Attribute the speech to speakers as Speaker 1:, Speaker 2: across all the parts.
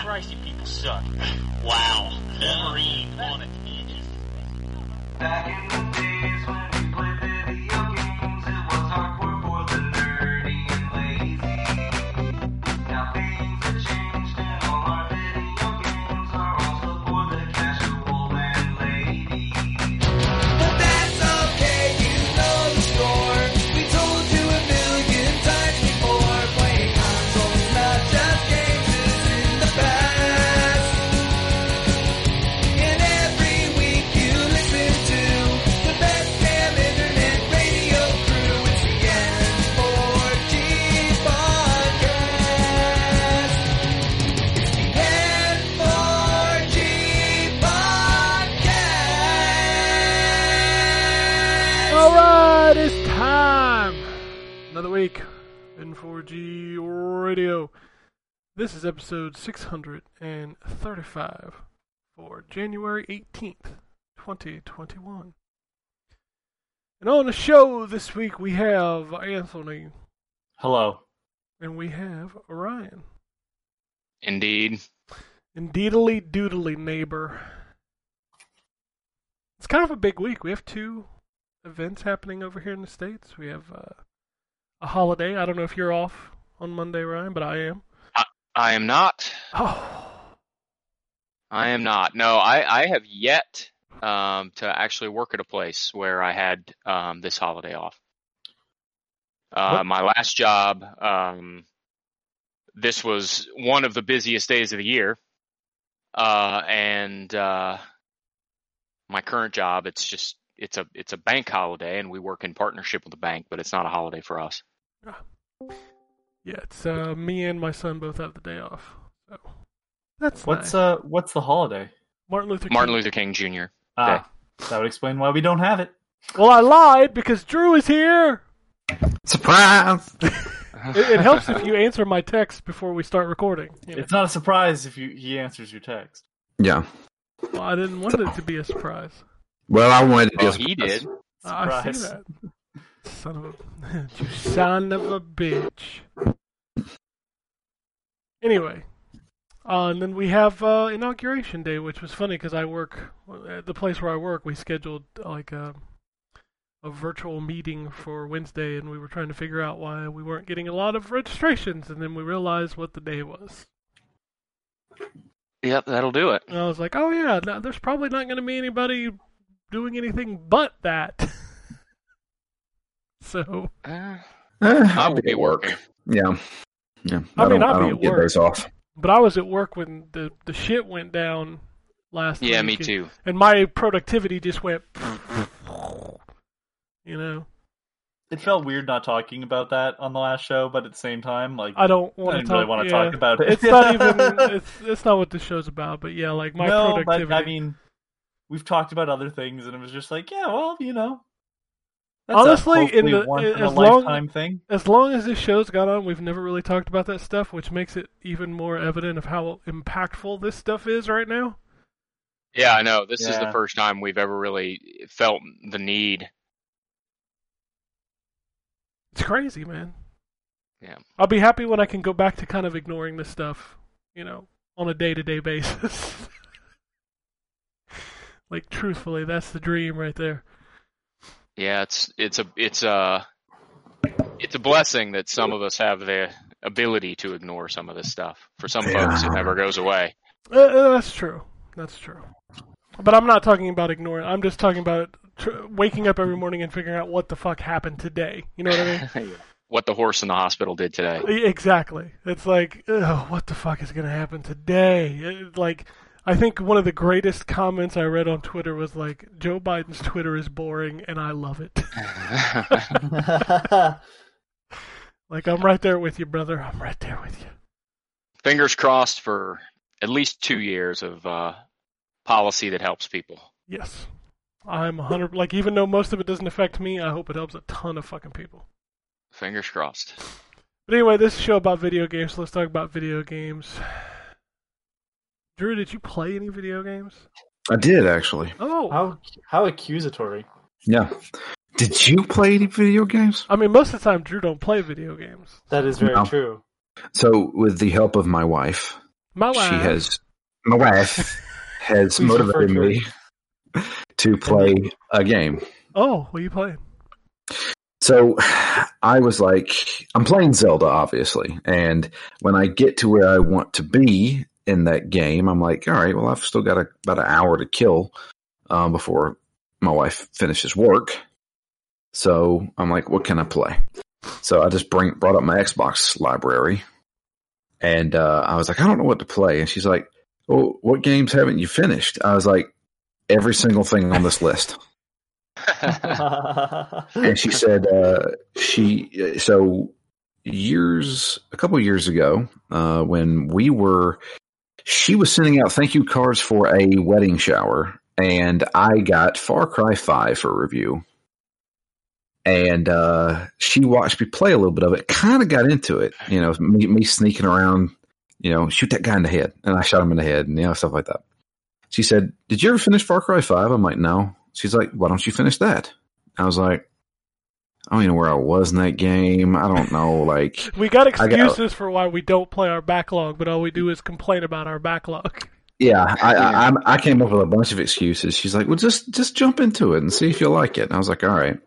Speaker 1: Christ, you people suck.
Speaker 2: Wow.
Speaker 1: Wolverine on a tangent.
Speaker 3: Back in the days when we played video games, it was hardcore for the nerdy and lazy. Now things have changed and all our video games are also for the casual and ladies.
Speaker 4: But that's okay, you know the score. We told you a million times before. Playing consoles, not just games, is in the past. And every week you listen to the best damn internet radio crew. It's the N4G podcast. It's the N4G podcast.
Speaker 5: All right, it's time. Another week in 4G Radio. This is episode 635 for January 18th, 2021. And on the show this week, we have Anthony
Speaker 2: Hello.
Speaker 5: and we have Ryan.
Speaker 6: Indeed.
Speaker 5: And deedly doodly neighbor. It's kind of a big week. We have two events happening over here in the States. We have uh, a holiday. I don't know if you're off on Monday, Ryan, but I am.
Speaker 6: I am not.
Speaker 5: Oh,
Speaker 6: I am not. No, I, I have yet um, to actually work at a place where I had um, this holiday off. Uh,
Speaker 5: What?
Speaker 6: my last job, um, this was one of the busiest days of the year. Uh, and uh, my current job, it's just it's a it's a bank holiday, and we work in partnership with the bank, but it's not a holiday for us.
Speaker 5: yeah. It's uh, me and my son both have the day off. So that's
Speaker 2: What's
Speaker 5: nice.
Speaker 2: uh what's the holiday?
Speaker 5: Martin Luther.
Speaker 6: Martin
Speaker 5: King.
Speaker 6: Luther King Jr.
Speaker 2: Ah, that would explain why we don't have it.
Speaker 5: Well, I lied because Drew is here.
Speaker 7: Surprise!
Speaker 5: It, it helps if you answer my text before we start recording. you know.
Speaker 2: It's not a surprise if you he answers your text.
Speaker 7: Yeah.
Speaker 5: Well, I didn't want it to be a surprise.
Speaker 7: Well, I wanted to be a
Speaker 6: Well, he
Speaker 7: surprise.
Speaker 6: did.
Speaker 5: Oh, I see
Speaker 2: Surprise.
Speaker 5: that. Son of a you son of a bitch. Anyway, uh, and then we have uh, inauguration day, which was funny because I work at the place where I work. We scheduled like a, a virtual meeting for Wednesday, and we were trying to figure out why we weren't getting a lot of registrations, and then we realized what the day was.
Speaker 6: Yep, that'll do it.
Speaker 5: And I was like, oh yeah, no, there's probably not going to be anybody doing anything but that. so.
Speaker 6: Uh,
Speaker 7: Eh,
Speaker 6: I will be working.
Speaker 7: Yeah. Yeah.
Speaker 5: I mean,
Speaker 7: don't,
Speaker 5: I'll be
Speaker 7: I don't
Speaker 5: at
Speaker 7: get
Speaker 5: work.
Speaker 7: those off.
Speaker 5: But I was at work when the the shit went down last
Speaker 6: Yeah, me
Speaker 5: week, and-
Speaker 6: too.
Speaker 5: And my productivity just went, you know.
Speaker 2: It felt weird not talking about that on the last show, but at the same time, like
Speaker 5: I don't
Speaker 2: I
Speaker 5: want to
Speaker 2: didn't
Speaker 5: talk.
Speaker 2: really want to
Speaker 5: yeah.
Speaker 2: talk about it.
Speaker 5: It's not even. It's it's not what the show's about. But yeah, like my
Speaker 2: no,
Speaker 5: productivity.
Speaker 2: but I mean, we've talked about other things, and it was just like, yeah, well, you know,
Speaker 5: Honestly, in
Speaker 2: hopefully
Speaker 5: the-
Speaker 2: once in a
Speaker 5: as long-
Speaker 2: lifetime thing.
Speaker 5: as long as this show's gone on, we've never really talked about that stuff, which makes it even more evident of how impactful this stuff is right now.
Speaker 6: Yeah, I know. This is
Speaker 2: Yeah.
Speaker 6: the first time we've ever really felt the need.
Speaker 5: It's crazy, man.
Speaker 6: Yeah.
Speaker 5: I'll be happy when I can go back to kind of ignoring this stuff, you know, on a day to day basis. like truthfully, that's the dream right there.
Speaker 6: Yeah, it's it's a it's a it's a blessing that some of us have the ability to ignore some of this stuff. For some folks, it
Speaker 7: Yeah.
Speaker 6: never goes away.
Speaker 5: Uh, uh, that's true. That's true. But I'm not talking about ignoring. I'm just talking about tr- waking up every morning and figuring out what the fuck happened today. You know what I mean?
Speaker 6: What the horse in the hospital did today.
Speaker 5: E- Exactly. It's like, ugh, what the fuck is going to happen today? It- like, I think one of the greatest comments I read on Twitter was like, Joe Biden's Twitter is boring and I love it. like, I'm right there with you, brother. I'm right there with you.
Speaker 6: Fingers crossed for at least two years of uh, policy that helps people.
Speaker 5: Yes. I'm 100. Like, even though most of it doesn't affect me, I hope it helps a ton of fucking people.
Speaker 6: Fingers crossed.
Speaker 5: But anyway, this is a show about video games, so let's talk about video games. Drew, did you play any video games?
Speaker 7: I did, actually.
Speaker 5: Oh,
Speaker 2: How how accusatory?
Speaker 7: Yeah. Did you play any video games?
Speaker 5: I mean, most of the time Drew don't play video games.
Speaker 2: That is very
Speaker 7: No.
Speaker 2: true.
Speaker 7: So, with the help of my wife,
Speaker 5: My wife.
Speaker 7: She has my wife has
Speaker 2: Please
Speaker 7: motivated
Speaker 2: refer to
Speaker 7: me to play a game.
Speaker 5: Oh, what are you playing?
Speaker 7: So I was like, I'm playing Zelda, obviously, and when I get to where I want to be in that game, I'm like, all right, well, I've still got a, about an hour to kill uh, before my wife finishes work. So I'm like, what can I play? So I just bring brought up my Xbox library, and uh, I was like, I don't know what to play, and she's like, well, what games haven't you finished? I was like, every single thing on this list and she said uh, she so years a couple of years ago uh, when we were she was sending out thank you cards for a wedding shower and i got far cry 5 for review and uh, she watched me play a little bit of it kind of got into it you know me, me sneaking around you know shoot that guy in the head and i shot him in the head and you know stuff like that she said did you ever finish far cry 5 i'm like no she's like why don't you finish that I was like, I don't even know where I was in that game. I don't know. Like,
Speaker 5: We got
Speaker 7: got-
Speaker 5: excuses for why we don't play our backlog, but all we do is complain about our backlog.
Speaker 7: yeah, I, I I'm- I came up with a bunch of excuses. She's like, well, just just jump into it and see if you like it. And I was like, all right.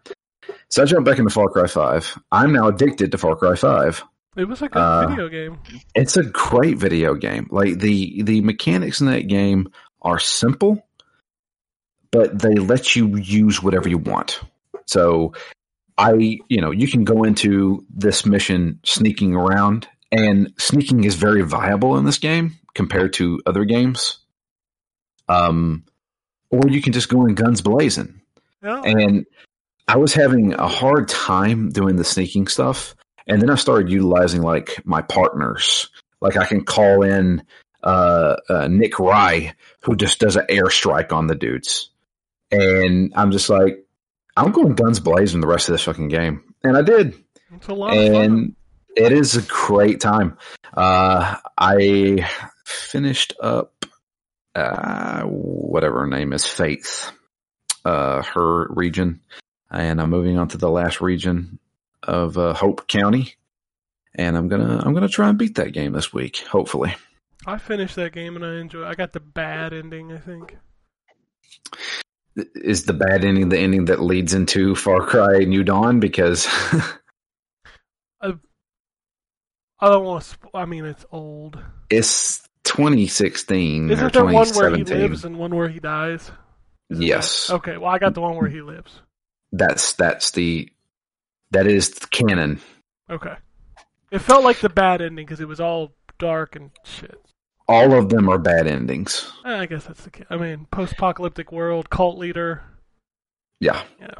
Speaker 7: So I jumped back into Far Cry Five. I'm now addicted to Far Cry Five.
Speaker 5: It was a good
Speaker 7: Uh,
Speaker 5: video game.
Speaker 7: It's a great video game. Like the the mechanics in that game are simple, but they let you use whatever you want. So I, you know, you can go into this mission sneaking around and sneaking is very viable in this game compared to other games. Um or you can just go in guns blazing.
Speaker 5: No,
Speaker 7: And I was having a hard time doing the sneaking stuff. And then I started utilizing like my partners. Like I can call in uh, uh, Nick Rye, who just does an airstrike on the dudes. And I'm just like, I'm going guns blazing the rest of this fucking game. And I did
Speaker 5: it's a lot of fun.
Speaker 7: and it is a great time. Uh, I finished up uh, whatever her name is, Faith, uh, her region, and I'm moving on to the last region of uh, Hope County, and I'm gonna I'm gonna try and beat that game this week, hopefully.
Speaker 5: I finished that game and I enjoyed. I got the bad ending, I think.
Speaker 7: Is the bad ending the ending that leads into Far Cry New Dawn? Because
Speaker 5: I don't want to. Sp- I mean, it's old.
Speaker 7: it's 2016 or
Speaker 5: Isn't there one where he
Speaker 7: 2017.
Speaker 5: lives and one where he dies? Isn't that-
Speaker 7: yes.
Speaker 5: Okay. Well, I got the one where he lives.
Speaker 7: that's that's the that is the canon.
Speaker 5: Okay. It felt like the bad ending because it was all dark and shit.
Speaker 7: All of them are bad endings.
Speaker 5: Eh, I guess that's the. ca- I mean, post-apocalyptic world, cult leader.
Speaker 7: Yeah.
Speaker 5: Yeah.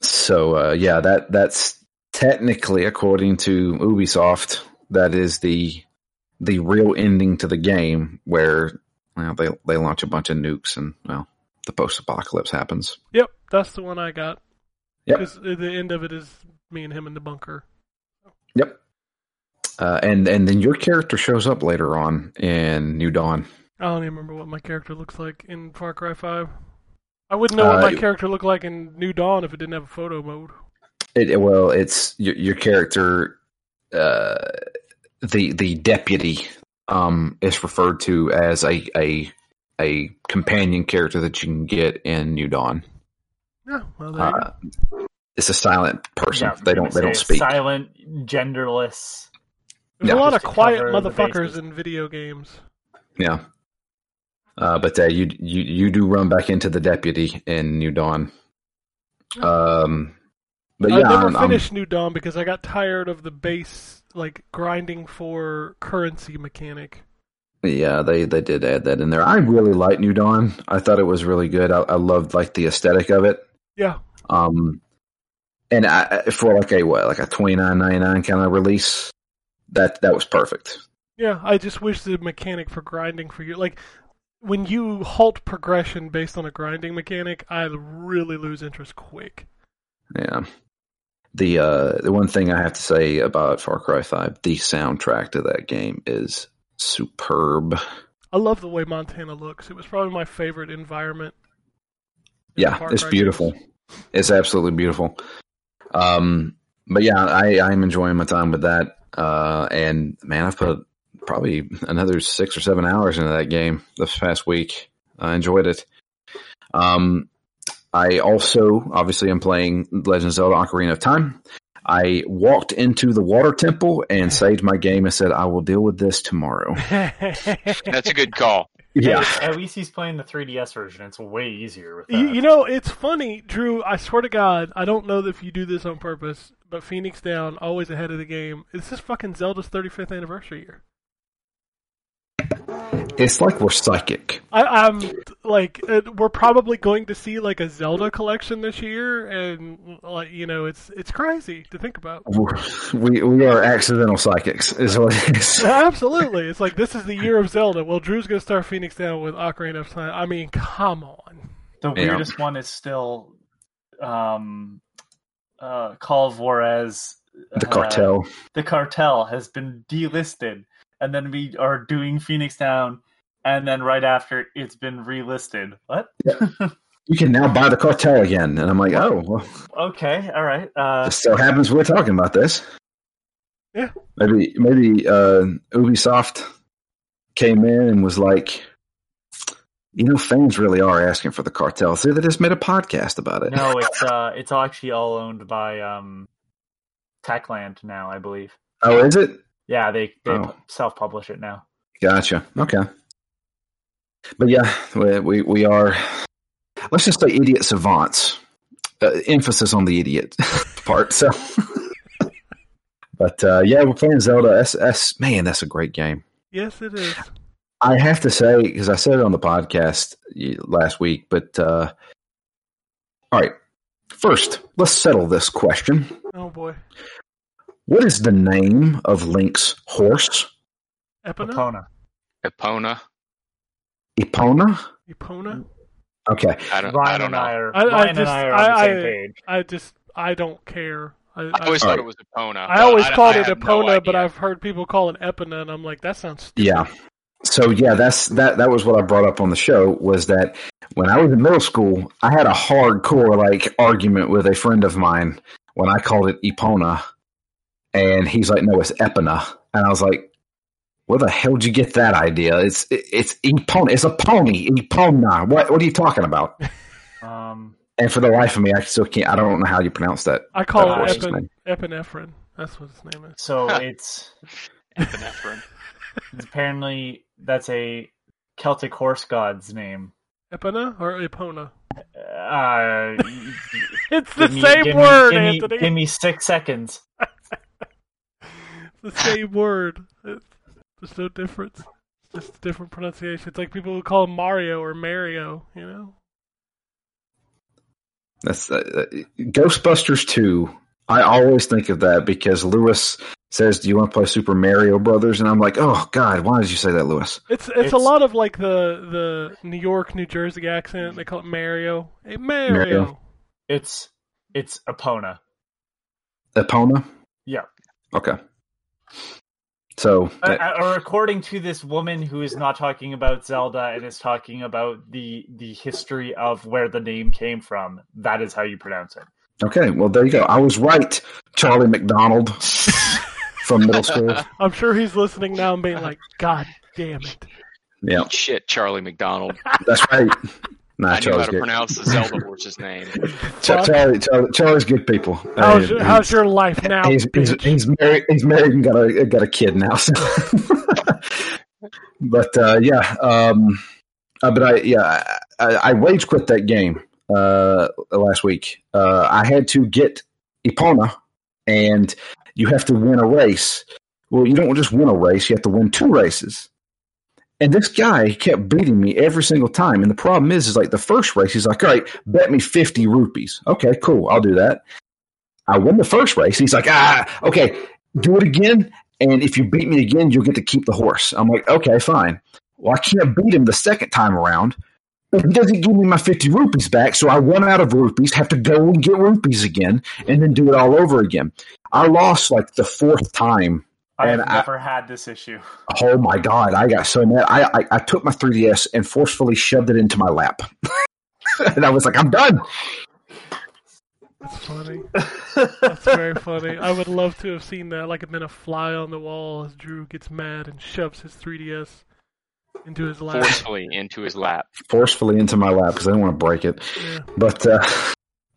Speaker 7: So uh, yeah, that that's technically according to Ubisoft, that is the the real ending to the game where well they they launch a bunch of nukes and well the post apocalypse happens.
Speaker 5: Yep, that's the one I got.
Speaker 7: Yep.
Speaker 5: 'Cause the end of it is me and him in the bunker.
Speaker 7: Yep. Uh, and and then your character shows up later on in New Dawn.
Speaker 5: I don't even remember what my character looks like in Far Cry 5. I wouldn't know what
Speaker 7: Uh,
Speaker 5: my character looked like in New Dawn if it didn't have a photo mode.
Speaker 7: It, it- well, it's your, your character, uh, the the deputy, um, is referred to as a a a companion character that you can get in New Dawn.
Speaker 5: Yeah, well, there you go.
Speaker 7: Uh, it's a silent person.
Speaker 2: Yeah,
Speaker 7: they don't they don't speak.
Speaker 2: Silent, genderless.
Speaker 5: There's
Speaker 7: yeah.
Speaker 5: a lot of
Speaker 2: Just to
Speaker 5: quiet
Speaker 2: cover the
Speaker 5: motherfuckers
Speaker 2: bases.
Speaker 5: in video games.
Speaker 7: Yeah. Uh, but uh, you you you do run back into the deputy in New Dawn. Um, but
Speaker 5: I
Speaker 7: yeah, um,
Speaker 5: never
Speaker 7: I'm- I'm-
Speaker 5: finished New Dawn because I got tired of the base, like, grinding for currency mechanic.
Speaker 7: Yeah, they they did add that in there. I really like New Dawn. I thought it was really good. I, I loved like the aesthetic of it.
Speaker 5: Yeah,
Speaker 7: Um, and I I- for like a what like a twenty nine ninety nine kind of release, that that was perfect.
Speaker 5: Yeah, I just wish the mechanic for grinding for you, like when you halt progression based on a grinding mechanic, I really lose interest quick.
Speaker 7: Yeah. The uh the one thing I have to say about Far Cry Five, the soundtrack to that game is superb.
Speaker 5: I love the way Montana looks. It was probably my favorite environment. in the
Speaker 7: Yeah,
Speaker 5: Far
Speaker 7: it's
Speaker 5: Cry
Speaker 7: beautiful.
Speaker 5: games.
Speaker 7: It's absolutely beautiful. Um, but yeah, I I'm enjoying my time with that. Uh, and man, I've put probably another six or seven hours into that game this past week. I enjoyed it. Um, I also obviously am playing Legend of Zelda: Ocarina of Time. I walked into the water temple and saved my game and said, "I will deal with this tomorrow."
Speaker 6: That's a good call.
Speaker 7: Yeah,
Speaker 2: At least he's playing the 3DS version. It's way easier with that.
Speaker 5: You, you know, it's funny, Drew. I swear to God, I don't know if you do this on purpose, but Phoenix Down always ahead of the game. It's this fucking Zelda's 35th anniversary year.
Speaker 7: it's like we're psychic.
Speaker 5: I, I'm like, uh, we're probably going to see like a Zelda collection this year, and like, you know, it's it's crazy to think about.
Speaker 7: We're- We we are accidental psychics, is what it is.
Speaker 5: Absolutely, it's like this is the year of Zelda. Well, Drew's gonna start Phoenix Down with Ocarina of Time. I mean, come on.
Speaker 2: The
Speaker 7: Yeah.
Speaker 2: weirdest one is still um, uh, Call of Juarez.
Speaker 7: The
Speaker 2: uh,
Speaker 7: cartel.
Speaker 2: the cartel has been delisted, and then we are doing Phoenix Down, and then right after it's been relisted. What?
Speaker 7: You can now buy the cartel again, and I'm like, oh, well,
Speaker 2: Okay, all right. Uh,
Speaker 7: just so happens we're talking about this.
Speaker 5: Yeah.
Speaker 7: Maybe maybe uh, Ubisoft came in and was like, you know, fans really are asking for the cartel. See, they just made a podcast about it.
Speaker 2: no, it's uh, it's actually all owned by um, Techland now, I believe.
Speaker 7: Oh, is it?
Speaker 2: Yeah, they they
Speaker 7: Oh.
Speaker 2: self publish it now.
Speaker 7: Gotcha. Okay. But yeah, we we, we are. Let's just say idiot savants. Uh, emphasis on the idiot part. So, but uh, yeah, we're playing Zelda. That's, that's man, that's a great game.
Speaker 5: Yes, it is.
Speaker 7: I have to say because I said it on the podcast y- last week. But uh, all right, first let's settle this question.
Speaker 5: Oh boy,
Speaker 7: What is the name of Link's horse?
Speaker 5: Epona,
Speaker 2: Epona.
Speaker 6: Epona.
Speaker 7: Epona.
Speaker 5: Epona.
Speaker 7: Okay,
Speaker 6: I don't. I
Speaker 2: Ryan
Speaker 6: don't
Speaker 2: and
Speaker 6: know.
Speaker 2: I
Speaker 6: I,
Speaker 2: are
Speaker 5: I- I
Speaker 2: Ryan and
Speaker 5: just-
Speaker 2: I are on the
Speaker 5: I-
Speaker 2: same
Speaker 5: I-
Speaker 2: page.
Speaker 5: I just I don't care. I, I,
Speaker 6: always
Speaker 7: All
Speaker 6: thought
Speaker 7: right.
Speaker 6: it was Epona.
Speaker 5: I always
Speaker 6: but
Speaker 5: called
Speaker 6: I
Speaker 5: it
Speaker 6: have no
Speaker 5: Epona, but
Speaker 6: idea.
Speaker 5: I've heard people call it Epona, and I'm like, that sounds stupid.
Speaker 7: Yeah. So yeah, that's that that was what I brought up on the show was that when I was in middle school, I had a hardcore like argument with a friend of mine when I called it Epona and he's like, No, it's Epona and I was like, Where the hell did you get that idea? It's it, it's Epona it's a pony, Epona. What what are you talking about?
Speaker 2: Um,
Speaker 7: And for the life of me I still can't I don't know how you pronounce that.
Speaker 5: I call
Speaker 7: that
Speaker 5: it
Speaker 7: horse's
Speaker 5: Epin,
Speaker 7: name.
Speaker 5: epinephrine. That's what its name is.
Speaker 2: so it's
Speaker 6: Epinephrine.
Speaker 2: apparently that's a Celtic horse god's name.
Speaker 5: Epona or Epona?
Speaker 2: Uh,
Speaker 5: It's the
Speaker 2: give me-
Speaker 5: same
Speaker 2: give me-
Speaker 5: word,
Speaker 2: give me-
Speaker 5: Anthony.
Speaker 2: give me six seconds.
Speaker 5: It's the same word. It's, there's no difference. It's just a different pronunciation. It's like people who call him Mario or Mario. You know?
Speaker 7: That's uh, uh, Ghostbusters 2. I always think of that because Lewis says, "Do you want to play Super Mario Brothers?" and I'm like, "Oh god, why did you say that, Lewis?"
Speaker 5: It's, it's a
Speaker 2: It's-
Speaker 5: lot of like the the New York, New Jersey accent. They call it Mario. Hey, Mario.
Speaker 7: Mario.
Speaker 2: It's it's Epona.
Speaker 7: Epona?
Speaker 2: Yeah.
Speaker 7: Okay. So,
Speaker 2: Uh,
Speaker 7: that-
Speaker 2: uh, or according to this woman who is not talking about Zelda and is talking about the the history of where the name came from, that is how you pronounce it.
Speaker 7: okay, well there you go. I was right, Charlie McDonald from middle school.
Speaker 5: I'm sure he's listening now and being like, God damn it.
Speaker 7: Yeah,
Speaker 6: Shit, Charlie MMcDonald.
Speaker 7: that's right. Nah,
Speaker 6: I knew how
Speaker 7: Charlie's
Speaker 6: to
Speaker 7: good.
Speaker 6: pronounce the Zelda horse's name.
Speaker 7: Ch- Charlie, Charlie, Charlie's good people.
Speaker 5: How's
Speaker 7: Uh,
Speaker 5: your, how's your life now?
Speaker 7: he's, he's,
Speaker 5: bitch?
Speaker 7: he's married. He's married and got a got a kid now. So. but uh, yeah, um, uh, but I yeah I, I rage quit that game uh, last week. Uh, I had to get Epona, and you have to win a race. Well, you don't just win a race; you have to win two races. And this guy kept beating me every single time. And the problem is, is like the first race, he's like, "All right, bet me fifty rupees." Okay, cool, I'll do that. I win the first race. He's like, ah, okay, do it again. And if you beat me again, you'll get to keep the horse. I'm like, okay, fine. Well, I can't beat him the second time around. But he doesn't give me my 50 rupees back. So I run out of rupees, have to go and get rupees again, and then do it all over again. I lost like the fourth time.
Speaker 2: I have
Speaker 7: And I-
Speaker 2: never had this issue.
Speaker 7: Oh my God, I got so mad. I, I, I took my 3DS and forcefully shoved it into my lap. and I was like, I'm done.
Speaker 5: That's funny. That's very funny. I would love to have seen that. Like, I've been a fly on the wall as Drew gets mad and shoves his 3DS into his lap.
Speaker 6: forcefully into his lap.
Speaker 7: forcefully into my lap because I do not want to break it.
Speaker 5: Yeah.
Speaker 7: But uh,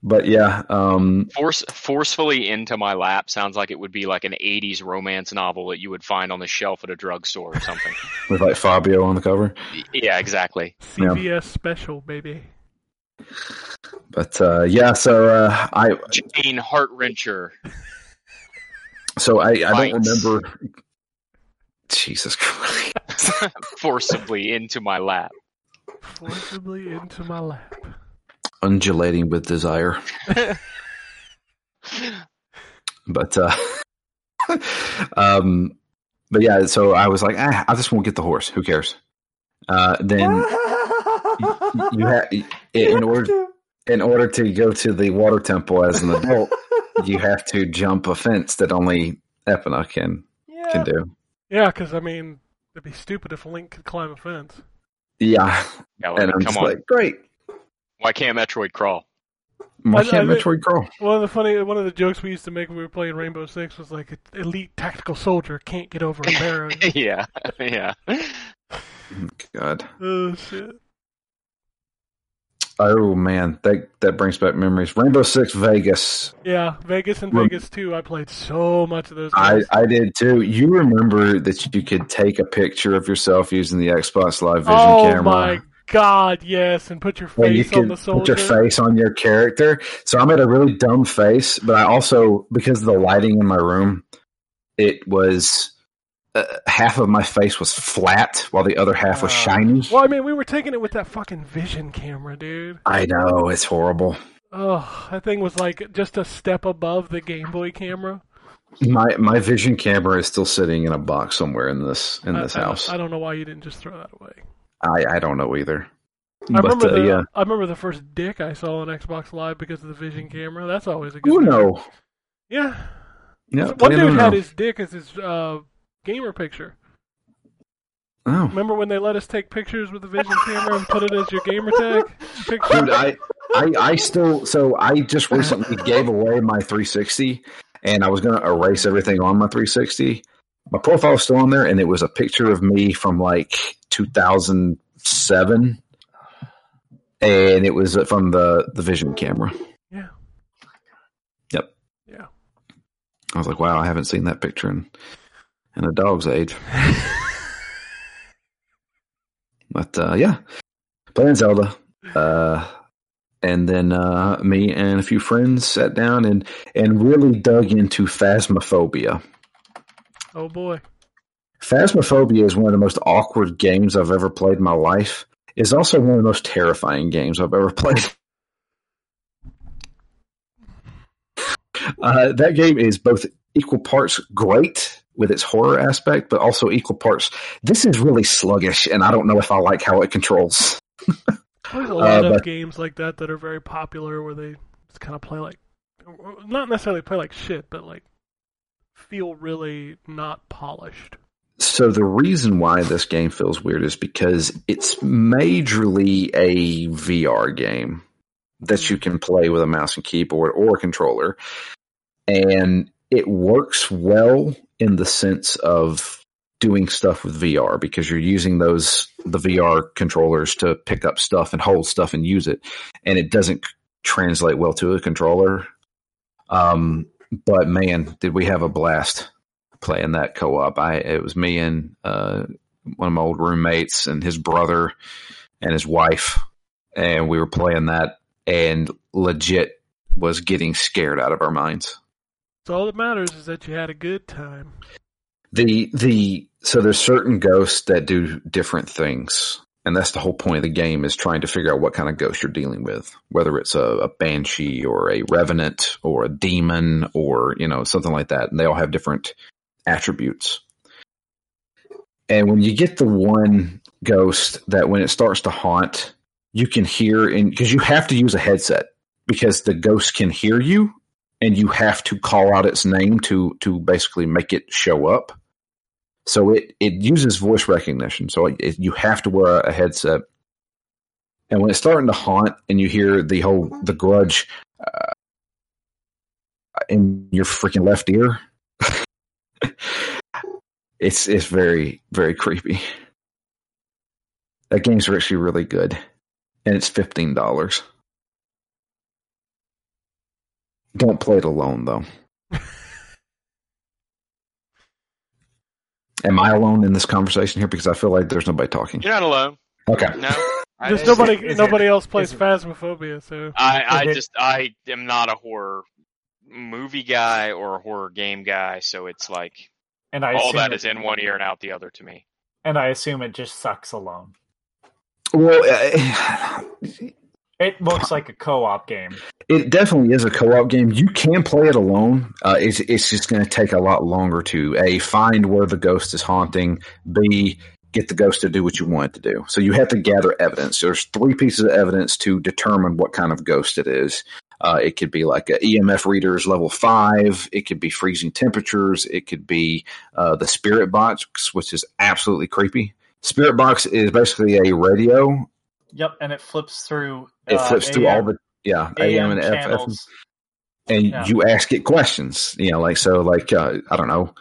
Speaker 7: but yeah, um,
Speaker 6: Force forcefully into my lap sounds like it would be like an '80s romance novel that you would find on the shelf at a drugstore or something.
Speaker 7: with like Fabio on the cover.
Speaker 6: yeah, exactly.
Speaker 5: CBS special, baby.
Speaker 7: But uh, yeah, so uh, I
Speaker 6: Jane Heartwrencher.
Speaker 7: so I, I don't
Speaker 6: Right.
Speaker 7: remember. Jesus Christ!
Speaker 6: forcibly into my lap.
Speaker 5: Forcibly into my lap.
Speaker 7: Undulating with desire. but uh um but yeah so i was like ah, i just won't get the horse who cares uh then y- you had in order in order to go to the water temple as an adult you have to jump a fence that only epina can can do
Speaker 5: Yeah, because, I mean, it'd be stupid if Link could climb a fence.
Speaker 7: yeah
Speaker 6: Yeah, like,
Speaker 7: and i'm
Speaker 6: Oh, come
Speaker 7: just
Speaker 6: on.
Speaker 7: like great
Speaker 6: Why can't Metroid crawl?
Speaker 7: why
Speaker 5: I-
Speaker 7: can't
Speaker 5: I-
Speaker 7: metroid crawl
Speaker 5: One of the funny, one of the jokes we used to make when we were playing Rainbow Six was like, "E-, elite tactical soldier can't get over a barrier.
Speaker 6: yeah, yeah.
Speaker 7: god
Speaker 5: oh shit!
Speaker 7: oh man that that brings back memories rainbow six vegas
Speaker 5: Yeah, Vegas and
Speaker 7: Well-
Speaker 5: Vegas too. I played so much of those.
Speaker 7: I,
Speaker 5: Games.
Speaker 7: I did too. You remember that you could take a picture of yourself using the Xbox Live Vision
Speaker 5: oh
Speaker 7: camera.
Speaker 5: my god, yes, and put your
Speaker 7: and you
Speaker 5: face on
Speaker 7: can
Speaker 5: the
Speaker 7: put
Speaker 5: soldier.
Speaker 7: your face on your character. So I made a really dumb face, but I also because of the lighting in my room, it was uh, half of my face was flat while the other half was
Speaker 2: Ah.
Speaker 7: shiny.
Speaker 5: Well, I mean, we were taking it with that fucking vision camera, dude.
Speaker 7: I know it's horrible.
Speaker 5: Oh, that thing was like just a step above the Game Boy camera.
Speaker 7: My my vision camera is still sitting in a box somewhere in this in
Speaker 5: I-
Speaker 7: this
Speaker 5: I,
Speaker 7: house.
Speaker 5: I
Speaker 7: I,
Speaker 5: don't know why you didn't just throw that away.
Speaker 7: I, don't know either.
Speaker 5: I remember
Speaker 7: uh,
Speaker 5: the
Speaker 7: yeah.
Speaker 5: I remember the first dick I saw on Xbox Live because of the vision camera. That's always a good. memory.
Speaker 7: Uno.
Speaker 5: Yeah.
Speaker 7: Yeah,
Speaker 5: So one
Speaker 7: playing
Speaker 5: dude had
Speaker 7: Uno.
Speaker 5: his dick as his uh, gamer picture.
Speaker 7: Oh.
Speaker 5: Remember when they let us take pictures with the vision camera and put it as your gamer tag picture?
Speaker 7: dude I, I i still so i just recently gave away my 360 and i was going to erase everything on my 360 my profile was still on there and it was a picture of me from like 2007 and it was uh, from the the vision camera
Speaker 5: Yeah.
Speaker 7: yep
Speaker 5: Yeah.
Speaker 7: i was like wow i haven't seen that picture in in a dog's age but uh yeah playing zelda uh and then uh, me and a few friends sat down and and really dug into phasmophobia.
Speaker 5: Oh boy.
Speaker 7: Phasmophobia is one of the most awkward games I've ever played in my life. It's also one of the most terrifying games I've ever played. Uh, that game is both equal parts great with its horror aspect, but also equal parts. This is really sluggish, and I don't know if I like how it controls.
Speaker 5: There's a lot of
Speaker 7: Uh, but-
Speaker 5: games like that that are very popular where they just kind of play like, not necessarily play like shit, but like feel really not polished.
Speaker 7: So the reason why this game feels weird is because it's majorly a VR game that you can play with a mouse and keyboard or a controller. And it works well in the sense of doing stuff with VR because you're using those the VR controllers to pick up stuff and hold stuff and use it. And it doesn't translate well to a controller. Um but man, did we have a blast playing that co-op. I it was me and uh, one of my old roommates and his brother and his wife, and we were playing that and legit was getting scared out of our minds.
Speaker 5: So all that matters is that you had a good time.
Speaker 7: The the so there's certain ghosts that do different things. And that's the whole point of the game is trying to figure out what kind of ghost you're dealing with, whether it's a, a banshee or a revenant or a demon or, you know, something like that. And they all have different attributes. And when you get the one ghost that when it starts to haunt, you can hear in because you have to use a headset because the ghost can hear you and you have to call out its name to to basically make it show up. So it it uses voice recognition. So it, it- you have to wear a headset. And when it's starting to haunt and you hear the whole the grudge, uh, in your freaking left ear. it's it's very very creepy. That game's actually really good, and it's fifteen dollars. Don't play it alone though. Am I alone in this conversation here? Because I feel like there's nobody talking.
Speaker 6: You're not alone.
Speaker 7: Okay.
Speaker 6: No, I
Speaker 5: Just
Speaker 6: just,
Speaker 2: no-
Speaker 5: nobody
Speaker 2: is it-
Speaker 5: nobody else plays
Speaker 2: is it-
Speaker 5: Phasmophobia, so
Speaker 6: I, I
Speaker 2: Okay.
Speaker 6: just I am not a horror movie guy or a horror game guy, so it's like
Speaker 2: And I
Speaker 6: all
Speaker 2: assume
Speaker 6: that
Speaker 2: it-
Speaker 6: is in one ear and out the other to me.
Speaker 2: And I assume it just sucks alone.
Speaker 7: Well, uh,
Speaker 2: It looks like a co-op game.
Speaker 7: it definitely is a co-op game. You can play it alone. Uh, it's it's just going to take a lot longer to a find where the ghost is haunting. B get the ghost to do what you want it to do. So you have to gather evidence. There's three pieces of evidence to determine what kind of ghost it is. Uh, it could be like a EMF readers level five. It could be freezing temperatures. It could be uh, the spirit box, which is absolutely creepy. Spirit box is basically a radio.
Speaker 2: Yep, and it flips through.
Speaker 7: It
Speaker 2: uh,
Speaker 7: flips through all
Speaker 2: AM
Speaker 7: the yeah
Speaker 2: AM,
Speaker 7: AM, and FM
Speaker 2: channels.
Speaker 7: and
Speaker 2: Yeah.
Speaker 7: you ask it questions. You know, like so, like uh, I don't know,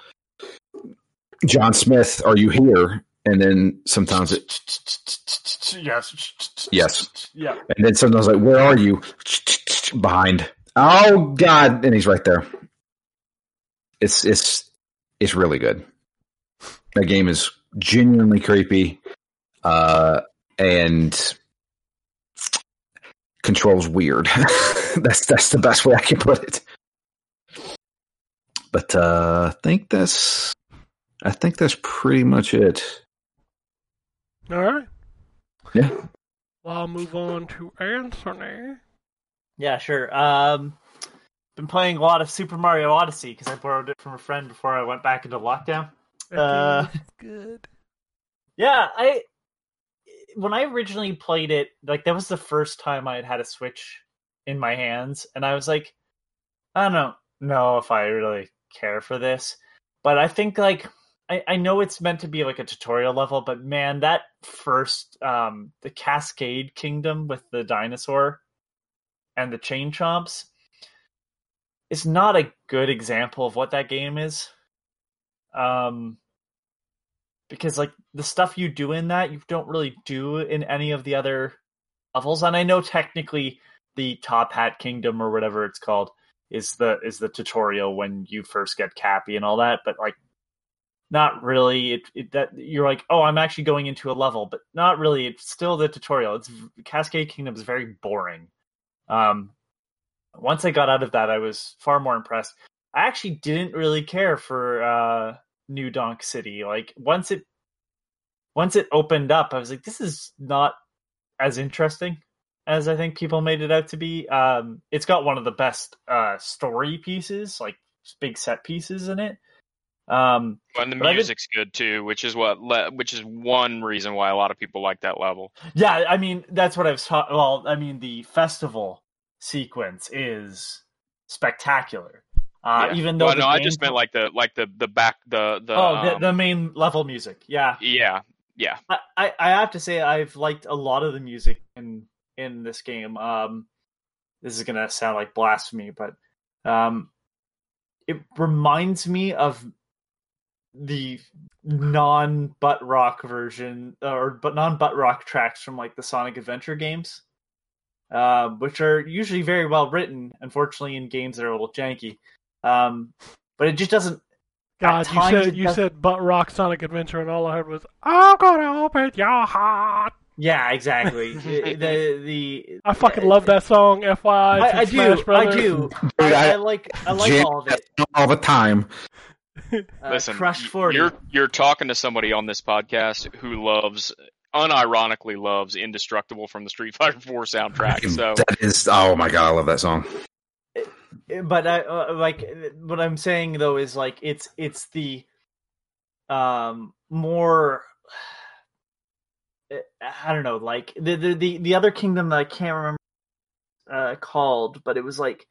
Speaker 7: John Smith, are you here? And then sometimes it,
Speaker 2: Yes.
Speaker 7: Yes.
Speaker 2: Yeah.
Speaker 7: and then sometimes like, where are you? Behind. Oh God! And he's right there. It's it's it's really good. That game is genuinely creepy, uh, and controls weird. that's that's the best way I can put it. But uh, I think that's I think that's pretty much it.
Speaker 5: alright.
Speaker 7: Yeah.
Speaker 5: Well I'll move on to Anthony.
Speaker 2: Yeah, sure. Um, been playing a lot of Super Mario Odyssey because I borrowed it from a friend before I went back into lockdown.
Speaker 5: That
Speaker 2: Uh,
Speaker 5: game looks good.
Speaker 2: Yeah, I when I originally played it, like that was the first time I had had a Switch in my hands, and I was like, I don't know if I really care for this, but I think like I, I know it's meant to be like a tutorial level, but man, that first um the Cascade Kingdom with the dinosaur and the chain chomps is not a good example of what that game is. Um because like the stuff you do in that you don't really do in any of the other levels and i know technically the top hat kingdom or whatever it's called is the is the tutorial when you first get cappy and all that but like not really it, it that you're like oh i'm actually going into a level but not really it's still the tutorial it's cascade kingdom is very boring um once i got out of that i was far more impressed i actually didn't really care for uh new donk city like once it once it opened up i was like this is not as interesting as i think people made it out to be um it's got one of the best uh story pieces like big set pieces in it um
Speaker 6: And the
Speaker 2: But I did-
Speaker 6: music's good too, which is what le- which is one reason why a lot of people like that level.
Speaker 2: Yeah, I mean that's what I was talking. Well, I mean the festival sequence is spectacular. Uh,
Speaker 6: Yeah.
Speaker 2: Even though
Speaker 6: well,
Speaker 2: the
Speaker 6: no, I
Speaker 2: game-
Speaker 6: just meant like the like the the back the the
Speaker 2: oh the,
Speaker 6: um,
Speaker 2: the main level music. Yeah,
Speaker 6: yeah yeah
Speaker 2: I, I I have to say I've liked a lot of the music in in this game. Um, this is gonna sound like blasphemy, but um, it reminds me of the non butt rock version or but non butt rock tracks from like the Sonic Adventure games, uh, which are usually very well written. Unfortunately, in games that are a little janky, um, but it just doesn't.
Speaker 5: God, you
Speaker 2: times
Speaker 5: said
Speaker 2: it
Speaker 5: you
Speaker 2: does-
Speaker 5: said butt rock Sonic Adventure, and all I heard was "I'm gonna open your heart."
Speaker 2: Yeah, exactly. the the
Speaker 5: I fucking love that song. FYI, it's
Speaker 2: I,
Speaker 5: from
Speaker 2: I
Speaker 5: Smash
Speaker 2: do. I
Speaker 5: Brothers.
Speaker 2: do. I,
Speaker 7: Dude, I-
Speaker 2: I like. I like
Speaker 7: Jim-
Speaker 2: all of it.
Speaker 7: all the time.
Speaker 2: Uh,
Speaker 6: Listen,
Speaker 2: Crush
Speaker 6: y-
Speaker 2: Forty.
Speaker 6: You're you're talking to somebody on this podcast who loves, unironically loves "Indestructible" from the Street Fighter Four soundtrack. So
Speaker 7: that is oh my god, I love that song.
Speaker 2: But I uh, like what I'm saying though is like it's it's the um more. eh, I don't know, like the the the, the other kingdom that I can't remember uh, called, but it was like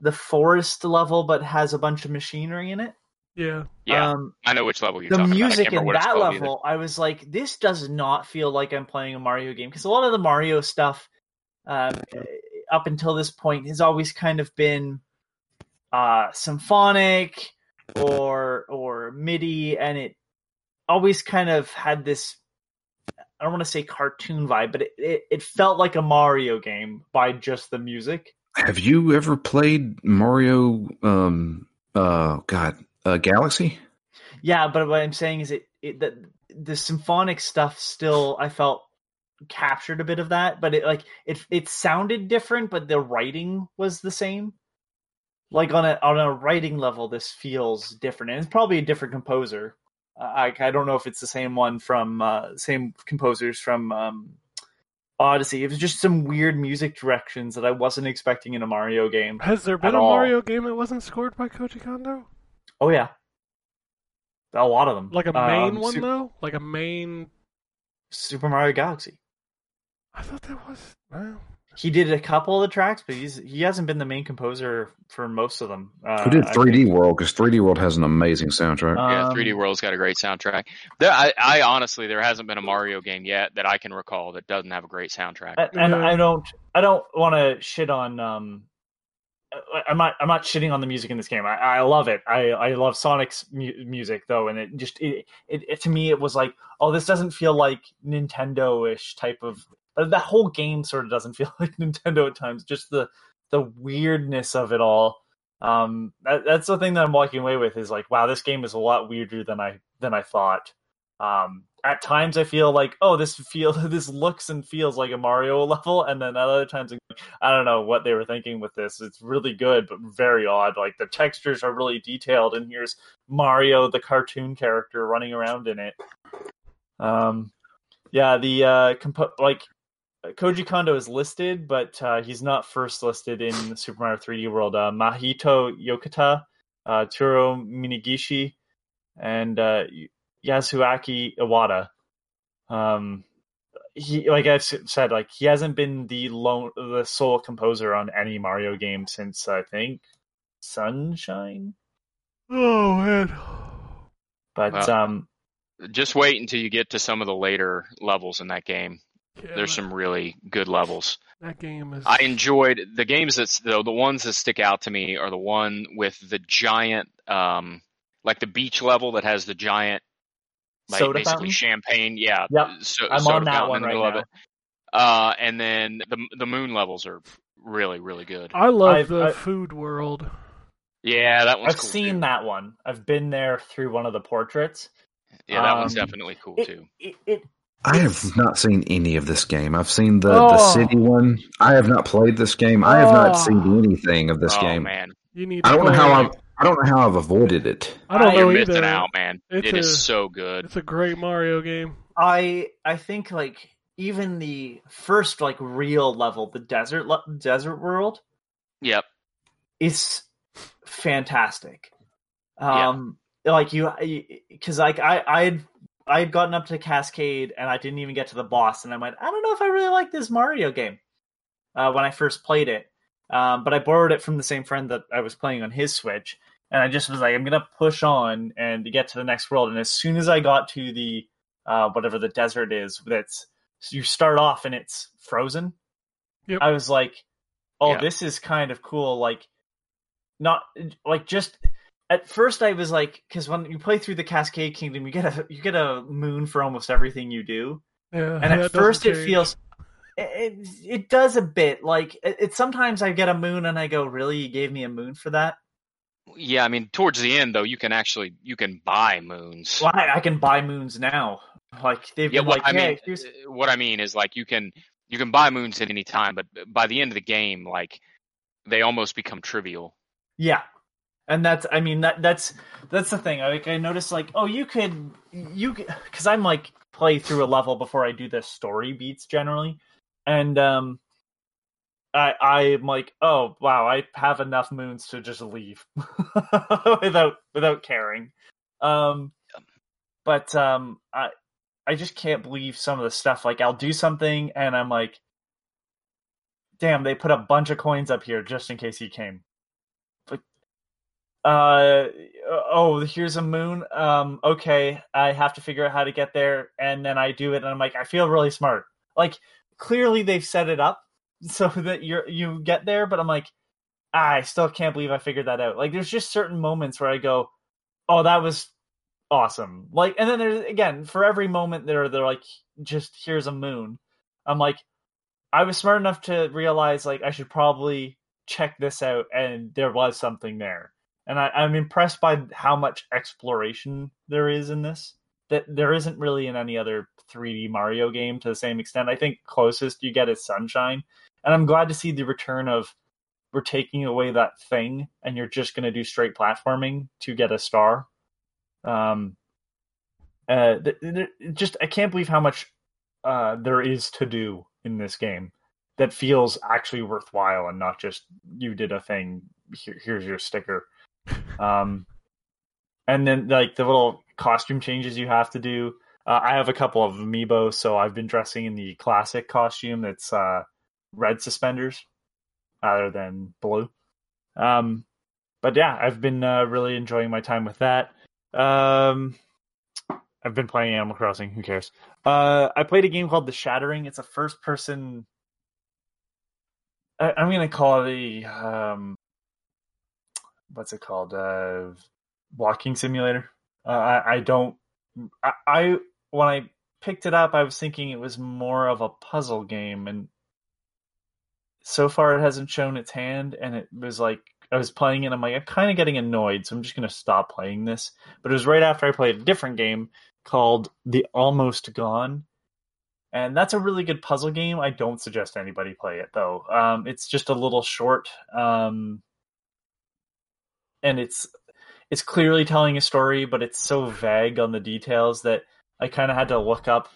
Speaker 2: the forest level, but has a bunch of machinery in it.
Speaker 5: Yeah,
Speaker 6: yeah,
Speaker 2: Um,
Speaker 6: I know which level you're
Speaker 2: the
Speaker 6: talking about.
Speaker 2: music
Speaker 6: I can't
Speaker 2: in
Speaker 6: remember what it's
Speaker 2: that
Speaker 6: called
Speaker 2: level, I was like, this does not feel like I'm playing a Mario game because a lot of the Mario eh, stuff um, up until this point has always kind of been uh, symphonic or or MIDI, and it always kind of had this. I don't want to say cartoon vibe, but it, it, it felt like a Mario game by just the music.
Speaker 7: Have you ever played Mario? Um, uh, God, uh, Galaxy.
Speaker 2: Yeah, but what I'm saying is it, it that the symphonic stuff still I felt captured a bit of that, but it like it it sounded different, but the writing was the same. Like on a on a writing level, this feels different, and it's probably a different composer. Uh, I I don't know if it's the same one from uh, same composers from um, Odyssey. It was just some weird music directions that I wasn't expecting in a Mario game.
Speaker 5: Has there been
Speaker 2: At
Speaker 5: a
Speaker 2: all.
Speaker 5: Mario game that wasn't scored by Koji Kondo?
Speaker 2: Oh yeah, a lot of them.
Speaker 5: Like a main
Speaker 2: Um,
Speaker 5: one
Speaker 2: Su-
Speaker 5: though? Like a main
Speaker 2: Super Mario Galaxy.
Speaker 5: I thought that was well,
Speaker 2: He did a couple of the tracks, but he's he hasn't been the main composer for most of them. Uh,
Speaker 7: Who did
Speaker 2: I
Speaker 7: 3D
Speaker 2: think.
Speaker 7: World? Because 3D World has an amazing soundtrack.
Speaker 6: yeah,
Speaker 2: Um,
Speaker 6: 3D World's got a great soundtrack. There, I, I honestly, there hasn't been a Mario game yet that I can recall that doesn't have a great soundtrack.
Speaker 2: and, and
Speaker 5: Yeah.
Speaker 2: I don't I don't want to shit on um I- I'm not I'm not shitting on the music in this game. I, I love it. I, I love Sonic's mu- music though, and it just it, it, it to me it was like oh this doesn't feel like Nintendo ish type of uh, that whole game sort of doesn't feel like Nintendo at times. Just the the weirdness of it all. Um, that, that's the thing that I'm walking away with is like wow this game is a lot weirder than I than I thought. Um, at times I feel like, oh, this feel this looks and feels like a Mario level, and then at other times I don't know what they were thinking with this. It's really good, but very odd. Like the textures are really detailed, and here's Mario, the cartoon character, running around in it. Um, yeah, the uh, compo- like Koji Kondo is listed, but uh, he's not first listed in Super Mario 3D World. Uh, Mahito Yokota, uh, Turo Minigishi, and uh, Yasuaki Iwata. Um, he like I've s- said, like he hasn't been the lone, the sole composer on any Mario game since I think Sunshine.
Speaker 5: Oh man.
Speaker 2: But
Speaker 6: Wow.
Speaker 2: um,
Speaker 6: Just wait until you get to some of the later levels in that game.
Speaker 5: Yeah,
Speaker 6: There's some really good levels.
Speaker 5: that game is
Speaker 6: I enjoyed the games that's though the ones that stick out to me are the one with the giant, um, like the beach level that has the giant, like
Speaker 2: Soda
Speaker 6: basically
Speaker 2: fountain?
Speaker 6: champagne. Yeah,
Speaker 2: Yep.
Speaker 6: so,
Speaker 2: I'm
Speaker 6: soda
Speaker 2: on that
Speaker 6: fountain
Speaker 2: one
Speaker 6: in the
Speaker 2: right
Speaker 6: middle of
Speaker 2: now.
Speaker 6: it. Uh, and then the the moon levels are really really
Speaker 2: Oh,
Speaker 6: good.
Speaker 5: I love
Speaker 2: I've-
Speaker 5: the
Speaker 2: I-
Speaker 5: food world.
Speaker 6: Yeah, that one's
Speaker 2: I've
Speaker 6: cool
Speaker 2: seen
Speaker 6: too.
Speaker 2: that one. I've been there through one of the portraits.
Speaker 6: Yeah, that one's
Speaker 2: um,
Speaker 6: definitely cool
Speaker 2: It,
Speaker 6: too.
Speaker 2: it, it
Speaker 7: I have not seen any of this game. I've seen the,
Speaker 5: Oh.
Speaker 7: the city one. I have not played this game. I have not
Speaker 5: Oh.
Speaker 7: seen anything of this
Speaker 6: oh
Speaker 7: game.
Speaker 6: man,
Speaker 5: You need
Speaker 7: I
Speaker 5: to
Speaker 7: don't know
Speaker 5: go.
Speaker 7: how I've I don't know how I've avoided it.
Speaker 5: I don't know
Speaker 6: you're missing
Speaker 5: either.
Speaker 6: out, man.
Speaker 5: It's
Speaker 6: It is
Speaker 5: a-
Speaker 6: so good.
Speaker 5: It's a great Mario game.
Speaker 2: I I think like even the first like real level, the desert le- desert world,
Speaker 6: Yep.
Speaker 2: is fantastic.
Speaker 6: Yeah.
Speaker 2: Um, like you, because like I, I had, I had gotten up to Cascade and I didn't even get to the boss, and I went, I don't know if I really like this Mario game uh, when I first played it. Um, but I borrowed it from the same friend that I was playing on his Switch, and I just was like, I'm gonna push on and get to the next world. And as soon as I got to the uh, whatever the desert is, that's you start off and it's frozen.
Speaker 5: Yep.
Speaker 2: I was like, oh,
Speaker 6: Yeah.
Speaker 2: this is kind of cool. Like, not like just at first I was like, because when you play through the Cascade Kingdom, you get a you get a moon for almost everything you do
Speaker 5: Yeah,
Speaker 2: and
Speaker 5: that
Speaker 2: at first
Speaker 5: doesn't
Speaker 2: it
Speaker 5: change.
Speaker 2: feels it, it, it does a bit like it, it sometimes i get a moon and i go really you gave me a moon for that
Speaker 6: Yeah, I mean, towards the end though, you can actually you can buy moons.
Speaker 2: well i, I can buy moons now like they've
Speaker 6: Yeah,
Speaker 2: been
Speaker 6: what
Speaker 2: like
Speaker 6: I
Speaker 2: hey
Speaker 6: mean,
Speaker 2: here's
Speaker 6: uh, what I mean is like you can you can buy moons at any time, but uh, by the end of the game, like they almost become trivial.
Speaker 2: yeah and that's i mean that that's that's the thing like i noticed like oh you could you because i'm like play through a level before i do the story beats generally and um I I'm like, oh wow, I have enough moons to just leave without without caring. Um, but um, I I just can't believe some of the stuff. Like I'll do something and I'm like, damn, they put a bunch of coins up here just in case he came. Like, uh, oh, here's a moon. Um, okay, I have to figure out how to get there, and then I do it, and I'm like, I feel really smart. Like clearly they've set it up so that you're you get there but i'm like ah, I still can't believe I figured that out. Like there's just certain moments where I go, oh, that was awesome. Like and then there's again for every moment there they're like just here's a moon. I'm like I was smart enough to realize like I should probably check this out and there was something there. And I, I'm impressed by how much exploration there is in this. That there isn't really in any other 3D Mario game to the same extent. I think closest you get is Sunshine. And I'm glad to see the return of we're taking away that thing and you're just going to do straight platforming to get a star um uh th- th- just i can't believe how much uh there is to do in this game that feels actually worthwhile and not just you did a thing here, here's your sticker um and then like the little costume changes you have to do uh, i have a couple of amiibo so i've been dressing in the classic costume that's uh red suspenders rather than blue. Um, but yeah, I've been uh, really enjoying my time with that. Um, I've been playing Animal Crossing. Who cares? Uh, I played a game called The Shattering. It's a first-person. I- I'm gonna call it a um, what's it called? Uh, walking simulator. Uh, I-, I don't. I-, I when I picked it up, I was thinking it was more of a puzzle game, and so far it hasn't shown its hand and it was like i was playing it i'm like i'm kind of getting annoyed so i'm just going to stop playing this but it was right after i played a different game called the almost gone and that's a really good puzzle game i don't suggest anybody play it though um, it's just a little short um, and it's it's clearly telling a story but it's so vague on the details that i kind of had to look up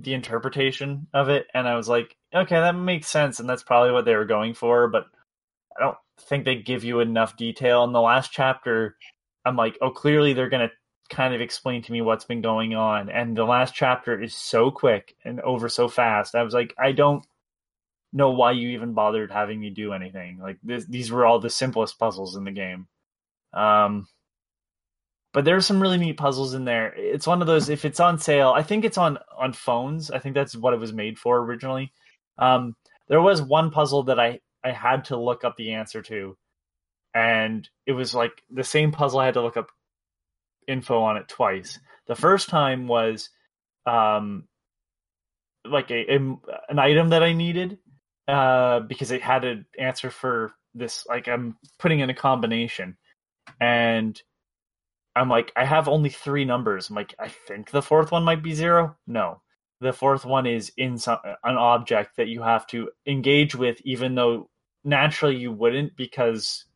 Speaker 2: the interpretation of it and i was like okay that makes sense and that's probably what they were going for but i don't think they give you enough detail in the last chapter i'm like oh clearly they're going to kind of explain to me what's been going on and the last chapter is so quick and over so fast i was like i don't know why you even bothered having me do anything like this, these were all the simplest puzzles in the game um but there's some really neat puzzles in there. It's one of those if it's on sale, I think it's on on phones. I think that's what it was made for originally. Um, there was one puzzle that I I had to look up the answer to, and it was like the same puzzle. I had to look up info on it twice. The first time was um like a, a an item that I needed uh because it had an answer for this like I'm putting in a combination and I'm like, I have only three numbers. I'm like, I think the fourth one might be zero. No, the fourth one is in some, an object that you have to engage with, even though naturally you wouldn't because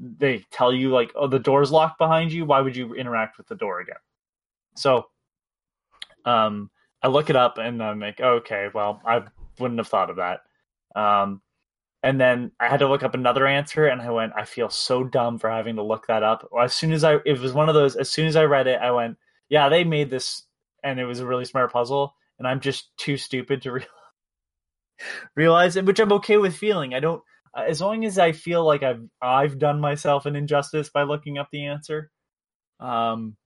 Speaker 2: they tell you like, oh, the door's locked behind you. Why would you interact with the door again? So, um, I look it up and I'm like, okay, well, I wouldn't have thought of that. Um, and then I had to look up another answer, and I went, I feel so dumb for having to look that up. As soon as I, it was one of those. As soon as I read it, I went, Yeah, they made this, and it was a really smart puzzle, and I'm just too stupid to re- realize it, which I'm okay with feeling. I don't, as long as I feel like I've I've done myself an injustice by looking up the answer, um,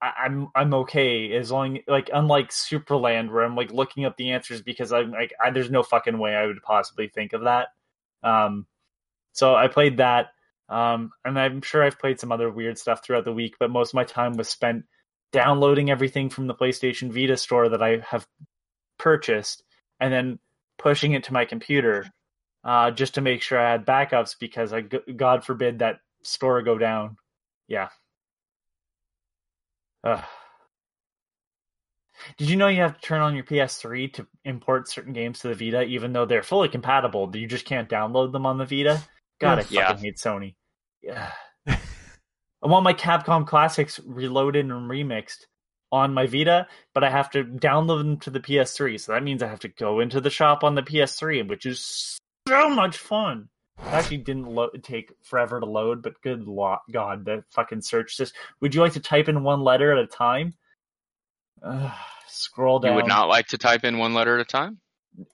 Speaker 2: I, I'm I'm okay as long like unlike Superland where I'm like looking up the answers because I'm like I, there's no fucking way I would possibly think of that. Um, so I played that, um, and I'm sure I've played some other weird stuff throughout the week, but most of my time was spent downloading everything from the PlayStation Vita store that I have purchased, and then pushing it to my computer uh, just to make sure I had backups because I, God forbid, that store go down. Yeah. Ugh. Did you know you have to turn on your PS3 to import certain games to the Vita, even though they're fully compatible? You just can't download them on the Vita. God, I fucking
Speaker 6: Yeah.
Speaker 2: hate Sony. Yeah. I want my Capcom classics reloaded and remixed on my Vita, but I have to download them to the PS3. So that means I have to go into the shop on the PS3, which is so much fun. It actually didn't lo- take forever to load, but good lo- God, the fucking search system. Would you like to type in one letter at a time? Ugh, scroll down.
Speaker 6: You would not like to type in one letter at a time?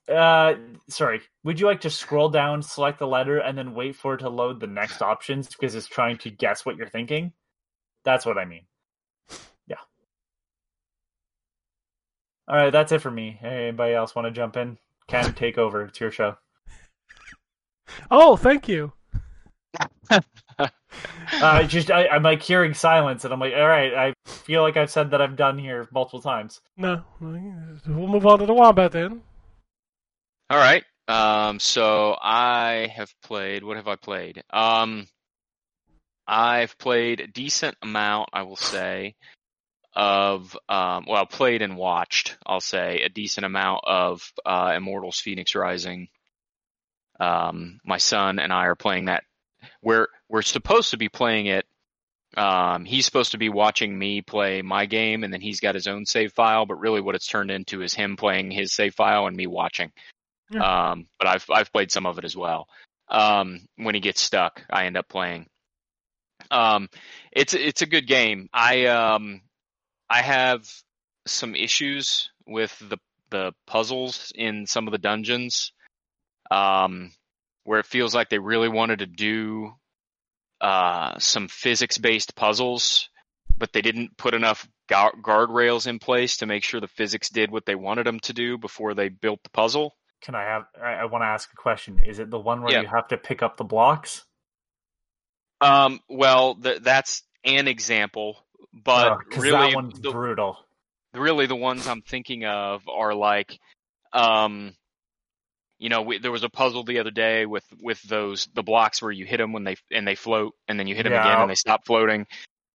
Speaker 2: Uh, sorry. Would you like to scroll down, select the letter, and then wait for it to load the next options because it's trying to guess what you're thinking? That's what I mean. Yeah. All right, that's it for me. Hey, anybody else want to jump in? Can take over. It's your show.
Speaker 5: Oh, thank you.
Speaker 2: Uh, it's just I, I'm like hearing silence, and I'm like, all right, I feel like I've said that I'm done here multiple times.
Speaker 5: No, we'll move on to the wombat then.
Speaker 6: All right. Um, so I have played. What have I played? Um, I've played a decent amount, I will say, of um, well, played and watched. I'll say a decent amount of uh, Immortals: Phoenix Rising. Um, my son and I are playing that. We're we're supposed to be playing it. Um, he's supposed to be watching me play my game, and then he's got his own save file. But really, what it's turned into is him playing his save file and me watching um, but I've I've played some of it as well. Um, when he gets stuck, I end up playing. Um, it's it's a good game. I um, I have some issues with the the puzzles in some of the dungeons, um, where it feels like they really wanted to do uh, some physics based puzzles, but they didn't put enough gu- guardrails in place to make sure the physics did what they wanted them to do before they built the puzzle.
Speaker 2: Can I have? I, I want to ask a question. Is it the one where
Speaker 6: Yeah.
Speaker 2: you have to pick up the blocks?
Speaker 6: Um, well, th- that's an example, but
Speaker 2: because
Speaker 6: really,
Speaker 2: Oh, that one's
Speaker 6: the,
Speaker 2: brutal.
Speaker 6: really the ones I'm thinking of are like, um, you know, we, there was a puzzle the other day with with those the blocks where you hit them when they and they float, and then you hit them again
Speaker 2: Yeah.
Speaker 6: and they stop floating,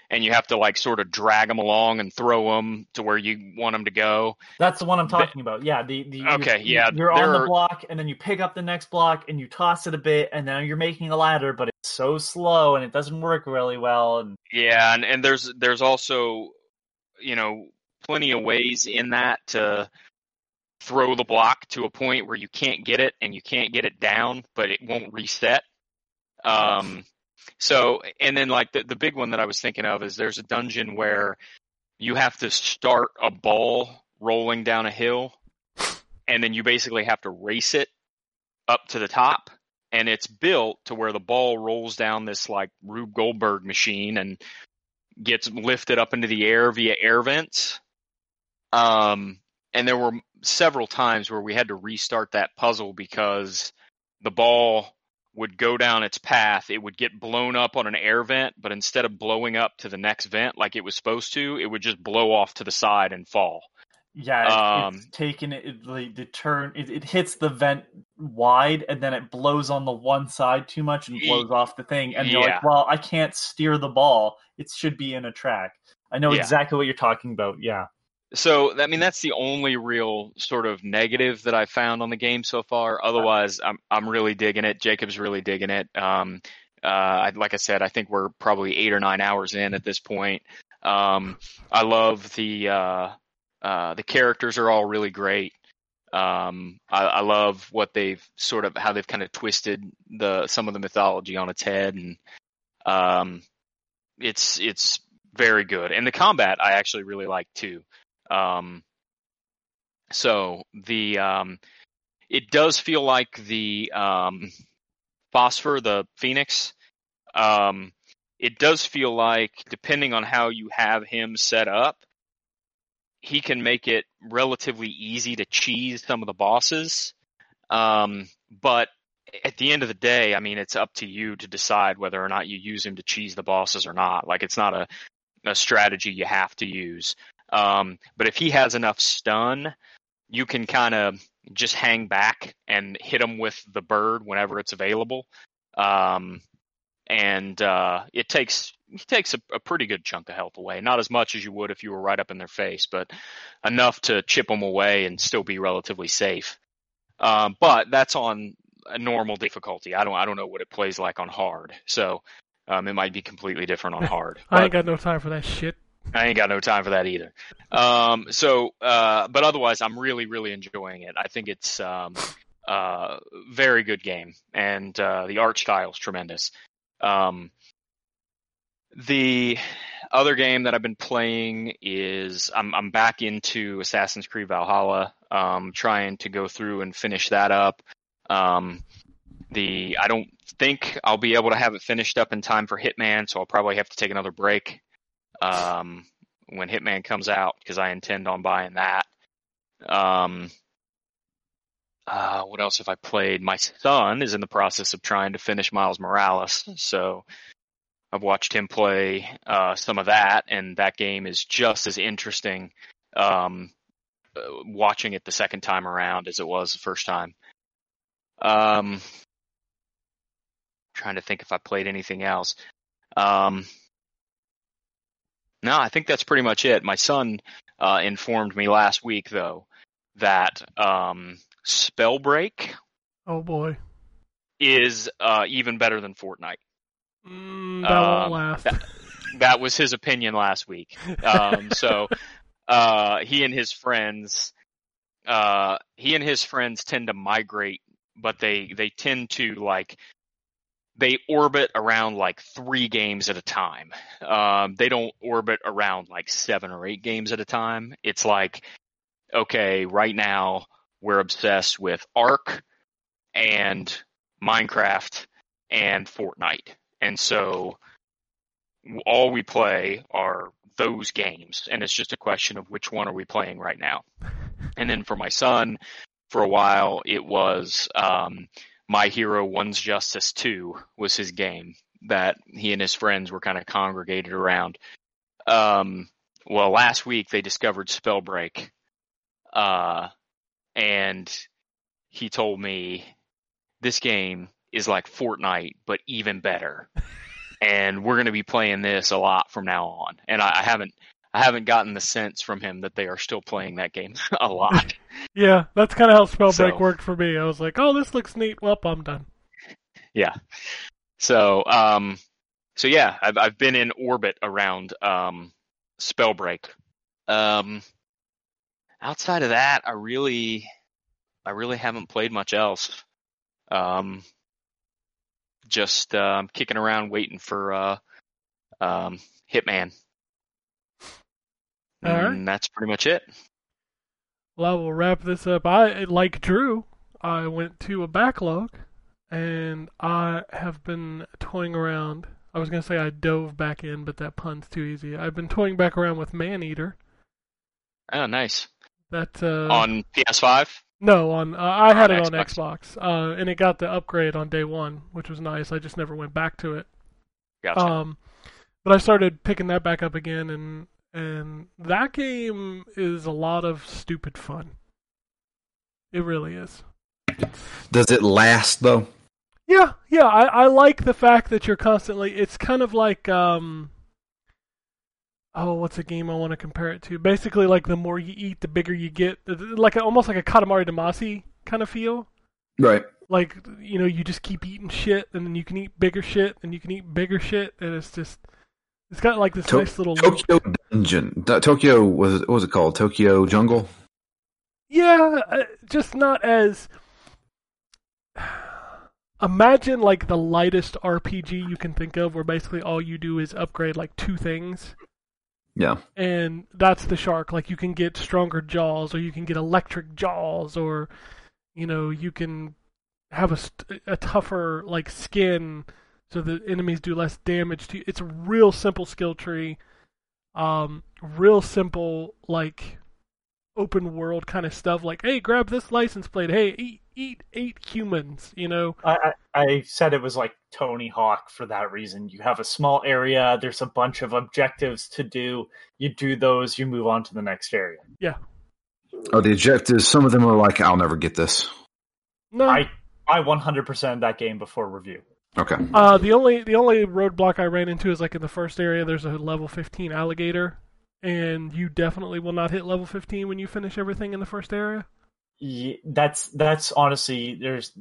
Speaker 6: and you have to like sort of drag them along and throw them to where you want them to go.
Speaker 2: That's the one I'm
Speaker 6: The-
Speaker 2: talking about. Yeah. The, the you-
Speaker 6: Okay,
Speaker 2: you-
Speaker 6: yeah,
Speaker 2: You're on
Speaker 6: there
Speaker 2: the
Speaker 6: are-
Speaker 2: block, and then you pick up the next block, and you toss it a bit, and now you're making a ladder, but it's so slow, and it doesn't work really well. And
Speaker 6: Yeah, and, and there's there's also, you know, plenty of ways in that to throw the block to a point where you can't get it and you can't get it down, but it won't reset. Um, so and then like the the big one that I was thinking of is there's a dungeon where you have to start a ball rolling down a hill, and then you basically have to race it up to the top. And it's built to where the ball rolls down this like Rube Goldberg machine and gets lifted up into the air via air vents. Um, and there were several times where we had to restart that puzzle because the ball would go down its path. It would get blown up on an air vent, but instead of blowing up to the next vent like it was supposed to, it would just blow off to the side and fall.
Speaker 2: yeah, it's,
Speaker 6: Um,
Speaker 2: it's taken it, it like, the turn. It, it hits the vent wide, and then it blows on the one side too much, and
Speaker 6: Ye-
Speaker 2: blows off the thing. And you're
Speaker 6: yeah.
Speaker 2: like, well, I can't steer the ball. It should be in a track. I know
Speaker 6: Yeah.
Speaker 2: exactly what you're talking about. Yeah.
Speaker 6: So, I mean, that's the only real sort of negative that I found on the game so far. Otherwise, I'm I'm really digging it. Jacob's really digging it. Um, uh, I- like I said, I think we're probably eight or nine hours in at this point. Um, I love the uh, uh, the characters are all really great. Um, I, I love what they've sort of how they've kind of twisted the some of the mythology on its head, and um, it's it's very good. And the combat I actually really like too. Um, so the um, it does feel like the um, phosphor, the phoenix. Um, it does feel like, depending on how you have him set up, he can make it relatively easy to cheese some of the bosses. Um, but at the end of the day, I mean, it's up to you to decide whether or not you use him to cheese the bosses or not. Like, it's not a a strategy you have to use. Um, but if he has enough stun, you can kind of just hang back and hit him with the bird whenever it's available. Um, and uh, it takes it takes a, a pretty good chunk of health away. Not as much as you would if you were right up in their face, but enough to chip them away and still be relatively safe. Um, but that's on a normal difficulty. I don't I don't know what it plays like on hard, so um, it might be completely different on hard.
Speaker 5: I
Speaker 6: But-
Speaker 5: ain't got no time for that shit.
Speaker 6: I ain't got no time for that either. Um, so, uh, but otherwise, I'm really, really enjoying it. I think it's um, uh, very good game, and uh, the art style is tremendous. Um, the other game that I've been playing is I'm, I'm back into Assassin's Creed Valhalla, um, trying to go through and finish that up. Um, the I don't think I'll be able to have it finished up in time for Hitman, so I'll probably have to take another break um, when Hitman comes out because I intend on buying that. Um, uh, what else have I played? My son is in the process of trying to finish Miles Morales, so I've watched him play uh, some of that, and that game is just as interesting um, uh, watching it the second time around as it was the first time. Um, trying to think if I played anything else. Um, no, I think that's pretty much it. My son uh, informed me last week, though, that um, Spellbreak
Speaker 5: Oh boy,
Speaker 6: is uh, even better than Fortnite.
Speaker 5: mm, that won't
Speaker 6: Um,
Speaker 5: last.
Speaker 6: that- That was his opinion last week. Um, so uh, he and his friends, uh, he and his friends tend to migrate, but they they tend to like they orbit around like three games at a time. Um, they don't orbit around like seven or eight games at a time. It's like okay, right now we're obsessed with Ark and Minecraft and Fortnite, and so all we play are those games and it's just a question of which one are we playing right now and then for my son for a while it was um, my hero one's justice 2 was his game that he and his friends were kind of congregated around um, well last week they discovered spellbreak uh, and he told me this game is like fortnite but even better and we're going to be playing this a lot from now on. And I, I haven't, I haven't gotten the sense from him that they are still playing that game a lot.
Speaker 5: yeah, that's kind of how Spellbreak
Speaker 6: So-
Speaker 5: worked for me. I was like, oh, this looks neat. Well, I'm done.
Speaker 6: yeah. So, um, so yeah, I've I've been in orbit around um, Spellbreak. Um, outside of that, I really, I really haven't played much else. Um, just uh, I'm kicking around waiting for uh, um, Hitman.
Speaker 5: All right.
Speaker 6: And that's pretty much it.
Speaker 5: Well, I will wrap this up. I like Drew. I went to a backlog, and I have been toying around. I was gonna say I dove back in, but that pun's too easy. I've been toying back around with Man Eater.
Speaker 6: Oh, nice.
Speaker 5: That uh,
Speaker 6: on PS5.
Speaker 5: no, on uh, I had
Speaker 6: on
Speaker 5: it on
Speaker 6: Xbox.
Speaker 5: Xbox, uh, and it got the upgrade on day one, which was nice. I just never went back to it.
Speaker 6: Gotcha.
Speaker 5: Um, but I started picking that back up again, and and that game is a lot of stupid fun. It really is.
Speaker 7: Does it last though?
Speaker 5: Yeah, yeah, I, I like the fact that you're constantly. It's kind of like um. Oh, what's a game I want to compare it to? Basically, like the more you eat, the bigger you get. Like almost like a Katamari Damacy kind of feel
Speaker 7: Right.
Speaker 5: like you know you just keep eating shit and then you can eat bigger shit and you can eat bigger shit and it's just it's got like this
Speaker 7: To-
Speaker 5: nice little loop.
Speaker 7: Tokyo Dungeon. Do- Tokyo was it- what was it called? Tokyo Jungle.
Speaker 5: yeah uh, just not as imagine like the lightest rpg you can think of where basically all you do is upgrade like two things
Speaker 7: Yeah.
Speaker 5: and that's the shark. Like you can get stronger jaws, or you can get electric jaws, or you know you can have a, st- a tougher like skin, so the enemies do less damage to you. It's a real simple skill tree, um, real simple like open world kind of stuff. Like hey, grab this license plate. Hey, eat eat eight humans. You know,
Speaker 2: I, I I said it was like Tony Hawk for that reason. You have a small area. There's a bunch of objectives to do. You do those. You move on to the next area.
Speaker 7: Oh, the objectives. Some of them are like, I'll never get this.
Speaker 5: no.
Speaker 2: I I 100% that game before review.
Speaker 7: Okay.
Speaker 5: Uh, the only the only roadblock I ran into is like in the first area. There's a level 15 alligator, and you definitely will not hit level 15 when you finish everything in the first area.
Speaker 2: Ye- That's that's honestly there's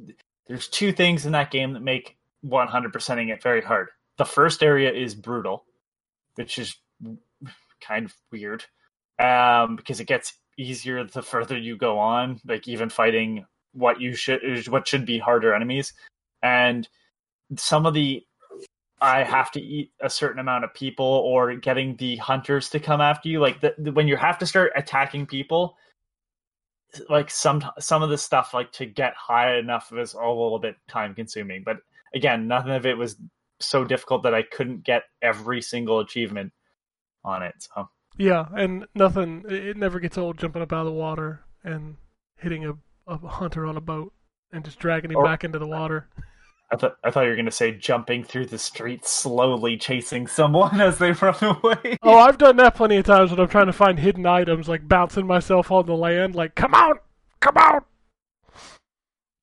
Speaker 2: there's two things in that game that make 100%ing it very hard. The first area is brutal, which is kind of weird um, because it gets easier the further you go on. Like even fighting what you should what should be harder enemies, and some of the I have to eat a certain amount of people or getting the hunters to come after you. Like the, the- when you have to start attacking people, like some some of the stuff like to get high enough was all a little bit time consuming. But again, nothing of it was so difficult that I couldn't get every single achievement on it. So.
Speaker 5: Yeah, and nothing. It it never gets old jumping up out of the water and hitting a, a hunter on a boat. and just dragging him
Speaker 2: Or-
Speaker 5: back into the water.
Speaker 2: I thought I thought you were gonna say jumping through the streets slowly chasing someone as they run away.
Speaker 5: Oh, I've done that plenty of times when I'm trying to find hidden items, like bouncing myself on the land, like come out, come out.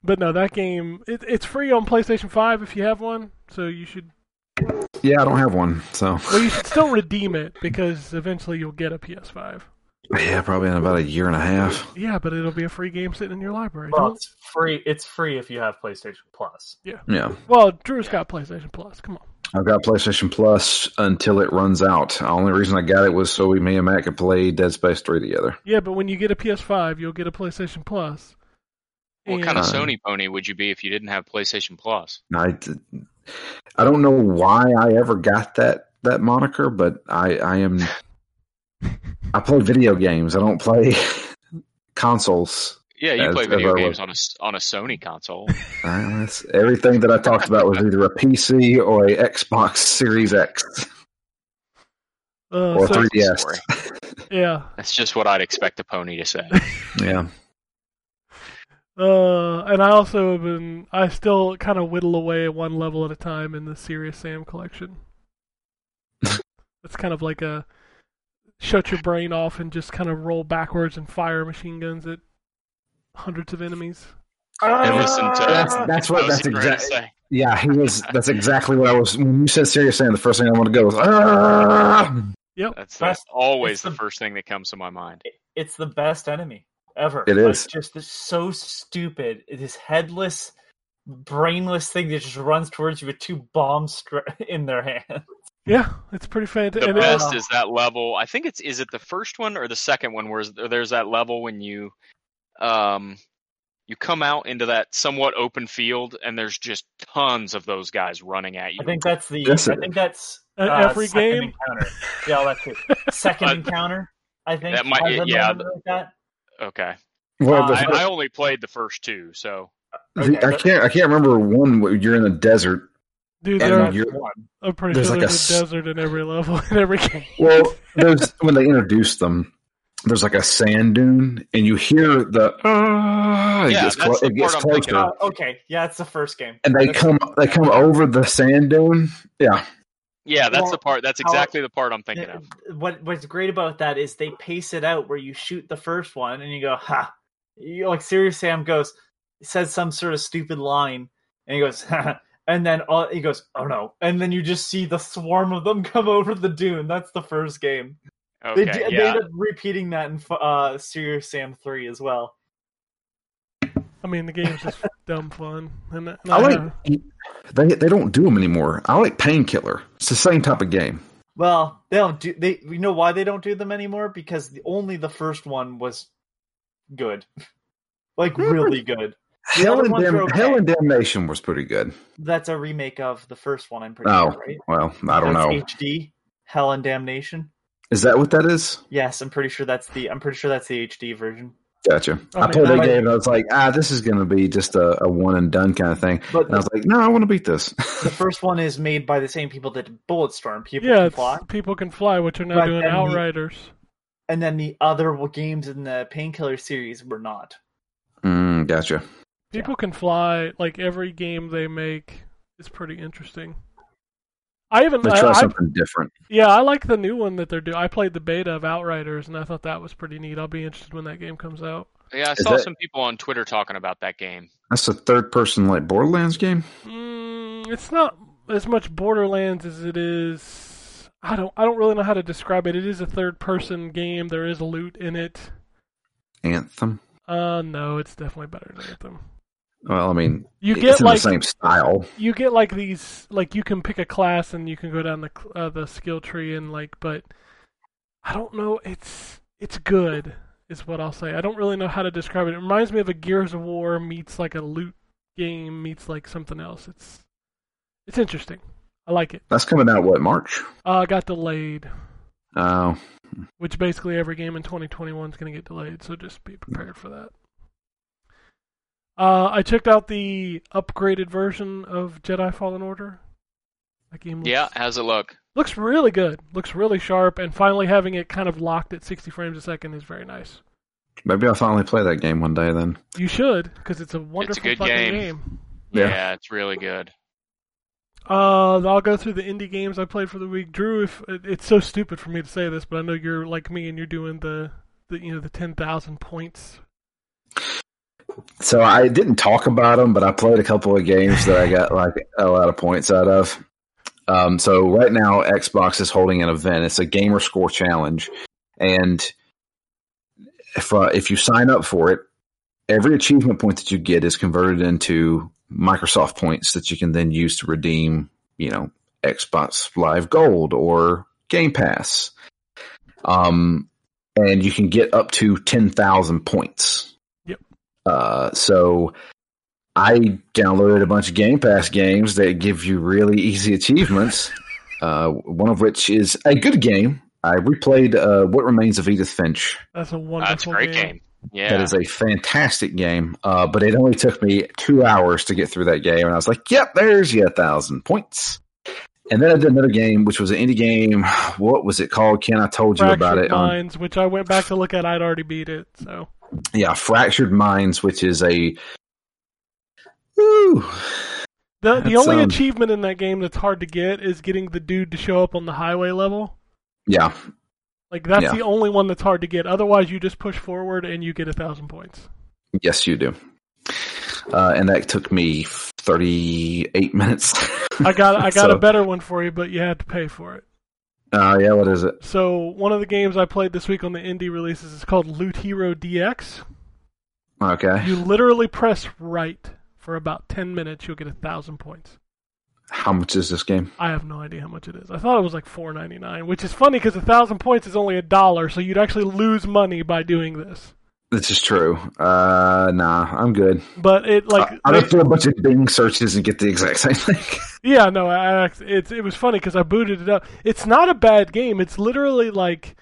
Speaker 5: But no, that game it, it's free on PlayStation Five if you have one, so you should
Speaker 7: Yeah, I don't have one, so
Speaker 5: well you should still redeem it because eventually you'll get a PS Five.
Speaker 7: yeah, probably in about a year and a half.
Speaker 5: Yeah, but it'll be a free game sitting in your library.
Speaker 2: Well,
Speaker 5: Don't-
Speaker 2: it's free. It's free if you have PlayStation Plus.
Speaker 7: Yeah,
Speaker 5: Well, Drew's got PlayStation Plus. Come on.
Speaker 7: I've got PlayStation Plus until it runs out. The only reason I got it was so we, me and Matt could play Dead Space three together.
Speaker 5: Yeah, but when you get a PS5, you'll get a PlayStation Plus.
Speaker 6: What
Speaker 5: And-
Speaker 6: kind of
Speaker 7: Yeah.
Speaker 6: Sony pony would you be if you didn't have PlayStation Plus?
Speaker 7: I, I don't know why I ever got that that moniker, but I I am I play video games. I don't play consoles.
Speaker 6: Yeah, you
Speaker 7: As-
Speaker 6: play
Speaker 7: as
Speaker 6: video
Speaker 7: I
Speaker 6: games
Speaker 7: would.
Speaker 6: on a s- on a Sony console.
Speaker 7: Uh, that's- everything that I talked about was either a PC or a Xbox Series X
Speaker 5: Uh,
Speaker 7: or
Speaker 5: so-
Speaker 7: 3DS.
Speaker 6: Sorry.
Speaker 5: yeah.
Speaker 6: That's just what I'd expect a pony to say.
Speaker 7: Yeah,
Speaker 5: Uh, and I also have been. I still kind of whittle away one level at a time in the Serious Sam collection. it's kind of like a shut your brain off and just kind of roll backwards and fire machine guns at hundreds of enemies.
Speaker 6: And listen to
Speaker 7: That's- that's what-
Speaker 6: I was
Speaker 7: that's
Speaker 6: getting ready to
Speaker 7: exact-
Speaker 6: say.
Speaker 7: yeah. He was. That's exactly what I was. When you said Serious Sam, the first thing I want to go was. "Ah!"
Speaker 6: That's,
Speaker 2: That's-
Speaker 6: that's always
Speaker 2: it's
Speaker 6: the
Speaker 2: the-
Speaker 6: first thing that comes to my mind.
Speaker 2: It's the best enemy ever.
Speaker 7: It
Speaker 2: Like,
Speaker 7: is.
Speaker 2: just this so stupid. This headless, brainless thing that just runs towards you with two bombs stra- in their hand.
Speaker 5: Yeah, it's pretty fantastic.
Speaker 6: The
Speaker 5: And it-
Speaker 6: best is that level. I think it's is it the first one or the second one where there's that level when you, um, you come out into that somewhat open field and there's just tons of those guys running at you.
Speaker 2: I think that's the.
Speaker 7: Yes,
Speaker 2: I
Speaker 7: it
Speaker 2: think that's
Speaker 5: At
Speaker 2: uh,
Speaker 5: E-, every
Speaker 2: second
Speaker 5: game?
Speaker 2: encounter. Yeah, that too. Second
Speaker 6: I-
Speaker 2: encounter. I think
Speaker 6: That might-
Speaker 2: has a
Speaker 6: yeah,
Speaker 2: moment Like that.
Speaker 6: okay,
Speaker 7: Well,
Speaker 2: Uh,
Speaker 7: the-
Speaker 6: I, I only played the first two, so
Speaker 7: the-
Speaker 2: okay.
Speaker 7: I can't. I can't remember one. where You're in the desert.
Speaker 5: dude,
Speaker 7: and
Speaker 5: there are,
Speaker 2: That's
Speaker 7: you're-
Speaker 2: one.
Speaker 5: I'm pretty
Speaker 7: there's
Speaker 5: sure
Speaker 7: like a
Speaker 5: there's a,
Speaker 7: s-
Speaker 5: desert in every level in every game.
Speaker 7: Well, there's when they introduced them. There's like a sand dune, and you hear the. "Ah," it
Speaker 6: Yeah, that's
Speaker 7: gets, clo-
Speaker 6: the
Speaker 7: it gets
Speaker 6: part I'm thinking
Speaker 7: closer,
Speaker 2: Oh, okay, yeah, it's the first game.
Speaker 7: and they
Speaker 2: That's-
Speaker 7: come. They come over the sand dune. Yeah,
Speaker 6: yeah, that's
Speaker 2: Well,
Speaker 6: the part. That's
Speaker 2: how-
Speaker 6: exactly the part I'm thinking of.
Speaker 2: What what's great about that is they pace it out where you shoot the first one and you go, ha. You, like Serious Sam goes, says some sort of stupid line, and he goes, ha. and then all, he goes, oh no, and then you just see the swarm of them come over the dune. That's the first game.
Speaker 6: Okay,
Speaker 2: they, d- they
Speaker 6: yeah,
Speaker 2: end up repeating that in uh, Serious Sam three as well.
Speaker 5: I mean, the game's just dumb fun. And, and
Speaker 7: I
Speaker 5: I
Speaker 7: like.
Speaker 5: have-
Speaker 7: They they don't do them anymore. I like Painkiller. It's the same type of game.
Speaker 2: Well, they don't do they. You know why they don't do them anymore? Because the, only the first one was good, like really good. The
Speaker 7: Hell
Speaker 2: other
Speaker 7: and,
Speaker 2: ones
Speaker 7: Dam-
Speaker 2: are okay.
Speaker 7: Hell and Damnation was pretty good.
Speaker 2: That's a remake of the first one. I'm pretty
Speaker 7: Oh,
Speaker 2: sure, right?
Speaker 7: well, I don't
Speaker 2: That's
Speaker 7: know.
Speaker 2: HD Hell and Damnation.
Speaker 7: Is that what that is?
Speaker 2: Yes, I'm pretty sure that's the. I'm pretty sure that's the HD version.
Speaker 7: Gotcha.
Speaker 5: Oh
Speaker 7: I
Speaker 5: my
Speaker 7: played
Speaker 5: God.
Speaker 7: that game and I was like, ah, this is going to be just a, a one and done kind of thing.
Speaker 2: But
Speaker 7: And I was like, no, I want to beat this.
Speaker 2: the first one is made by the same people that did Bulletstorm. People
Speaker 5: yeah,
Speaker 2: can
Speaker 5: it's-
Speaker 2: fly.
Speaker 5: people can fly, which are now
Speaker 2: But
Speaker 5: doing
Speaker 2: then the-
Speaker 5: Outriders.
Speaker 2: And then the other w- games in the Painkiller series were not.
Speaker 7: mm, gotcha.
Speaker 5: People can fly. Like every game they make is pretty interesting. I even
Speaker 7: They
Speaker 5: I,
Speaker 7: try
Speaker 5: I,
Speaker 7: something different.
Speaker 5: yeah, I like the new one that they're doing. I played the beta of Outriders, and I thought that was pretty neat. I'll be interested when that game comes out.
Speaker 6: yeah. I
Speaker 7: Is
Speaker 6: saw
Speaker 7: that-
Speaker 6: some people on Twitter talking about that game.
Speaker 7: That's a third person like Borderlands game.
Speaker 5: Mm, it's not as much Borderlands as it is. I don't. I don't really know how to describe it. It is a third-person game. There is loot in it.
Speaker 7: Anthem.
Speaker 5: Uh, no, it's definitely better than Anthem.
Speaker 7: Well, I mean,
Speaker 5: You
Speaker 7: it's
Speaker 5: get
Speaker 7: in
Speaker 5: like
Speaker 7: the same style.
Speaker 5: you get like these like you can pick a class and you can go down the cl- uh, the skill tree and like but I don't know it's it's good is what I'll say. I don't really know how to describe it. It reminds me of a Gears of War meets like a loot game meets like something else. It's it's interesting. I like it.
Speaker 7: That's coming out, what, March?
Speaker 5: Uh it got delayed,
Speaker 7: Oh,
Speaker 5: which basically every game in 2021 is going to get delayed, so just be prepared for that. Uh I checked out the upgraded version of Jedi Fallen Order. That game looks
Speaker 6: Yeah, how's it look?
Speaker 5: looks really good looks really sharp and finally having it kind of locked at 60 frames a second is very nice
Speaker 7: Maybe I'll finally play that game one day then.
Speaker 5: You should, because it's a wonderful
Speaker 6: good
Speaker 5: fucking
Speaker 6: game.
Speaker 5: game.
Speaker 7: Yeah.
Speaker 6: it's really good.
Speaker 5: Uh, I'll go through the indie games I played for the week. Drew, if it's so stupid for me to say this, but I know you're like me and you're doing the, the you know the ten thousand points.
Speaker 7: So I didn't talk about them, but I played a couple of games that I got like a lot of points out of. Um, so right now, Xbox is holding an event. It's a gamer score challenge, and if uh, if you sign up for it, every achievement point that you get is converted into Microsoft points that you can then use to redeem, you know, Xbox Live Gold or Game Pass. Um, and you can get up to ten thousand points. Uh, so I downloaded a bunch of Game Pass games that give you really easy achievements. uh, one of which is a good game. I replayed uh, What Remains of Edith Finch.
Speaker 5: That's a wonderful.
Speaker 6: That's a great game. Yeah.
Speaker 7: That is a fantastic game, uh, but it only took me two hours to get through that game, and I was like, "Yep, there's your thousand points." And then I did another game, which was an indie game. What was it called? Ken, I told you
Speaker 5: Fractured
Speaker 7: about it. on-
Speaker 5: Minds, which I went back to look at. I'd already beat it, so
Speaker 7: yeah, Fractured Minds, which is a. Ooh,
Speaker 5: the the
Speaker 7: That's,
Speaker 5: only
Speaker 7: um,
Speaker 5: achievement in that game that's hard to get is getting the dude to show up on the highway level.
Speaker 7: yeah,
Speaker 5: Like that's
Speaker 7: Yeah.
Speaker 5: the only one that's hard to get. Otherwise, you just push forward and you get a thousand points.
Speaker 7: Yes, you do. Uh, and that took me 38 minutes.
Speaker 5: I got I got
Speaker 7: So-
Speaker 5: a better one for you, but you had to pay for it.
Speaker 7: Uh, yeah, what is it?
Speaker 5: So one of the games I played this week on the indie releases is called Loot Hero DX.
Speaker 7: Okay.
Speaker 5: You literally press right for about ten minutes, you'll get a thousand points.
Speaker 7: How much is this game?
Speaker 5: I have no idea how much it is. I thought it was like four ninety nine, which is funny because a thousand points is only a dollar, so you'd actually lose money by doing this.
Speaker 7: This is true. Uh, nah, I'm good.
Speaker 5: But it like
Speaker 7: I, I just do a bunch of Bing searches and get the exact same thing.
Speaker 5: Yeah, no, I, I- it's it was funny because I booted it up. It's not a bad game. It's literally like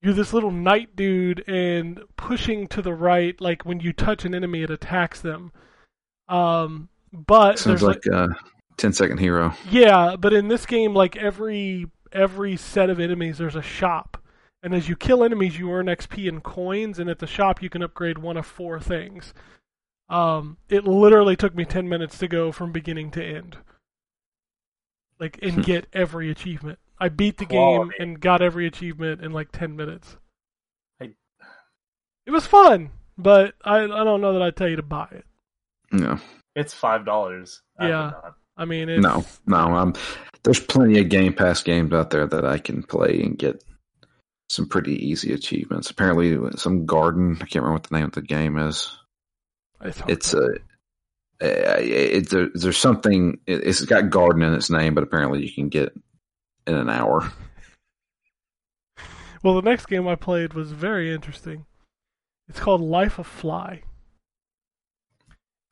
Speaker 5: you're this little knight dude and pushing to the right. Like when you touch an enemy, it attacks them. Um, but
Speaker 7: Sounds
Speaker 5: there's like,
Speaker 7: like uh, 10 Second Hero.
Speaker 5: yeah, but in this game, like every every set of enemies, there's a shop, and as you kill enemies, you earn XP and coins, and at the shop, you can upgrade one of four things. Um, it literally took me ten minutes to go from beginning to end, like and get every achievement. I beat the game
Speaker 2: Quality.
Speaker 5: and got every achievement in like ten minutes.
Speaker 2: I-
Speaker 5: It was fun, but I I don't know that I'd tell you to buy it.
Speaker 7: No,
Speaker 2: It's five dollars.
Speaker 5: Yeah. I mean, it's,
Speaker 7: no, no. I'm, there's plenty of Game Pass games out there that I can play and get some pretty easy achievements. Apparently, some garden. I can't remember what the name of the game is.
Speaker 5: it's, hard.
Speaker 7: it's uh, a it, there, there's something it, it's got garden in its name but apparently you can get in an hour
Speaker 5: Well, the next game I played was very interesting. It's called Life of Fly.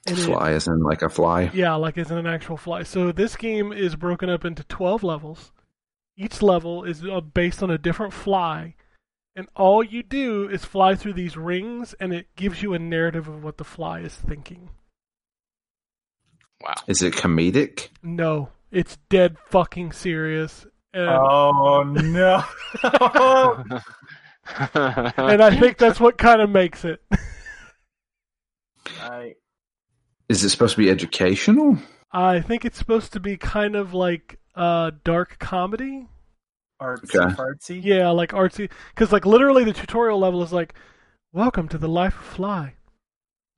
Speaker 5: And it-
Speaker 7: fly as in like a fly
Speaker 5: yeah, like it's an actual fly. So this game is broken up into 12 levels. Each level is uh, based on a different fly, and all you do is fly through these rings, and it gives you a narrative of what the fly is thinking.
Speaker 6: Wow.
Speaker 7: is it comedic
Speaker 5: No, it's dead fucking serious. And,
Speaker 2: Oh no!
Speaker 5: and I think that's what kind of makes it.
Speaker 2: I,
Speaker 7: is it supposed to be educational
Speaker 5: I think it's supposed to be kind of like uh, dark comedy.
Speaker 2: artsy,
Speaker 7: Okay.
Speaker 2: fartsy.
Speaker 5: Yeah, like artsy. Because, like, literally the tutorial level is like, Welcome to the life of Fly.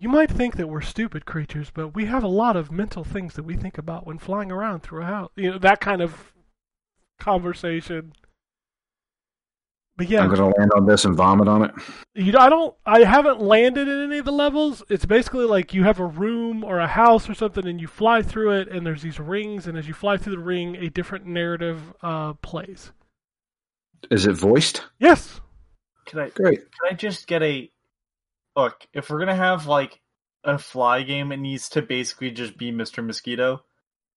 Speaker 5: You might think that we're stupid creatures, but we have a lot of mental things that we think about when flying around through a house. You know, that kind of conversation. But yeah,
Speaker 7: i'm gonna land on this and vomit on it
Speaker 5: you know, I don't. I haven't landed in any of the levels. It's basically like you have a room or a house or something, and you fly through it, and there's these rings, and as you fly through the ring, a different narrative uh, plays.
Speaker 7: is it voiced
Speaker 5: Yes,
Speaker 2: Could I? Could
Speaker 7: great
Speaker 2: I just get a look? If we're gonna have like a fly game, it needs to basically just be Mr. Mosquito,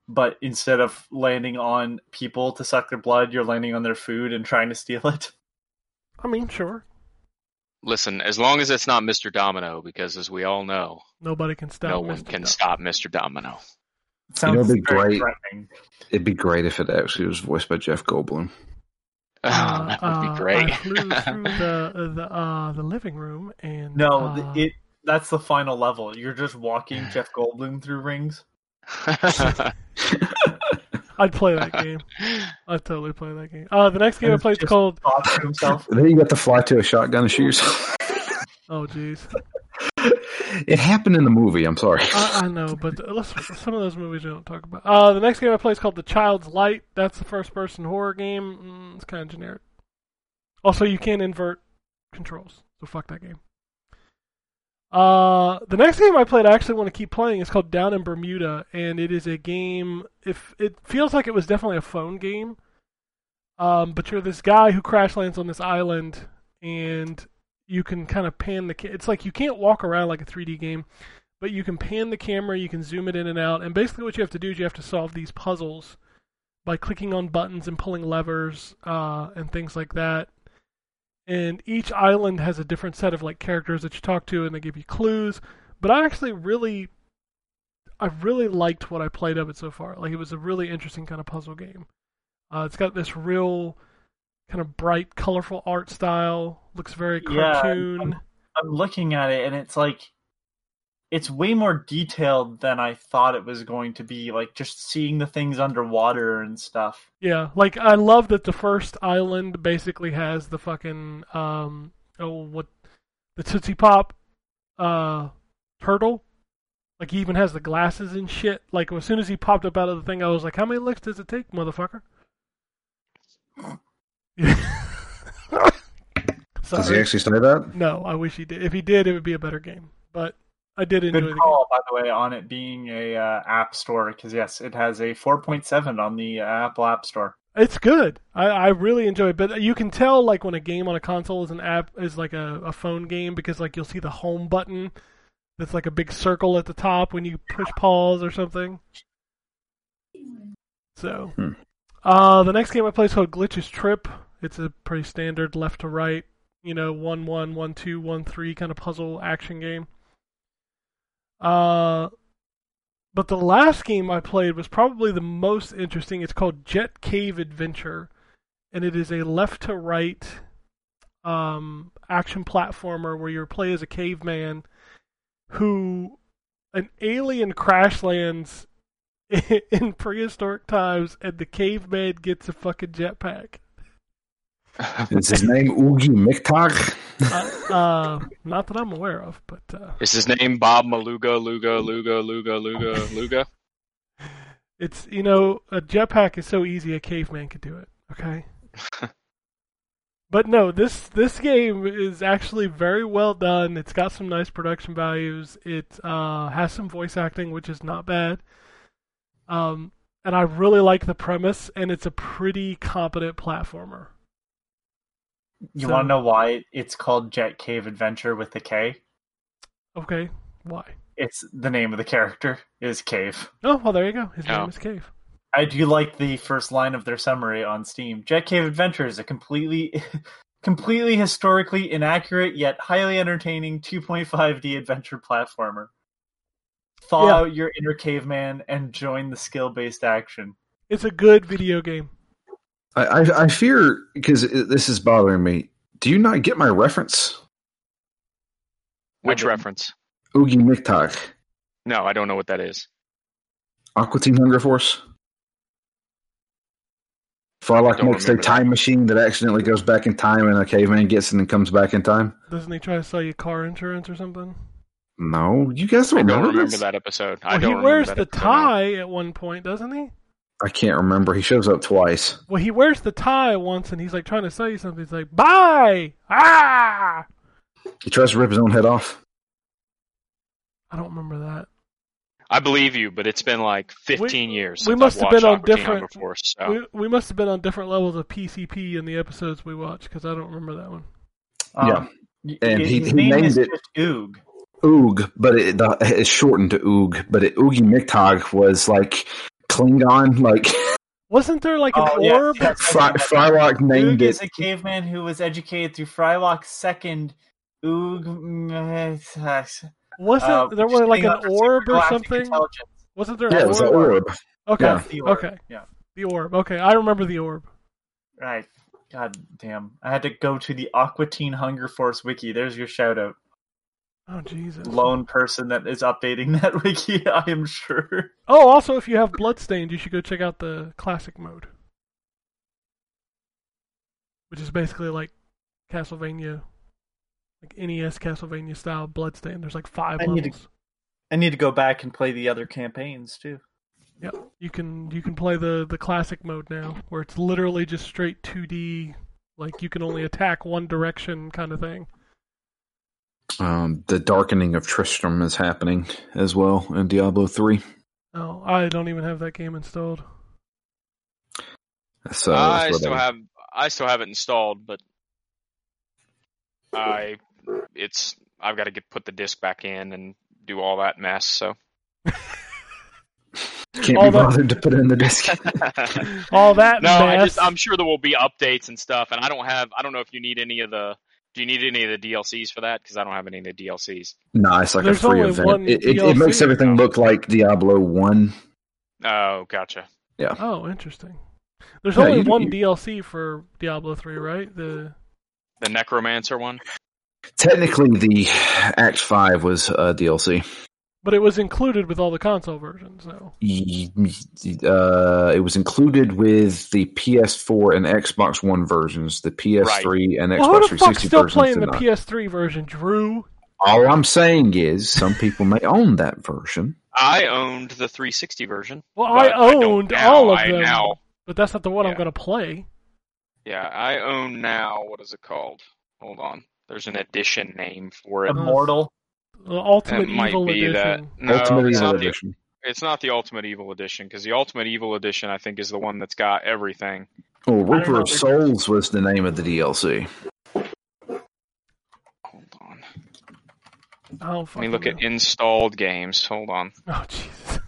Speaker 2: but instead of landing on people to suck their blood, you're landing on their food and trying to steal it.
Speaker 5: I mean, sure,
Speaker 6: Listen, as long as it's not Mr. Domino, because as we all know,
Speaker 5: nobody can stop.
Speaker 6: no
Speaker 5: Mr.
Speaker 6: one can
Speaker 5: Dom-
Speaker 6: stop Mr. Domino.
Speaker 7: You know, it'd be
Speaker 2: very
Speaker 7: great.
Speaker 2: threatening.
Speaker 7: it'd be great if it actually was voiced by jeff goldblum
Speaker 5: Uh,
Speaker 6: that would
Speaker 5: uh,
Speaker 6: be great.
Speaker 5: I flew through the uh, the uh, the living room and
Speaker 2: No,
Speaker 5: uh,
Speaker 2: th- it that's the final level. You're just walking Jeff Goldblum through rings.
Speaker 5: I'd play that game. I'd totally play that game. Uh, the next game I played is called
Speaker 2: Thoughts to himself.
Speaker 7: Then you got to fly to a shotgun and shoot yourself.
Speaker 5: Oh jeez,
Speaker 7: it happened in the movie. I'm sorry.
Speaker 5: I, I know, but let's, some of those movies we don't talk about. Uh, the next game I played is called The Child's Light. That's the first person horror game. Mm, it's kind of generic. Also, you can invert controls, so fuck that game. Uh, the next game I played, I actually want to keep playing. It's called Down in Bermuda, and it is a game. If it feels like it was definitely a phone game, um, but you're this guy who crash lands on this island, and you can kind of pan the. Ca- it's like you can't walk around like a 3D game, but you can pan the camera, you can zoom it in and out, and basically what you have to do is you have to solve these puzzles by clicking on buttons and pulling levers uh, and things like that and each island has a different set of like characters that you talk to and they give you clues but i actually really i really liked what i played of it so far like it was a really interesting kind of puzzle game uh, it's got this real kind of bright colorful art style looks very
Speaker 2: Yeah,
Speaker 5: cartoon
Speaker 2: I'm looking at it and it's like it's way more detailed than I thought it was going to be. Like just seeing the things underwater and stuff.
Speaker 5: Yeah, like I love that the first island basically has the fucking um oh what the Tootsie Pop uh turtle. Like he even has the glasses and shit. Like as soon as he popped up out of the thing, I was like, "How many licks does it take, motherfucker?"
Speaker 7: Does he
Speaker 5: Sorry.
Speaker 7: actually say that?
Speaker 5: No, I wish he did. If he did, it would be a better game. But I did enjoy the
Speaker 2: Good
Speaker 5: game.
Speaker 2: call, by the way, on it being a uh, app store because yes, it has a 4.7 on the uh, Apple App Store.
Speaker 5: It's good. I, I really enjoy it, but you can tell like when a game on a console is an app is like a, a phone game because like you'll see the home button that's like a big circle at the top when you push pause or something. So,
Speaker 7: Hmm.
Speaker 5: uh, the next game I play is called Glitch's Trip. It's a pretty standard left to right, you know, one one one two one three kind of puzzle action game. Uh, but the last game I played was probably the most interesting. It's called Jet Cave Adventure, and it is a left to right um, action platformer where you play as a caveman who an alien crash lands in prehistoric times, and the caveman gets a fucking jetpack.
Speaker 7: Is his name Oogie McTag?
Speaker 5: Uh, uh, not that I'm aware of, but uh,
Speaker 6: Is his name Bob Maluga, Luga, Luga, Luga, Luga, Luga?
Speaker 5: It's you know a jetpack is so easy a caveman could do it. Okay. but no, this this game is actually very well done. It's got some nice production values. It uh, has some voice acting, which is not bad. Um, and I really like the premise, and it's a pretty competent platformer.
Speaker 2: You
Speaker 5: So-
Speaker 2: want to know why it's called Jet Cave Adventure with the K?
Speaker 5: Okay, why?
Speaker 2: It's the name of the character is Cave.
Speaker 5: Oh well, there you go. His
Speaker 6: Oh.
Speaker 5: name is Cave.
Speaker 2: I do like the first line of their summary on Steam. Jet Cave Adventure is a completely completely historically inaccurate yet highly entertaining 2.5D adventure platformer. Thaw
Speaker 5: Yeah.
Speaker 2: out your inner caveman and join the skill-based action.
Speaker 5: It's a good video game.
Speaker 7: I, I, I fear because this is bothering me. Do you not get my reference,
Speaker 6: Which
Speaker 2: didn't.
Speaker 6: reference?
Speaker 7: Oogie McTag?
Speaker 6: No, I don't know what that is.
Speaker 7: Aqua Teen Hunger Force? Farlock
Speaker 6: Don't
Speaker 7: makes a
Speaker 6: remember that.
Speaker 7: time machine that accidentally goes back in time and a caveman gets it and comes back in time?
Speaker 5: Doesn't he try to sell you car insurance or something?
Speaker 7: No, you guys
Speaker 6: I
Speaker 7: don't,
Speaker 6: don't
Speaker 7: remember
Speaker 6: remember
Speaker 7: this?
Speaker 6: that episode. I
Speaker 5: Well,
Speaker 6: don't
Speaker 5: he
Speaker 6: remember
Speaker 5: wears
Speaker 6: that
Speaker 5: the
Speaker 6: episode, no.
Speaker 5: tie at one point, doesn't he?
Speaker 7: I can't remember. He shows up twice.
Speaker 5: Well, he wears the tie once, and he's like trying to sell you something. He's like, "Bye, ah."
Speaker 7: He tries to rip his own head off.
Speaker 5: I don't remember that.
Speaker 6: I believe you, but it's been like 15 years.
Speaker 5: we
Speaker 6: since
Speaker 5: must have
Speaker 6: I've
Speaker 5: been
Speaker 6: watched
Speaker 5: on
Speaker 6: Aqua Teen
Speaker 5: different-
Speaker 6: Hunger Force,
Speaker 2: Oh.
Speaker 6: so.
Speaker 7: Uh,
Speaker 5: We we must have been on different levels of PCP in the episodes we watched because I don't remember that one.
Speaker 2: yeah.
Speaker 7: And he-
Speaker 2: Um, his
Speaker 7: he
Speaker 2: name is
Speaker 7: named it-
Speaker 2: just Oog.
Speaker 7: Oog, but it, the, it's shortened to Oog. But it, Oogie McTag was like Klingon. Like
Speaker 5: Wasn't there like an
Speaker 2: Oh, yeah,
Speaker 5: orb?
Speaker 2: yeah.
Speaker 7: Fry, Frylock named
Speaker 2: Oog
Speaker 7: it.
Speaker 2: is a caveman who was educated through Frylock's second Oog. mm,
Speaker 5: Wasn't
Speaker 2: uh,
Speaker 5: there was like
Speaker 2: thing
Speaker 5: an
Speaker 2: up for
Speaker 5: orb or
Speaker 2: supergalactic
Speaker 5: something?
Speaker 2: intelligence.
Speaker 5: Wasn't there?
Speaker 7: yeah,
Speaker 5: an
Speaker 7: it was an
Speaker 5: orb?
Speaker 7: orb.
Speaker 5: Okay,
Speaker 7: Yeah.
Speaker 2: The orb,
Speaker 5: okay,
Speaker 2: Yeah.
Speaker 5: the orb. Okay, I remember the orb.
Speaker 2: Right. God damn. I had to go to the Aquatine Hunger Force wiki. There's your shout out.
Speaker 5: Oh Jesus.
Speaker 2: Lone person that is updating that wiki, I am sure.
Speaker 5: Oh, also, if you have Bloodstained, you should go check out the classic mode, which is basically like Castlevania, like NES Castlevania style Bloodstained. There's like five
Speaker 2: I need to-
Speaker 5: levels.
Speaker 2: I need to go back and play the other campaigns too.
Speaker 5: Yep, you can you can play the the classic mode now, where it's literally just straight 2D, like you can only attack one direction kind of thing.
Speaker 7: Um, the darkening of Tristram is happening as well in Diablo three.
Speaker 5: Oh, I don't even have that game installed.
Speaker 7: So that's
Speaker 6: Ah, I
Speaker 7: where
Speaker 6: still
Speaker 7: they-
Speaker 6: have I still have it installed, but I it's I've got to get put the disc back in and do all that mess. So
Speaker 7: can't
Speaker 5: all
Speaker 7: be
Speaker 5: that-
Speaker 7: bothered to put in the disc.
Speaker 5: All that
Speaker 6: no, I
Speaker 5: mess.
Speaker 6: just I'm sure there will be updates and stuff, and I don't have I don't know if you need any of the do you need any of the DLCs for that because I don't have any of the DLCs.
Speaker 7: no, it's like
Speaker 5: There's
Speaker 7: a free
Speaker 5: only one
Speaker 7: event. It, it, it makes
Speaker 5: DLC.
Speaker 7: everything look like Diablo one.
Speaker 6: Oh, gotcha.
Speaker 5: Oh, interesting. There's
Speaker 7: Yeah,
Speaker 5: only
Speaker 7: you-
Speaker 5: one
Speaker 7: you-
Speaker 5: DLC for Diablo 3, right? The
Speaker 6: The Necromancer one.
Speaker 7: Technically, the Act five was uh, DLC.
Speaker 5: but it was included with all the console versions, so
Speaker 7: uh, it was included with the PS4 and Xbox One versions. The PS3 and Xbox
Speaker 5: well, who the fuck's
Speaker 7: 360
Speaker 5: still
Speaker 7: versions
Speaker 5: playing
Speaker 7: did
Speaker 5: the
Speaker 7: not.
Speaker 5: PS3 version, Drew?
Speaker 7: All I'm saying is, some people may own that version.
Speaker 6: I owned the 360 version.
Speaker 5: Well,
Speaker 6: but
Speaker 5: I
Speaker 6: don't
Speaker 5: owned
Speaker 6: now.
Speaker 5: all of
Speaker 6: I
Speaker 5: them,
Speaker 6: now
Speaker 5: but that's not the one I'm
Speaker 6: Yeah.
Speaker 5: going to play.
Speaker 6: Yeah, I own now. What is it called? Hold on. There's an edition name for it.
Speaker 2: Immortal.
Speaker 5: The Ultimate
Speaker 6: It might
Speaker 5: Evil
Speaker 6: be
Speaker 5: Edition.
Speaker 6: that. No,
Speaker 7: Ultimate
Speaker 6: it's, not
Speaker 7: Evil
Speaker 6: the,
Speaker 7: Edition.
Speaker 6: it's not the Ultimate Evil Edition because the Ultimate Evil Edition, I think, is the one that's got everything.
Speaker 7: Well,
Speaker 2: don't know
Speaker 7: Reaper Oh, of
Speaker 2: if it-
Speaker 7: Souls was the name of the DLC.
Speaker 6: Hold on.
Speaker 5: I don't
Speaker 6: Let me
Speaker 5: fucking
Speaker 6: look at
Speaker 5: know.
Speaker 6: installed games. Hold on.
Speaker 5: Oh Jesus!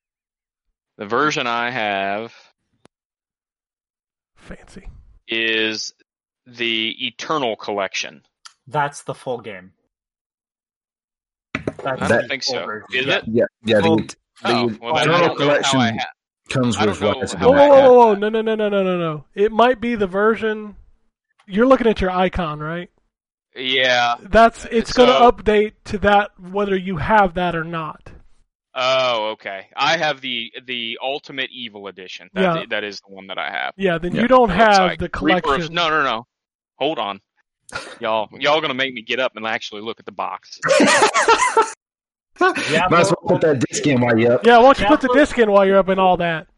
Speaker 6: The version I have
Speaker 5: Fancy.
Speaker 6: is the Eternal Collection.
Speaker 2: That's the full game. That's
Speaker 6: I
Speaker 7: That-
Speaker 6: don't think so.
Speaker 2: over.
Speaker 6: Is
Speaker 2: Yeah.
Speaker 6: it?
Speaker 7: Yeah, yeah.
Speaker 2: Well,
Speaker 7: the
Speaker 6: Oh,
Speaker 7: the
Speaker 6: well, then I
Speaker 7: Eternal
Speaker 6: don't know how I
Speaker 7: Collection
Speaker 6: ha-
Speaker 7: comes
Speaker 6: I don't
Speaker 7: with
Speaker 6: know
Speaker 7: Rise of
Speaker 6: how
Speaker 5: Whoa,
Speaker 6: I
Speaker 5: whoa,
Speaker 7: Iron.
Speaker 6: have-
Speaker 5: whoa, whoa! No, no, no, no, no, no, no! It might be the version. You're looking at your icon, right?
Speaker 6: Yeah.
Speaker 5: That's it's going
Speaker 6: So-
Speaker 5: to update to that whether you have that or not.
Speaker 6: Oh, okay. I have the the Ultimate Evil Edition. That,
Speaker 5: Yeah.
Speaker 6: that is the one that I have.
Speaker 5: Yeah, then
Speaker 7: Yeah.
Speaker 5: you don't
Speaker 6: It's
Speaker 5: have
Speaker 6: like
Speaker 5: the
Speaker 6: Reaper of-
Speaker 5: collection.
Speaker 6: no, no, no. Hold on, y'all. Y'all gonna make me get up and actually look at the box.
Speaker 7: Might as well put that disc in while you up.
Speaker 5: Yeah, why don't you put the
Speaker 2: Diablo-
Speaker 5: disc in while you're up and all that?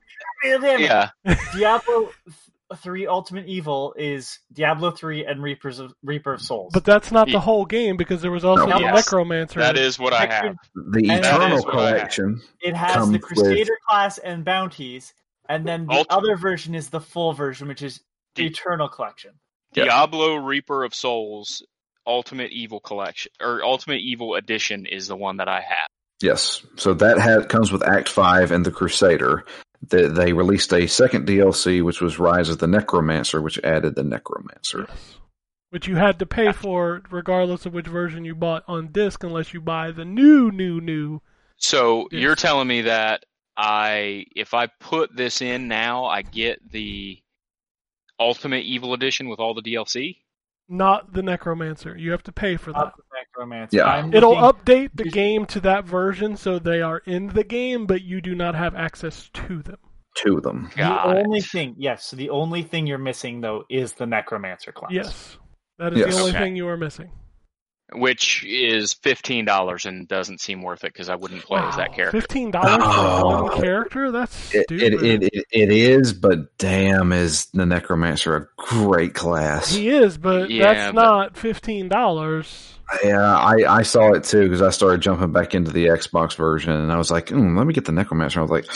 Speaker 6: Yeah.
Speaker 2: Diablo th- 3 Ultimate Evil is Diablo 3 and Reapers of, Reaper of Souls.
Speaker 5: But that's not the
Speaker 6: Yeah.
Speaker 5: whole game because there was also
Speaker 7: No,
Speaker 5: the
Speaker 6: yes.
Speaker 5: Necromancer.
Speaker 6: That is what I have.
Speaker 7: The
Speaker 2: And that
Speaker 7: Eternal
Speaker 6: is what I have.
Speaker 7: Collection.
Speaker 2: it has
Speaker 7: comes
Speaker 2: the
Speaker 7: with-
Speaker 2: Crusader class and bounties, and then the
Speaker 6: Ultimate.
Speaker 2: other version is the full version, which is the
Speaker 6: Deep.
Speaker 2: Eternal Collection.
Speaker 7: Yeah.
Speaker 6: Diablo Reaper of Souls Ultimate Evil Collection or Ultimate Evil Edition is the one that I have.
Speaker 7: Yes. So that ha comes with Act 5 and The Crusader. They, they released a second DLC, which was Rise of the Necromancer, which added the Necromancer.
Speaker 5: Yes. Which you had to pay for regardless of which version you bought on disc unless you buy the new, new, new.
Speaker 6: So
Speaker 5: Yes.
Speaker 6: you're telling me that I, if I put this in now, I get the Ultimate Evil Edition with all the DLC.
Speaker 5: Not the Necromancer. You have to pay for that.
Speaker 2: Not
Speaker 6: Uh,
Speaker 2: the Necromancer.
Speaker 7: Yeah.
Speaker 2: I'm
Speaker 5: It'll
Speaker 2: looking-
Speaker 5: update the game to that version so they are in the game, but you do not have access to them.
Speaker 7: Two of them.
Speaker 2: The
Speaker 6: Got it.
Speaker 2: only thing, yes, so the only thing you're missing though is the Necromancer class.
Speaker 5: Yes. That is
Speaker 7: Yes.
Speaker 5: the only
Speaker 6: Okay.
Speaker 5: thing you are missing.
Speaker 6: which is fifteen dollars and doesn't seem worth it because I wouldn't play as that
Speaker 5: Wow,
Speaker 6: character.
Speaker 5: Fifteen dollars for
Speaker 7: Oh.
Speaker 5: one character? That's
Speaker 7: It,
Speaker 5: stupid.
Speaker 7: it, it, it, it is, but damn, is the Necromancer a great class.
Speaker 5: He is, but
Speaker 6: Yeah,
Speaker 5: that's
Speaker 6: but-
Speaker 5: not fifteen dollars.
Speaker 7: Yeah, I, I saw it too because I started jumping back into the Xbox version and I was like, mm, let me get the Necromancer. I was like,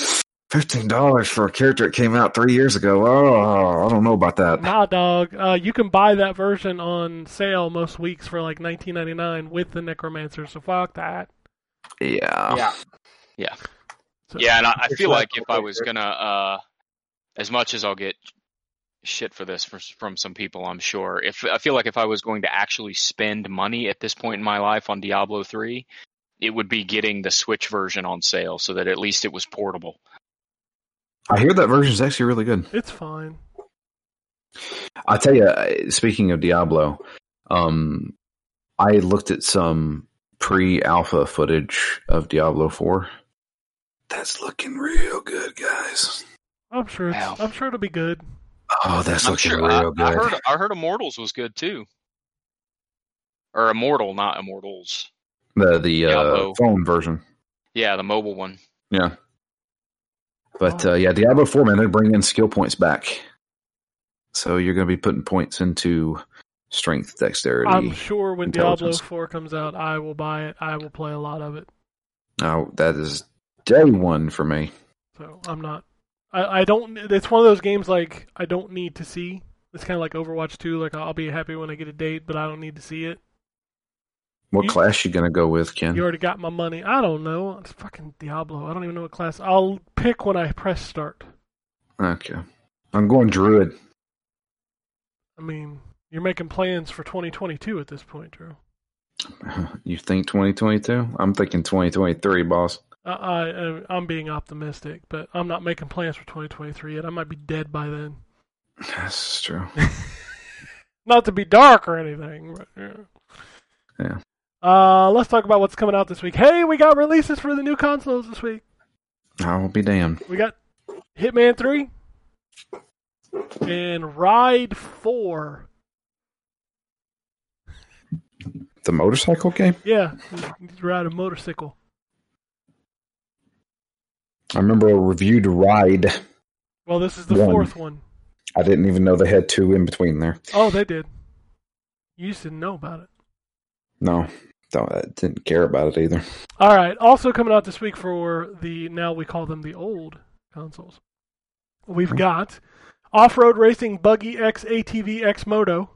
Speaker 7: $15 for a character that came out three years ago. Oh, I don't know about that.
Speaker 5: Nah, dog. Uh, you can buy that version on sale most weeks for like nineteen ninety nine with the Necromancer. So fuck that.
Speaker 7: Yeah.
Speaker 2: Yeah.
Speaker 5: So,
Speaker 6: Yeah, and I, I
Speaker 2: Just
Speaker 6: feel
Speaker 2: let
Speaker 6: like
Speaker 2: them
Speaker 6: if I
Speaker 2: play
Speaker 6: was
Speaker 2: through.
Speaker 6: gonna, uh, as much as I'll get shit for this from, from some people, I'm sure. If I feel like if I was going to actually spend money at this point in my life on Diablo three, it would be getting the Switch version on sale so that at least it was portable.
Speaker 7: I hear that version is actually really good.
Speaker 5: It's fine.
Speaker 7: I tell you, speaking of Diablo, um, I looked at some pre-alpha footage of Diablo Four. That's looking real good, guys.
Speaker 5: I'm sure. It's,
Speaker 6: Wow.
Speaker 5: I'm sure it'll be good.
Speaker 7: Oh, that's
Speaker 6: I'm
Speaker 7: looking
Speaker 6: sure. I,
Speaker 7: real
Speaker 6: I
Speaker 7: good.
Speaker 6: heard. I heard Immortals was good too. Or Immortal, not Immortals.
Speaker 7: the the uh,
Speaker 6: Diablo.
Speaker 7: phone version.
Speaker 6: Yeah, the mobile one.
Speaker 7: Yeah. But uh, yeah, Diablo Four, man, they're bringing skill points back. So you're going to be putting points into strength, dexterity.
Speaker 5: I'm sure when Diablo
Speaker 7: intelligence.
Speaker 5: 4 comes out, I will buy it. I will play a lot of it.
Speaker 7: Oh, that is day one for me.
Speaker 5: So I'm not. I, I don't. It's one of those games like I don't need to see. It's kind of like Overwatch 2. Like I'll be happy when I get a date, but I don't need to see it.
Speaker 7: What
Speaker 5: You-
Speaker 7: class you going to go with, Ken?
Speaker 5: You already got my money. I don't know. It's fucking Diablo. I don't even know what class. I'll pick when I press start.
Speaker 7: Okay, I'm going druid.
Speaker 5: I mean, you're making plans for 2022 at this point, Drew.
Speaker 7: You think 2022? I'm thinking 2023, boss.
Speaker 5: I, I uh, I'm being optimistic, but I'm not making plans for 2023 yet. I might be dead by then.
Speaker 7: That's true.
Speaker 5: Not to be dark or anything. But, yeah.
Speaker 7: Yeah.
Speaker 5: Uh, let's talk about what's coming out this week. Hey, we got releases for the new consoles this week.
Speaker 7: I will be damned.
Speaker 5: We got Hitman 3 and Ride 4.
Speaker 7: The motorcycle game.
Speaker 5: Yeah, you ride a motorcycle.
Speaker 7: I remember I reviewed Ride.
Speaker 5: Well, this is the
Speaker 7: One.
Speaker 5: fourth one.
Speaker 7: I didn't even know they had two in between there.
Speaker 5: Oh, they did. You just didn't know about it.
Speaker 7: No, don't, I didn't care about it either.
Speaker 5: All right. Also coming out this week for the now we call them the old consoles.
Speaker 7: Hmm.
Speaker 5: We've got off-road racing buggy X ATV X Moto.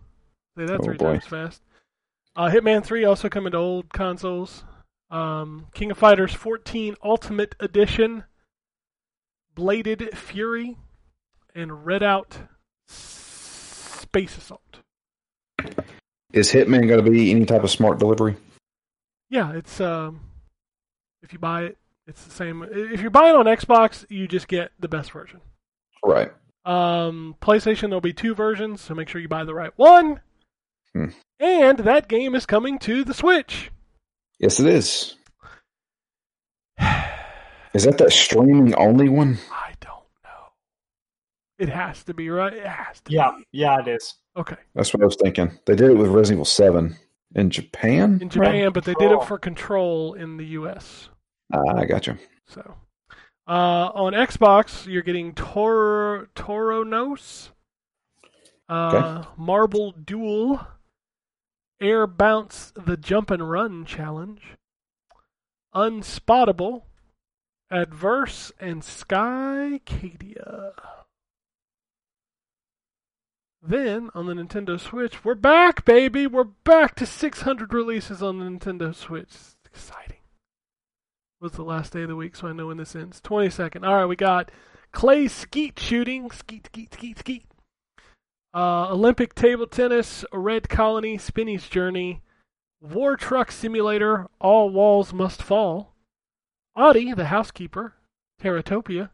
Speaker 5: Say that
Speaker 7: Oh,
Speaker 5: three
Speaker 7: boy.
Speaker 5: times fast. Uh, Hitman Three also coming to old consoles. Um, King of Fighters 14 Ultimate Edition, Bladed Fury, and Redout S- Space Assault.
Speaker 7: Is Hitman going to be any type of smart delivery?
Speaker 5: Yeah, it's um, if you buy it, it's the same. If you buy it on Xbox, you just get the best version.
Speaker 7: Right.
Speaker 5: Um, PlayStation, there'll be two versions, so make sure you buy the right one.
Speaker 7: Hmm.
Speaker 5: And that game is coming to the Switch.
Speaker 7: Yes, it is. Is that that streaming only one?
Speaker 5: I don't know. It has to be right. It has to.
Speaker 2: Yeah,
Speaker 5: Be.
Speaker 2: yeah, it is.
Speaker 5: Okay.
Speaker 7: That's what I was thinking. They did it with Resident Evil Seven in Japan.
Speaker 5: In Japan, but they did it
Speaker 2: Control.
Speaker 5: for Control in the U.S.
Speaker 7: Ah, I got you.
Speaker 5: So, uh, on Xbox, you're getting Toro Toronos, uh, Marble Duel, Air Bounce, the Jump and Run Challenge, Unspottable, Adverse, and Skycadia. Then on the Nintendo Switch, we're back, baby. We're back to 600 releases on the Nintendo Switch. It's exciting was the last day of the week, so I know when this ends. 22nd. All right, we got clay skeet shooting, skeet, skeet, skeet, skeet. Uh, Olympic table tennis, red colony, spinny's journey, war truck simulator, all walls must fall, Audi, the housekeeper, Terratopia,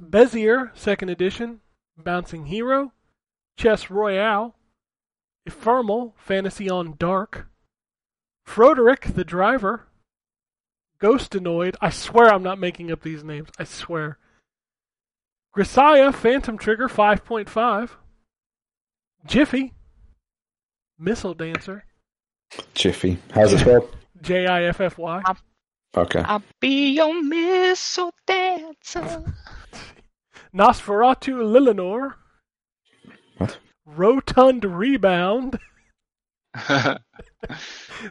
Speaker 5: Bezier, second edition, bouncing hero, chess royale, Ephemeral, fantasy on dark, Froderick, the driver, Ghostinoid. I swear I'm not making up these names. I swear. Grisaya Phantom Trigger 5.5. Jiffy. Missile Dancer.
Speaker 7: Jiffy. How's it spelled?
Speaker 5: J I F F Y.
Speaker 7: Okay.
Speaker 6: I'll be your missile dancer.
Speaker 5: Nosferatu Lilinor.
Speaker 7: What?
Speaker 5: Rotund Rebound.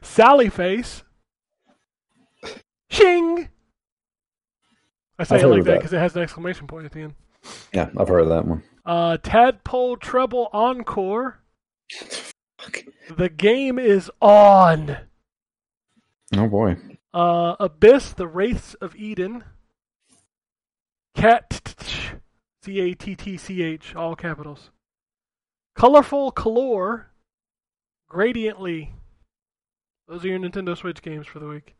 Speaker 5: Sally Face. Shing! I say
Speaker 7: I've
Speaker 5: it
Speaker 7: heard
Speaker 5: like
Speaker 7: of
Speaker 5: that
Speaker 7: that.
Speaker 5: because it has an exclamation point at the end.
Speaker 7: Yeah, I've heard of that one.
Speaker 5: Uh, Tadpole Treble Encore. The game is on.
Speaker 7: Oh boy.
Speaker 5: Uh, Abyss, the Wraiths of Eden. Cat, C A T T C H, all capitals. Colorful Color, Gradiently. Those are your Nintendo Switch games for the week.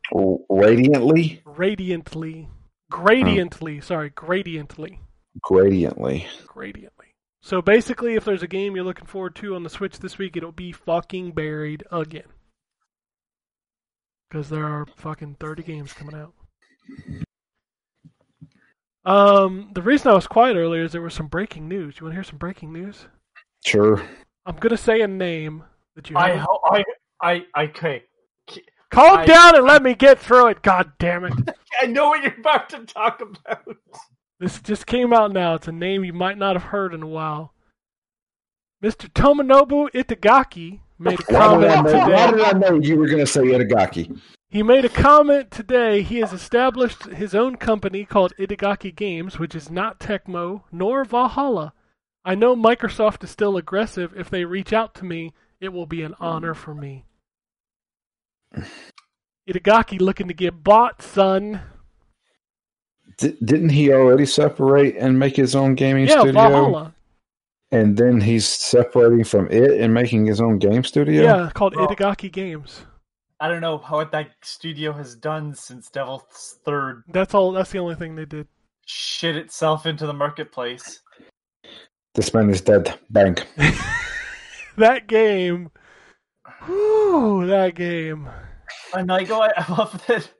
Speaker 7: Radiantly,
Speaker 5: Radiantly. Gradiently, sorry, gradiently.
Speaker 7: gradiently.
Speaker 5: Gradiently. So basically, if there's a game you're looking forward to on the Switch this week, it'll be fucking buried again. Because there are fucking 30 games coming out. Um, the reason I was quiet earlier is there was some breaking news. You want to hear some breaking news?
Speaker 7: Sure.
Speaker 5: I'm gonna say a name that you.
Speaker 2: I
Speaker 5: haven't-
Speaker 2: ho- I I I okay.
Speaker 5: Calm
Speaker 2: I-
Speaker 5: down and let me get through it. God damn it!
Speaker 2: I know what you're about to talk about.
Speaker 5: This just came out now. It's a name you might not have heard in a while. Mr. Tomonobu Itagaki made a
Speaker 7: Why did, I
Speaker 5: comment
Speaker 7: know, why
Speaker 5: today.
Speaker 7: did I know you were going to say Itagaki?
Speaker 5: He made a comment today. He has established his own company called Itagaki Games, which is not Tecmo nor Valhalla. I know Microsoft is still aggressive. If they reach out to me, it will be an honor for me. Itagaki looking to get bought, son.
Speaker 7: D- didn't he already separate and make his own gaming
Speaker 5: yeah,
Speaker 7: studio?
Speaker 5: Valhalla.
Speaker 7: And then he's separating from it and making his own game studio?
Speaker 5: Yeah, called
Speaker 2: Well-
Speaker 5: Itagaki Games.
Speaker 2: I don't know what that studio has done since Devil's Third
Speaker 5: That's all. That's the only thing they did.
Speaker 2: shit itself into the marketplace.
Speaker 7: This man is dead. Bang.
Speaker 5: That game. Whew, that game.
Speaker 2: And I go, I I love that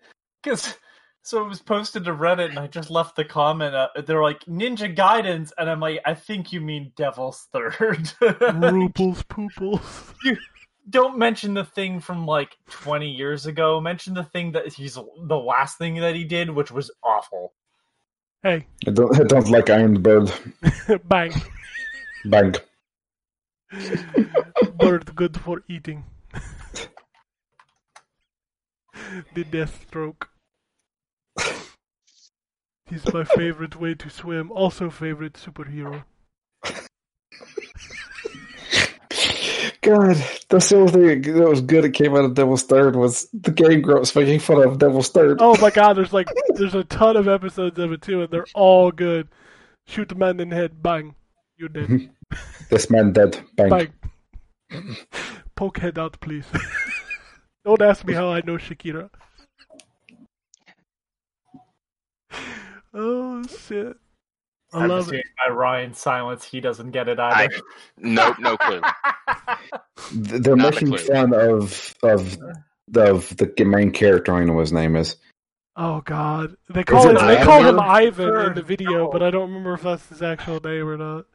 Speaker 2: because so it was posted to Reddit, and I just left the comment. Uh, they're like Ninja Guidance, and I'm like, I think you mean Devil's Third.
Speaker 5: Ruples pooples.
Speaker 2: Don't mention the thing from like 20 years ago. Mention the thing that he's the last thing that he did, which was awful.
Speaker 5: Hey,
Speaker 7: I don't, I don't like Iron Bird.
Speaker 5: bang.
Speaker 7: Bang.
Speaker 5: Bird good for eating. the death stroke. He's my favorite way to swim. Also, favorite superhero.
Speaker 7: God, that's the only thing that was good that came out of Devil's Third was the Game Grumps making fun of Devil's Third.
Speaker 5: Oh my god, there's like there's a ton of episodes of it too, and they're all good. Shoot the man in the head, bang, you're dead.
Speaker 7: This man dead. Bang.
Speaker 5: Bang. Poke head out, please. Don't ask me how I know Shakira. Oh shit. I
Speaker 2: I'm
Speaker 5: love
Speaker 2: just
Speaker 5: it.
Speaker 2: doing By Ryan Silence, he doesn't get it
Speaker 6: I
Speaker 2: either.
Speaker 6: nope, no clue.
Speaker 7: Th- They're
Speaker 6: Not a
Speaker 7: making
Speaker 6: clue.
Speaker 7: fun of of of the main character. I don't know what his name is.
Speaker 5: Oh god. They call
Speaker 7: it
Speaker 5: him they call him Ivan
Speaker 2: Sure,
Speaker 5: in the video,
Speaker 2: no.
Speaker 5: but I don't remember if that's his actual name or not.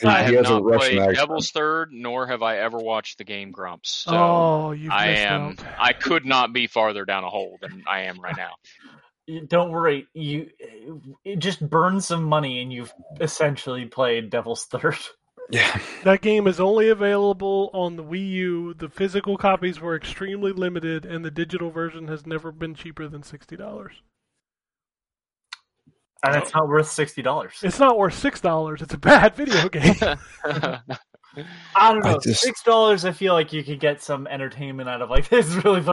Speaker 7: He,
Speaker 6: I
Speaker 7: he
Speaker 6: have
Speaker 7: has a
Speaker 6: not
Speaker 7: Russian
Speaker 6: played
Speaker 7: accent.
Speaker 6: Devil's Third, nor have I ever watched the game Grumps. So
Speaker 5: oh, you
Speaker 6: I am.
Speaker 5: Out.
Speaker 6: I could not be farther down a hole than I am right now.
Speaker 2: Don't worry, you it just burn some money, and you've essentially played Devil's Third.
Speaker 7: Yeah,
Speaker 5: That game is only available on the Wii U. The physical copies were extremely limited, and the digital version has never been cheaper than sixty dollars.
Speaker 2: and
Speaker 5: Oh.
Speaker 2: it's not worth sixty dollars.
Speaker 5: It's not worth six dollars. It's a bad video game.
Speaker 2: I don't
Speaker 7: I
Speaker 2: know,
Speaker 7: just-
Speaker 2: six dollars. I feel like you could get some entertainment out of like this. Is really fun.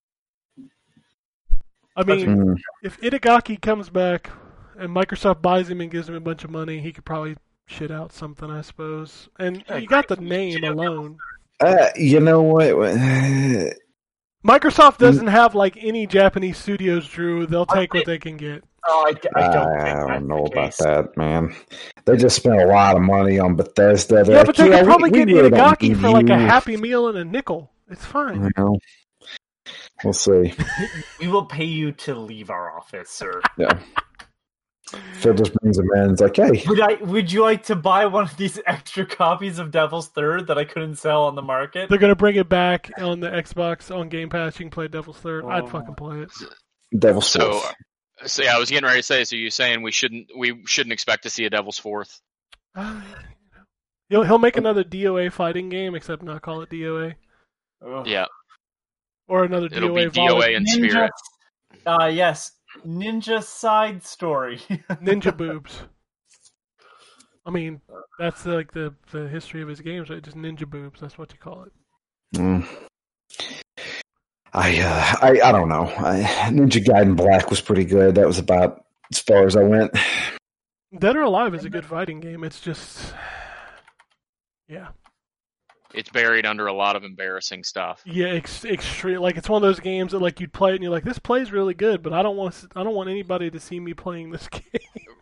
Speaker 5: I mean,
Speaker 7: Mm.
Speaker 5: if Itagaki comes back and Microsoft buys him and gives him a bunch of money, he could probably shit out something, I suppose. And you got the name alone.
Speaker 7: Uh, you know what? Mm.
Speaker 5: Microsoft doesn't have like any Japanese studios, Drew. They'll take what they can get.
Speaker 2: Oh, I, I don't, think
Speaker 7: I
Speaker 2: that's
Speaker 7: don't
Speaker 2: the
Speaker 7: know about
Speaker 2: case.
Speaker 7: that, man. They just spent a lot of money on Bethesda. They're
Speaker 5: Yeah,
Speaker 7: like,
Speaker 5: but they could
Speaker 7: we-
Speaker 5: probably
Speaker 7: we
Speaker 5: get
Speaker 7: really don't
Speaker 5: Itagaki
Speaker 7: need
Speaker 5: for like a
Speaker 7: you.
Speaker 5: Happy Meal and a nickel. It's fine.
Speaker 7: Well, we'll see.
Speaker 2: We will pay you to leave our office, sir.
Speaker 7: Yeah. Phil just brings him in. and It's like, hey,
Speaker 2: Would I? Would you like to buy one of these extra copies of Devil's Third that I couldn't sell on the market?
Speaker 5: They're gonna bring it back on the Xbox on Game Pass. You can play Devil's Third.
Speaker 6: Oh.
Speaker 5: I'd fucking play it.
Speaker 7: Devil's
Speaker 6: so, uh,
Speaker 7: Fourth.
Speaker 6: so yeah, I was getting ready to say. So you're saying we shouldn't we shouldn't expect to see a Devil's Fourth?
Speaker 5: he'll he'll make another DOA fighting game, except not call it DOA
Speaker 2: Ugh.
Speaker 6: Yeah,
Speaker 5: or another
Speaker 6: it'll
Speaker 5: DOA,
Speaker 6: be DOA in spirit.
Speaker 2: Uh, yes, Ninja Side Story.
Speaker 5: volley- Ninja Boobs. I mean, that's like the, the history of his games, right? Just Ninja Boobs. That's what you call it.
Speaker 6: uh,
Speaker 7: Mm. I, uh, I I don't know. I, Ninja Gaiden Black was pretty good. That was about as far as I went.
Speaker 5: Dead or Alive is a good fighting game. It's just, yeah,
Speaker 6: It's buried under a lot of embarrassing stuff.
Speaker 5: yeah, ex- extreme. Like it's one of those games that like you'd play it and you're like, this plays really good, but I don't want I don't want anybody to see me playing this game.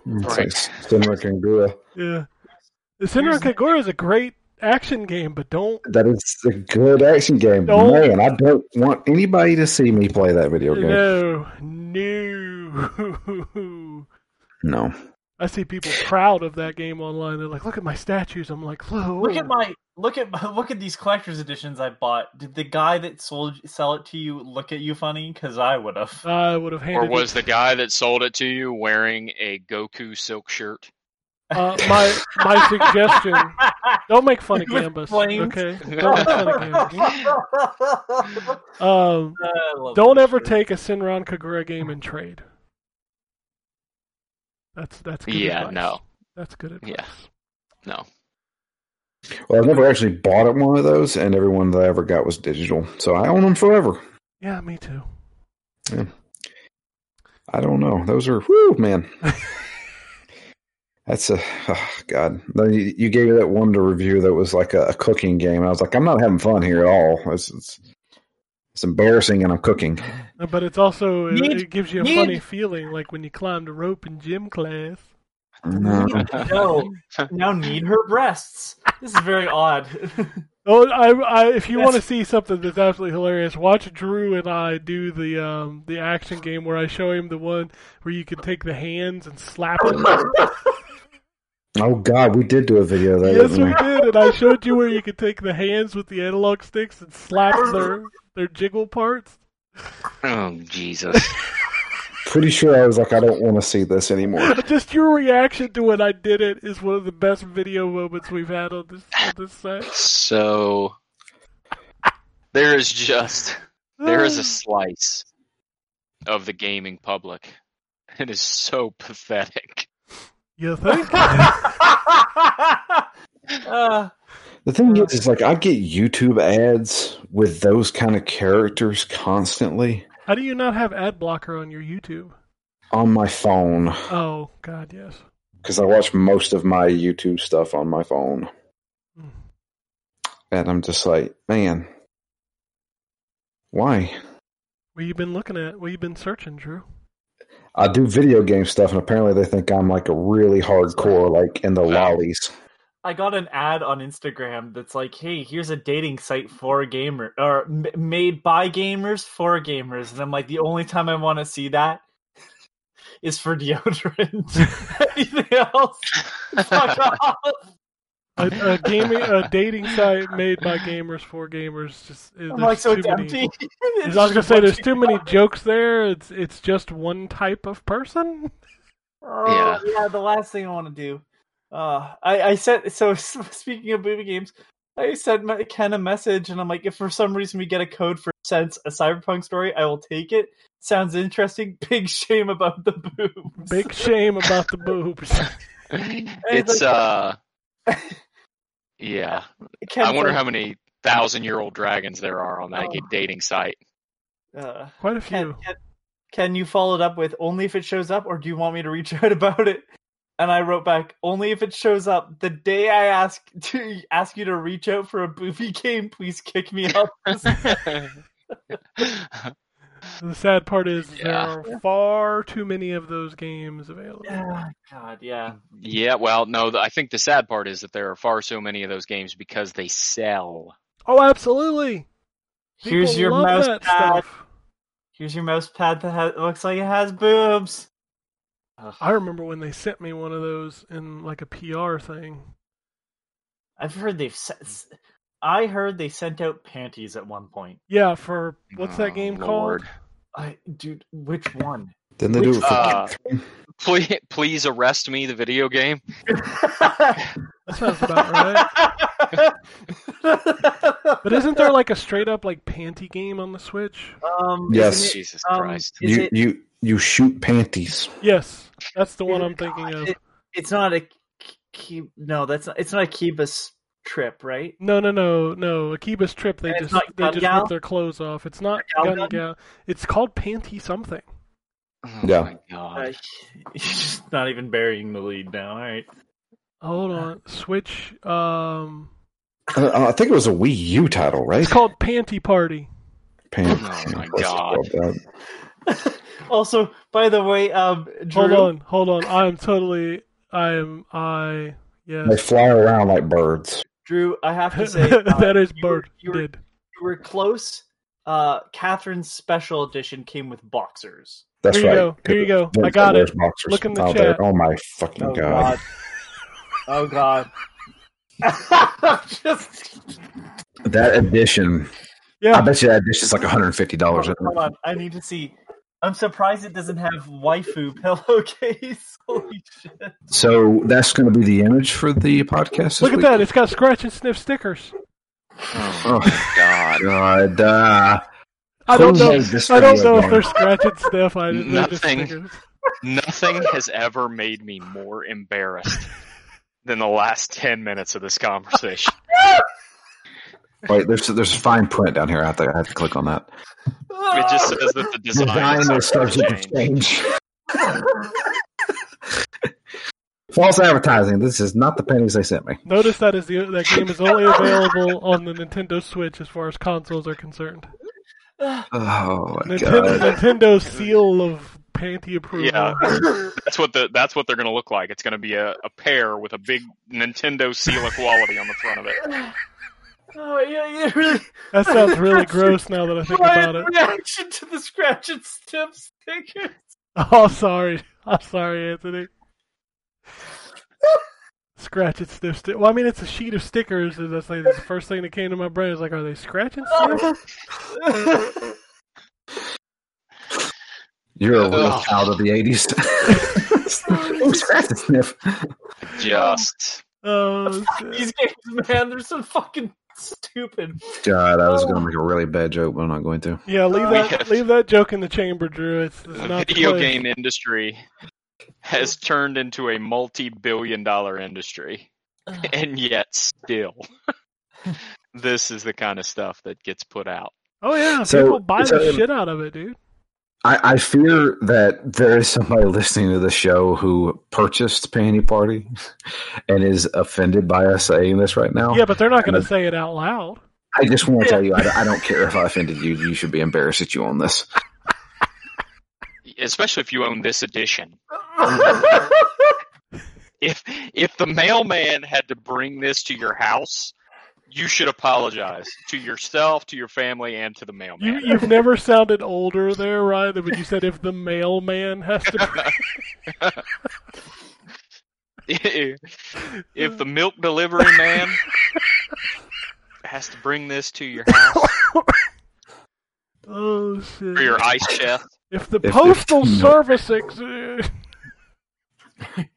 Speaker 7: It's
Speaker 6: Right.
Speaker 7: like Stomach and Gura.
Speaker 5: yeah, Senran Kagura is a great action game, but don't
Speaker 7: That is a good action game.
Speaker 5: Don't-
Speaker 7: Man, I don't want anybody to see me play that video game.
Speaker 5: no no.
Speaker 7: No.
Speaker 5: I see people proud of that game online. They're like, "Look at my statues." I'm like, "Whoa!"
Speaker 2: Look at my look at my, look at these collector's editions I bought. Did the guy that sold sell it to you look at you funny? Because I would have.
Speaker 5: I would have handed.
Speaker 6: Or was
Speaker 5: it-
Speaker 6: the guy that sold it to you wearing a Goku silk shirt?
Speaker 5: uh, my my suggestion? Don't make fun of
Speaker 2: With
Speaker 5: Gambus.
Speaker 2: flames.
Speaker 5: Okay. Don't make fun of Gambus. Um,
Speaker 2: I love
Speaker 5: don't
Speaker 2: this
Speaker 5: ever
Speaker 2: shirt.
Speaker 5: take a Sinran Kagura game and trade. That's that's good
Speaker 6: yeah,
Speaker 5: advice.
Speaker 6: no,
Speaker 5: That's good advice.
Speaker 6: Yeah. no.
Speaker 7: Well, I've never actually bought up one of those, and every one that I ever got was digital. So I own them forever.
Speaker 5: Yeah, me too.
Speaker 7: I don't know. Those are whoo, man. That's a oh, god. No, You you gave me that one to review that was like a, a cooking game. I was like, I'm not having fun here at all. It's it's, it's embarrassing, and I'm cooking.
Speaker 5: Uh, But it's also it,
Speaker 2: Need-
Speaker 5: it gives you a
Speaker 2: need-
Speaker 5: funny feeling, like when you climbed a rope in gym class.
Speaker 7: No.
Speaker 2: No, now need her breasts. This is very odd.
Speaker 5: Oh, I, I if you want to
Speaker 2: That's-
Speaker 5: see something that's absolutely hilarious, watch Drew and I do the um the action game where I show him the one where you can take the hands and slap them.
Speaker 7: Oh god, we did do a video of that.
Speaker 5: yes,
Speaker 7: didn't
Speaker 5: we did, and I showed you where you could take the hands with the analog sticks and slap their their jiggle parts.
Speaker 6: Oh Jesus!
Speaker 7: Pretty sure I was like, I don't want to see this anymore.
Speaker 5: Just your reaction to when I did it is one of the best video moments we've had on this on this site.
Speaker 6: so there is just there
Speaker 5: Ah.
Speaker 6: is a slice of the gaming public. It is so pathetic.
Speaker 5: you think?
Speaker 2: uh,
Speaker 7: The thing is, is like I get YouTube ads with those kind of characters constantly
Speaker 5: How do you not have ad blocker on your YouTube?
Speaker 7: on my phone
Speaker 5: Oh God, yes.
Speaker 7: because I watch most of my YouTube stuff on my phone,
Speaker 5: Mm.
Speaker 7: and I'm just like, man, why?
Speaker 5: What you been looking at? What you been searching, Drew?
Speaker 7: I do video game stuff, and apparently they think I'm like a really hardcore, like in the lollies.
Speaker 2: I got an ad on Instagram that's like, "Hey, here's a dating site for gamer or m- made by gamers for gamers," and I'm like, the only time I want to see that is for deodorant. Anything else? Fuck off.
Speaker 5: A, a gaming, a dating site made by gamers for gamers. Just
Speaker 2: I'm like, so it's
Speaker 5: too many-
Speaker 2: empty.
Speaker 5: I
Speaker 2: It's
Speaker 5: was gonna
Speaker 2: just
Speaker 5: say,
Speaker 2: a
Speaker 5: there's
Speaker 2: bunch
Speaker 5: too
Speaker 2: of-
Speaker 5: many jokes there. It's it's just one type of person.
Speaker 2: Oh, yeah. the last thing I want to do. Uh, I, I sent, so speaking of movie games, I sent my, Ken a message and I'm like, if for some reason we get a code for sense a cyberpunk story, I will take it. Sounds interesting. Big shame about the boobs.
Speaker 5: Big shame about the boobs.
Speaker 6: It's uh, yeah.
Speaker 2: Ken's
Speaker 6: I wonder
Speaker 2: like,
Speaker 6: how many thousand-year-old dragons there are on that dating site.
Speaker 2: Uh,
Speaker 5: Quite a
Speaker 2: Ken,
Speaker 5: few.
Speaker 2: Ken, Ken, you followed up with only if it shows up, or do you want me to reach out about it? And I wrote back, only if it shows up. The day I ask to ask you to reach out for a booby game, please kick me up.
Speaker 5: The sad part is there
Speaker 6: Yeah.
Speaker 5: are far too many of those games available.
Speaker 2: Yeah, God, yeah.
Speaker 6: Yeah, well, no, th- I think the sad part is that there are far so many of those games because they sell.
Speaker 5: Oh, absolutely. People
Speaker 2: Here's your
Speaker 5: love
Speaker 2: mouse
Speaker 5: that
Speaker 2: pad.
Speaker 5: stuff.
Speaker 2: Here's your mouse pad that has, looks like it has boobs. Ugh,
Speaker 5: I remember when they sent me one of those in like a PR thing.
Speaker 2: I've heard they've
Speaker 5: Hmm.
Speaker 2: sent. I heard they sent out panties at one point.
Speaker 5: Yeah, for what's that
Speaker 6: Oh,
Speaker 5: game
Speaker 6: Lord.
Speaker 5: called?
Speaker 2: I dude, which one?
Speaker 7: Then they do it for
Speaker 6: Uh,
Speaker 7: Catherine.
Speaker 6: Please, please arrest me, the video game.
Speaker 5: That sounds about right. But isn't there like a straight up like panty game on the Switch?
Speaker 2: um,
Speaker 7: Yes.
Speaker 2: isn't it-
Speaker 6: Jesus
Speaker 2: um,
Speaker 6: Christ.
Speaker 2: is
Speaker 7: you
Speaker 2: it-
Speaker 7: you you shoot panties.
Speaker 5: Yes, that's the one
Speaker 2: is it-
Speaker 5: I'm thinking of.
Speaker 2: it- it's not a keep. No, that's not, it's not a Kiba's trip, right?
Speaker 5: No, no, no, no. Akiba's trip. They
Speaker 2: It's
Speaker 5: just
Speaker 2: not
Speaker 5: they
Speaker 2: Gun
Speaker 5: just
Speaker 2: Gal?
Speaker 5: rip their clothes off. It's not
Speaker 2: Gal
Speaker 5: gun
Speaker 2: Gun?
Speaker 5: gal. It's called panty something.
Speaker 6: Oh
Speaker 7: Yeah.
Speaker 6: my
Speaker 2: Uh,
Speaker 6: God.
Speaker 2: he's just not even burying the lead now. All right.
Speaker 5: Hold on. Switch. Um.
Speaker 7: Uh, I, I think it was a Wii U title, right?
Speaker 5: It's called Panty Party.
Speaker 7: Panties.
Speaker 6: Oh my
Speaker 7: Of course it's
Speaker 6: God.
Speaker 7: called that.
Speaker 2: also, by the way, um, Drew,
Speaker 5: Hold on. Hold on. I am totally. I am. I Yeah.
Speaker 7: Uh, They fly around like birds.
Speaker 2: Drew, I have to say uh,
Speaker 5: that is
Speaker 2: you were-
Speaker 5: bird
Speaker 2: you were-
Speaker 5: did.
Speaker 2: you were close. Uh, Catherine's special edition came with boxers.
Speaker 7: That's
Speaker 5: Here you
Speaker 7: right.
Speaker 5: go. Here you go. I
Speaker 7: Vince
Speaker 5: got
Speaker 7: wears
Speaker 5: it.
Speaker 7: boxers
Speaker 5: Look in the
Speaker 7: out there.
Speaker 5: chat.
Speaker 7: Oh my fucking
Speaker 2: Oh
Speaker 7: god.
Speaker 2: god. Oh god. I'm just
Speaker 7: That edition. I
Speaker 5: Yeah.
Speaker 7: bet you that edition's like $150.
Speaker 5: Oh,
Speaker 2: hold
Speaker 7: isn't it?
Speaker 2: on. I need to see. I'm surprised it doesn't have waifu pillowcase. Holy shit.
Speaker 7: So that's going to be the image for the podcast. This
Speaker 5: Look at
Speaker 7: week?
Speaker 5: that. It's got scratch and sniff stickers.
Speaker 7: Oh
Speaker 6: God.
Speaker 7: god. Uh,
Speaker 5: I don't
Speaker 7: Who
Speaker 5: know.
Speaker 7: made this
Speaker 5: I don't
Speaker 7: video
Speaker 5: know if
Speaker 7: game?
Speaker 5: they're scratch and sniff. I didn't they're just
Speaker 6: Nothing.
Speaker 5: stickers.
Speaker 6: Nothing has ever made me more embarrassed than the last 10 minutes of this conversation.
Speaker 7: wait, there's there's fine print down here. I have to, I have to click on that.
Speaker 6: It just says that the design,
Speaker 7: Design is
Speaker 6: is subject to
Speaker 7: subject of
Speaker 6: change.
Speaker 7: change. False advertising. This is not the pennies they sent me.
Speaker 5: Notice that is the that game is only available on the Nintendo Switch as far as consoles are concerned.
Speaker 7: Oh my
Speaker 5: Nintendo,
Speaker 7: god.
Speaker 5: Nintendo seal of panty approval.
Speaker 6: Yeah. That's what the that's what they're going to look like. It's going to be a, a pair with a big Nintendo seal of quality on the front of it.
Speaker 2: Oh yeah, yeah, really.
Speaker 5: That sounds really gross now that I think
Speaker 2: My
Speaker 5: about it.
Speaker 2: reaction to the scratch and sniff sticker.
Speaker 5: Oh, sorry. I'm sorry, Anthony. Scratch and sniff. Sti- well, I mean, it's a sheet of stickers. and That's like the first thing that came to my brain. Is like, are they scratch and sniff?
Speaker 7: You're a real
Speaker 6: Ugh.
Speaker 7: child of the 80s. Ooh, scratch and sniff.
Speaker 6: Just
Speaker 5: Oh,
Speaker 2: These games, man, they're so fucking stupid.
Speaker 7: God, I was going to make a really bad joke, but I'm not going to.
Speaker 5: yeah. Leave
Speaker 6: We
Speaker 5: that.
Speaker 6: have-
Speaker 5: Leave that joke in the chamber, Drew. It's, it's
Speaker 6: the
Speaker 5: not the
Speaker 6: video
Speaker 5: place.
Speaker 6: game industry has turned into a multi-billion dollar industry. And yet still this is the kind of stuff that gets put out.
Speaker 5: Oh yeah,
Speaker 7: So-
Speaker 5: people buy
Speaker 7: so-
Speaker 5: the shit out of it, dude.
Speaker 7: I, I fear that there is somebody listening to the show who purchased Panty Party and is offended by us saying this right now.
Speaker 5: Yeah, but they're not going to say it out loud.
Speaker 7: I just want to tell you, I, don't- I don't care if I offended you. You should be embarrassed that you own this.
Speaker 6: Especially if you own this edition. if if the mailman had to bring this to your house, you should apologize to yourself, to your family, and to the
Speaker 5: You,
Speaker 6: mailman.
Speaker 5: you've never sounded older there, Ryan. But you said if the mailman has to,
Speaker 6: if the milk delivery man has to bring this to your house
Speaker 5: oh
Speaker 6: or
Speaker 5: shit!
Speaker 6: your ice chest,
Speaker 5: If the
Speaker 7: if-
Speaker 5: postal
Speaker 7: no.
Speaker 5: service ex- God damn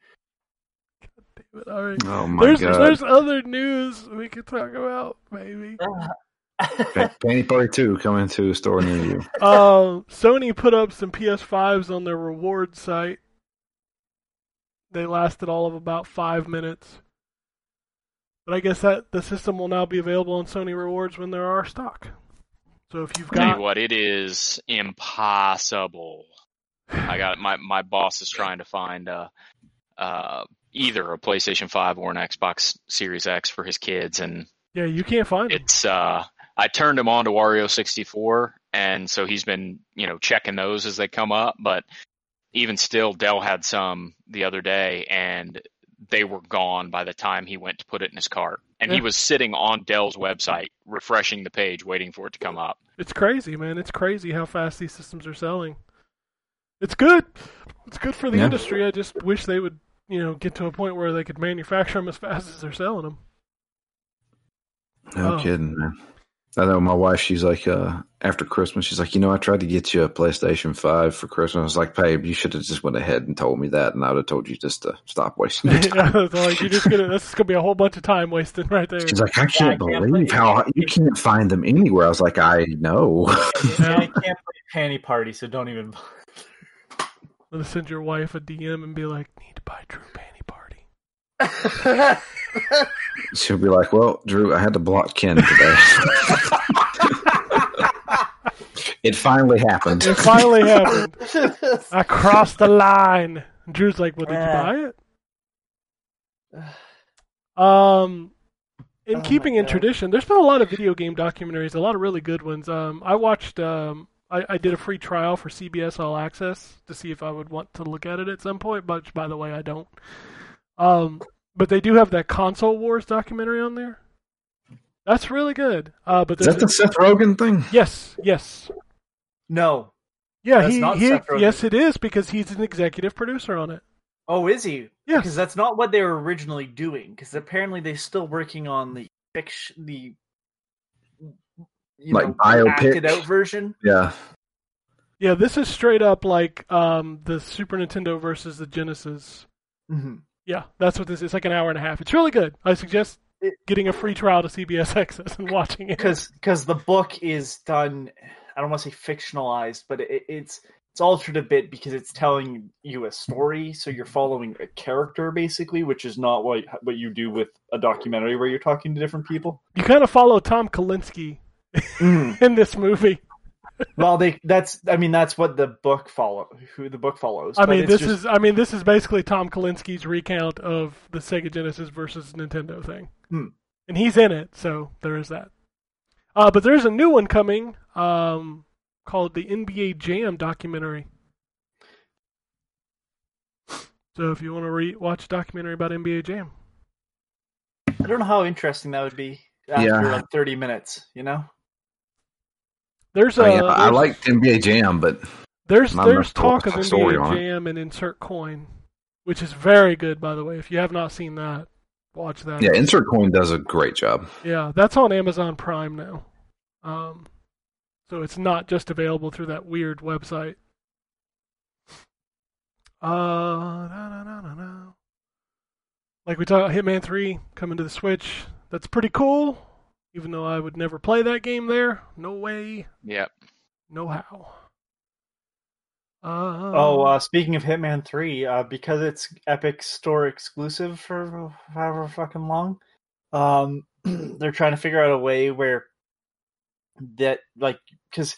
Speaker 5: it! All right.
Speaker 7: Oh my
Speaker 5: There's
Speaker 7: god!
Speaker 5: there's other news we could talk about, maybe.
Speaker 7: Pa- Panty Party Two coming to a store near you.
Speaker 5: Uh, Sony put up some PS5s on their reward site. They lasted all of about five minutes. But I guess that the system will now be available on Sony Rewards when there are stock. So if you've
Speaker 6: tell you
Speaker 5: got
Speaker 6: what, it is impossible. I got my my boss is trying to find uh, uh, either a PlayStation Five or an Xbox Series X for his kids, and
Speaker 5: yeah, you can't find it.
Speaker 6: it's uh I turned him on to Wario 64 and so he's been, you know, checking those as they come up, but even still Dell had some the other day and they were gone by the time he went to put it in his cart. And he
Speaker 5: Yeah.
Speaker 6: was sitting on Dell's website refreshing the page waiting for it to come up.
Speaker 5: It's crazy, man. It's crazy how fast these systems are selling. It's good. It's good for the
Speaker 7: Yeah.
Speaker 5: industry. I just wish they would, you know, get to a point where they could manufacture them as fast as they're selling them.
Speaker 7: No
Speaker 5: Oh.
Speaker 7: kidding, man. I know my wife. She's like, uh, after Christmas, she's like, you know, I tried to get you a PlayStation Five for Christmas. I was like, babe, you should have just went ahead and told me that, and I would have told you just to stop wasting your time.
Speaker 5: yeah, it's like you're just gonna. This is gonna be a whole bunch of time wasted right there.
Speaker 7: She's like, I can't
Speaker 2: Yeah, I can't
Speaker 7: believe
Speaker 2: play
Speaker 7: how
Speaker 2: it.
Speaker 7: you can't find them anywhere. I was like, I know.
Speaker 2: And I can't play Panty Party, so don't even.
Speaker 5: I'm gonna send your wife a DM and be like, "Need to buy Drew Panty Party."
Speaker 7: She'll be like, well, Drew, I had to block Ken today. it finally happened.
Speaker 5: It finally happened. I crossed the line. And Drew's like, "Well, did you
Speaker 2: Ah.
Speaker 5: buy it?" Um, in
Speaker 2: Oh
Speaker 5: keeping
Speaker 2: my
Speaker 5: in
Speaker 2: God.
Speaker 5: tradition, there's been a lot of video game documentaries, a lot of really good ones. Um, I watched. Um, I, I did a free trial for CBS All Access to see if I would want to look at it at some point. But by the way, I don't. Um, But they do have that console wars documentary on there. That's really good. Uh, but
Speaker 7: Is that the
Speaker 5: there's-
Speaker 7: Seth Rogen thing?
Speaker 5: yes, yes,
Speaker 2: No.
Speaker 5: yeah.
Speaker 2: That's
Speaker 5: he,
Speaker 2: not
Speaker 5: he
Speaker 2: Seth Rogen.
Speaker 5: yes, it is because he's an executive producer on it.
Speaker 2: Oh, is he?
Speaker 5: Yes.
Speaker 2: Because that's not what they were originally doing. Because apparently they're still working on the fiction, the you
Speaker 7: Like
Speaker 2: know,
Speaker 7: biopic?
Speaker 2: acted out version.
Speaker 7: Yeah.
Speaker 5: Yeah, this is straight up like um, the Super Nintendo versus the Genesis.
Speaker 2: Mhm.
Speaker 5: Yeah, that's what this is. It's like an hour and a half. It's really good. I suggest
Speaker 2: It-
Speaker 5: getting a free trial to CBS Access and watching it.
Speaker 2: because because the book is done i don't want to say fictionalized but it, it's it's altered a bit because it's telling you a story so you're following a character basically which is not what what you do with a documentary where you're talking to different people
Speaker 5: You kind of follow Tom Kalinske in this movie.
Speaker 2: well they that's i mean that's what the book follow who the book follows
Speaker 5: I
Speaker 2: but
Speaker 5: mean,
Speaker 2: it's
Speaker 5: this
Speaker 2: just-
Speaker 5: is I mean, this is basically Tom Kalinske's recount of the Sega Genesis versus Nintendo thing,
Speaker 2: Hmm.
Speaker 5: and he's in it, so there is that. Uh, but there's a new one coming um, called the NBA Jam documentary. So if you want to re- watch a documentary about NBA Jam,
Speaker 2: i don't know how interesting that would be after
Speaker 7: Yeah.
Speaker 2: like 30 minutes you know
Speaker 5: there's a
Speaker 7: I, mean, Oh, I
Speaker 5: there's-
Speaker 7: liked NBA Jam, but
Speaker 5: There's
Speaker 7: Not
Speaker 5: there's
Speaker 7: enough to-
Speaker 5: talk of
Speaker 7: story
Speaker 5: NBA
Speaker 7: on it.
Speaker 5: Jam and Insert Coin, which is very good by the way. If you have not seen that, watch that.
Speaker 7: yeah, Insert Coin does a great job.
Speaker 5: Yeah, that's on Amazon Prime now. Um, so it's not just available through that weird website. Uh, na, na, na, na, na. like we talked, Hitman Three coming to the Switch. That's pretty cool. Even though I would never play that game there, no way,
Speaker 6: Yep.
Speaker 5: no how. Uh,
Speaker 2: oh uh, speaking of hitman 3 uh, because it's epic store exclusive for however fucking long um they're trying to figure out a way where that like because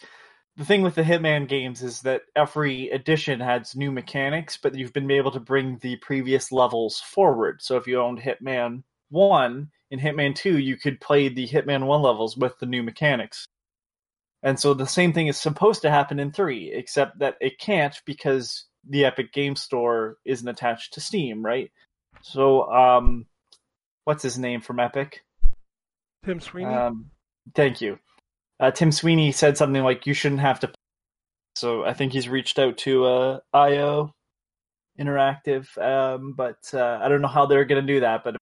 Speaker 2: the thing with the hitman games is that every edition has new mechanics but you've been able to bring the previous levels forward so if you owned hitman 1 in hitman 2 you could play the hitman 1 levels with the new mechanics and so the same thing is supposed to happen in 3, except that it can't because the Epic Game Store isn't attached to Steam, right? So um what's his name from Epic?
Speaker 5: Tim Sweeney.
Speaker 2: Um thank you. Uh, Tim Sweeney said something like you shouldn't have to So I think he's reached out to uh IO Interactive um but uh, I don't know how they're going to do that but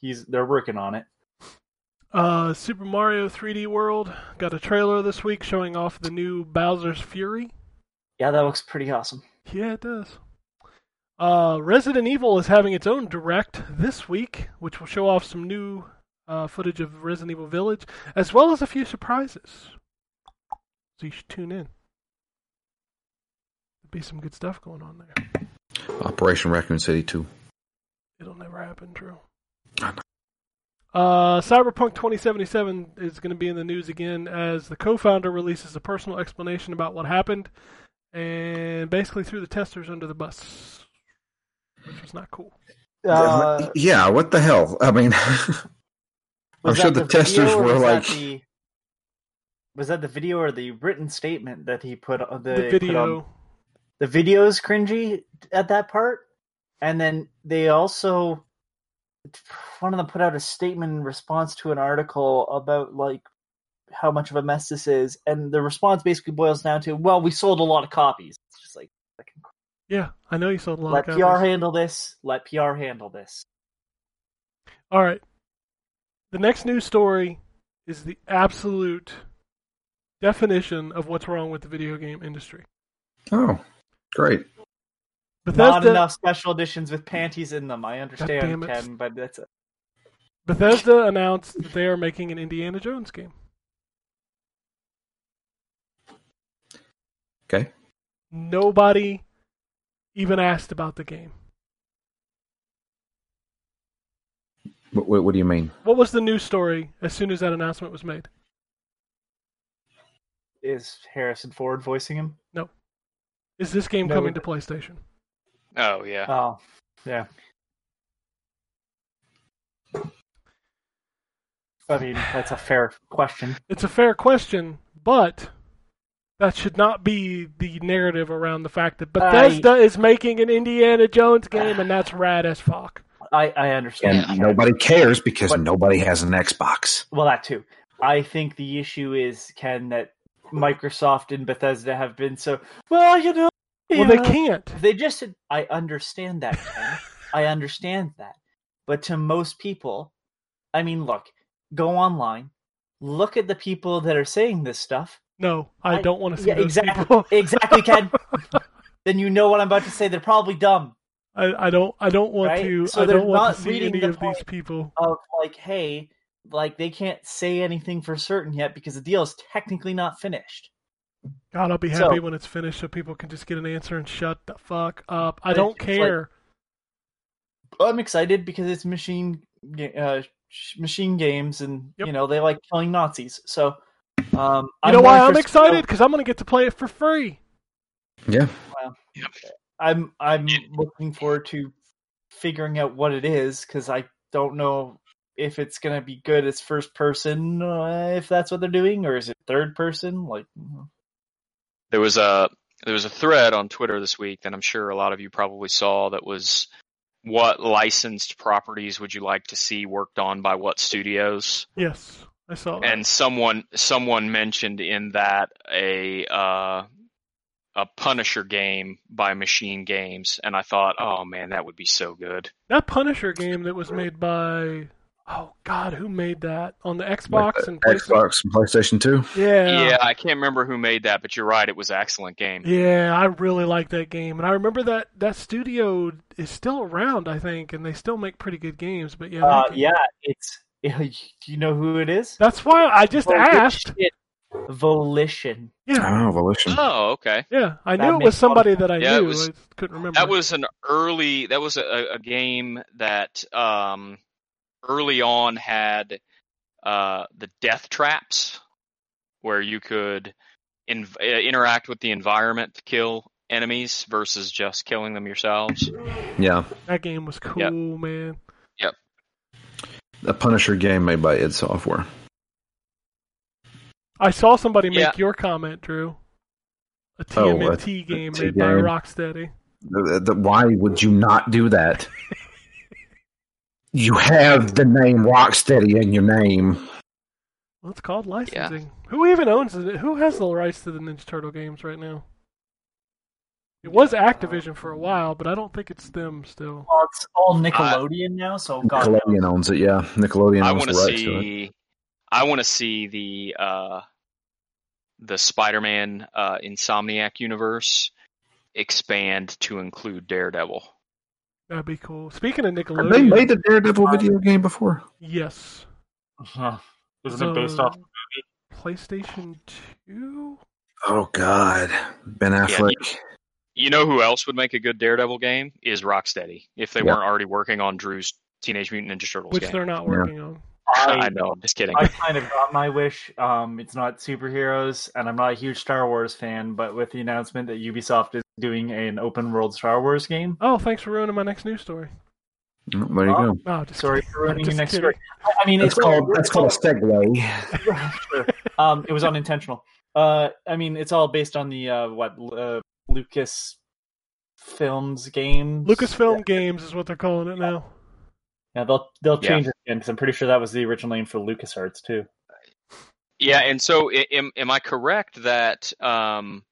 Speaker 2: he's they're working on it.
Speaker 5: Uh, Super Mario 3D World got a trailer this week showing off the new Bowser's Fury.
Speaker 2: Yeah, that looks pretty awesome.
Speaker 5: Yeah, it does. Uh, Resident Evil is having its own direct this week, which will show off some new uh, footage of Resident Evil Village, as well as a few surprises. So you should tune in. There'll be some good stuff going on there.
Speaker 7: Operation Raccoon City 2.
Speaker 5: It'll never happen, Drew.
Speaker 7: I
Speaker 5: Uh, Cyberpunk 2077 is going to be in the news again as the co-founder releases a personal explanation about what happened and basically threw the testers under the bus, which was not cool.
Speaker 2: Uh,
Speaker 7: yeah, what the hell? I mean, I'm
Speaker 2: Was
Speaker 7: sure
Speaker 2: that
Speaker 7: the testers
Speaker 2: video or
Speaker 7: were
Speaker 2: was that
Speaker 7: like,
Speaker 2: the- was that the video or the written statement that he put on the,
Speaker 5: The
Speaker 2: um,
Speaker 5: video,
Speaker 2: the video is cringy at that part, and then they also one of them put out a statement in response to an article about like how much of a mess this is, and the response basically boils down to, "Well, we sold a lot of copies." It's just like
Speaker 5: yeah, I know you sold a lot
Speaker 2: let
Speaker 5: of
Speaker 2: PR
Speaker 5: copies.
Speaker 2: handle this, let PR handle this.
Speaker 5: All right, the next news story is the absolute definition of what's wrong with the video game industry.
Speaker 7: oh, great.
Speaker 2: Not
Speaker 5: Bethesda,
Speaker 2: enough special editions with panties in them. I
Speaker 5: damn
Speaker 2: understand,
Speaker 5: it.
Speaker 2: Ken, but that's
Speaker 5: Bethesda announced that they are making an Indiana Jones game.
Speaker 7: Okay.
Speaker 5: nobody even asked about the game.
Speaker 7: What, what, what do you mean?
Speaker 5: What was the news story as soon as that announcement was made?
Speaker 2: is Harrison Ford voicing him?
Speaker 5: Is this game
Speaker 2: No.
Speaker 5: coming to PlayStation?
Speaker 6: Oh yeah.
Speaker 2: Oh, I mean that's a fair question.
Speaker 5: It's a fair question, but that should not be the narrative around the fact that Bethesda is making an Indiana Jones game, and that's rad as fuck.
Speaker 2: I, I understand.
Speaker 7: and
Speaker 6: Yeah.
Speaker 7: nobody cares because
Speaker 2: But-
Speaker 7: nobody has an Xbox.
Speaker 2: Well, that too. I think the issue is Ken that Microsoft and Bethesda have been so well. You know,
Speaker 5: Well,
Speaker 2: you
Speaker 5: they
Speaker 2: know,
Speaker 5: can't.
Speaker 2: They just. I understand that. Ken. I understand that. But to most people, I mean, look, go online, look at the people that are saying this stuff.
Speaker 5: No, I,
Speaker 2: I-
Speaker 5: don't want to see
Speaker 2: yeah,
Speaker 5: those
Speaker 2: exactly,
Speaker 5: people.
Speaker 2: exactly, Ken. then you know what I'm about to say. They're probably dumb.
Speaker 5: I, I don't. I don't want
Speaker 2: Right?
Speaker 5: to.
Speaker 2: So
Speaker 5: I
Speaker 2: they're
Speaker 5: don't want
Speaker 2: not
Speaker 5: to see
Speaker 2: reading
Speaker 5: any
Speaker 2: the
Speaker 5: of these
Speaker 2: point.
Speaker 5: people.
Speaker 2: Of like, hey, like they can't say anything for certain yet because the deal is technically not finished.
Speaker 5: God, I'll be
Speaker 2: So-
Speaker 5: happy when it's finished, so people can just get an answer and shut the fuck up. I
Speaker 2: But
Speaker 5: don't
Speaker 2: it's like-
Speaker 5: care.
Speaker 2: I'm excited because it's machine ga- uh, sh- machine games, and
Speaker 5: Yep.
Speaker 2: you know they like killing Nazis. So, um,
Speaker 5: you know why I'm
Speaker 2: more interested-
Speaker 5: excited? Because I'm gonna get to play it for free.
Speaker 7: Yeah.
Speaker 2: I'm I'm looking forward to figuring out what it is because I don't know if it's gonna be good as first person, uh, if that's what they're doing, or is it third person? Like,
Speaker 6: there was a there was a thread on Twitter this week that I'm sure a lot of you probably saw that was what licensed properties would you like to see worked on by what studios?
Speaker 5: Yes, I saw. that.
Speaker 6: And someone someone mentioned in that a uh, a Punisher game by Machine Games, and I thought, oh man, that would be so good.
Speaker 5: That Punisher game that was made by oh god, who made that on the Xbox and PlayStation?
Speaker 7: Xbox and PlayStation 2.
Speaker 5: Yeah,
Speaker 6: yeah, I can't remember who made that, but you're right, it was an excellent game.
Speaker 5: Yeah, I really like that game, and I remember that that studio is still around, I think, and they still make pretty good games. But yeah, that
Speaker 2: uh,
Speaker 5: game-
Speaker 2: yeah, it's do you know who it is?
Speaker 5: that's why I just asked.
Speaker 2: Volition. Volition.
Speaker 5: Yeah,
Speaker 7: Oh, Volition.
Speaker 6: Oh, okay.
Speaker 5: yeah, I
Speaker 2: That
Speaker 5: knew it was
Speaker 2: makes a lot of
Speaker 5: somebody that I
Speaker 6: Yeah, it
Speaker 5: knew.
Speaker 6: was-
Speaker 5: I couldn't remember.
Speaker 6: That was an early. That was a, a game that um, early on had uh, the death traps, where you could in, uh, interact with the environment to kill enemies versus just killing them yourselves.
Speaker 7: Yeah.
Speaker 5: that game was cool,
Speaker 6: Yeah.
Speaker 5: man.
Speaker 7: A Punisher game made by id Software.
Speaker 5: I saw somebody make
Speaker 6: Yeah.
Speaker 5: your comment, Drew. A
Speaker 7: Oh,
Speaker 5: TMNT
Speaker 7: a-
Speaker 5: game
Speaker 7: a
Speaker 5: made by
Speaker 7: game.
Speaker 5: Rocksteady.
Speaker 7: The- the- why would you not do that? you have the name Rocksteady in your name.
Speaker 5: Well, it's called licensing. Who even owns it? Who has the rights to the Ninja Turtle games right now? It was Activision for a while, but I don't think it's them still.
Speaker 2: Well, it's all Nickelodeon now, so God.
Speaker 7: Nickelodeon owns it, yeah. Nickelodeon
Speaker 6: I
Speaker 7: owns
Speaker 6: want
Speaker 7: the
Speaker 6: to
Speaker 7: rights to it.
Speaker 6: see. I want to see the uh, the Spider-Man uh, Insomniac universe expand to include Daredevil.
Speaker 5: That'd be cool. Speaking of
Speaker 7: Have they
Speaker 5: Nickelodeon,
Speaker 7: made the Daredevil video game before?
Speaker 5: yes,
Speaker 2: Huh. Isn't it based
Speaker 5: Uh,
Speaker 2: off?
Speaker 5: PlayStation Two?
Speaker 7: Oh, God. Ben Affleck.
Speaker 6: You know who else would make a good Daredevil game is Rocksteady if they
Speaker 7: Yeah.
Speaker 6: weren't already working on Drew's Teenage Mutant Ninja Turtles
Speaker 5: Which
Speaker 6: game.
Speaker 5: they're not
Speaker 7: Yeah.
Speaker 5: working on.
Speaker 6: I
Speaker 2: I,
Speaker 6: know. I'm just kidding.
Speaker 2: I kind of got my wish. Um, it's not superheroes, and I'm not a huge Star Wars fan. But with the announcement that Ubisoft is doing an open world Star Wars game,
Speaker 5: Oh, thanks for ruining my next news story.
Speaker 7: Oh, there you
Speaker 2: Huh?
Speaker 7: go.
Speaker 5: No, just
Speaker 2: sorry
Speaker 5: kidding.
Speaker 2: for ruining your
Speaker 5: Just
Speaker 2: next
Speaker 5: kidding.
Speaker 2: story. I- I mean,
Speaker 7: That's
Speaker 2: it's
Speaker 7: called, that's called a segue.
Speaker 2: Sure. um, it was unintentional. Uh, I mean, it's all based on the uh, what uh, Lucas films games.
Speaker 5: Lucasfilm Games is what they're calling it now.
Speaker 2: Yeah, they'll they'll
Speaker 6: Yeah.
Speaker 2: change it again because I'm pretty sure that was the original name for LucasArts too.
Speaker 6: yeah, and so i- am am I correct that um,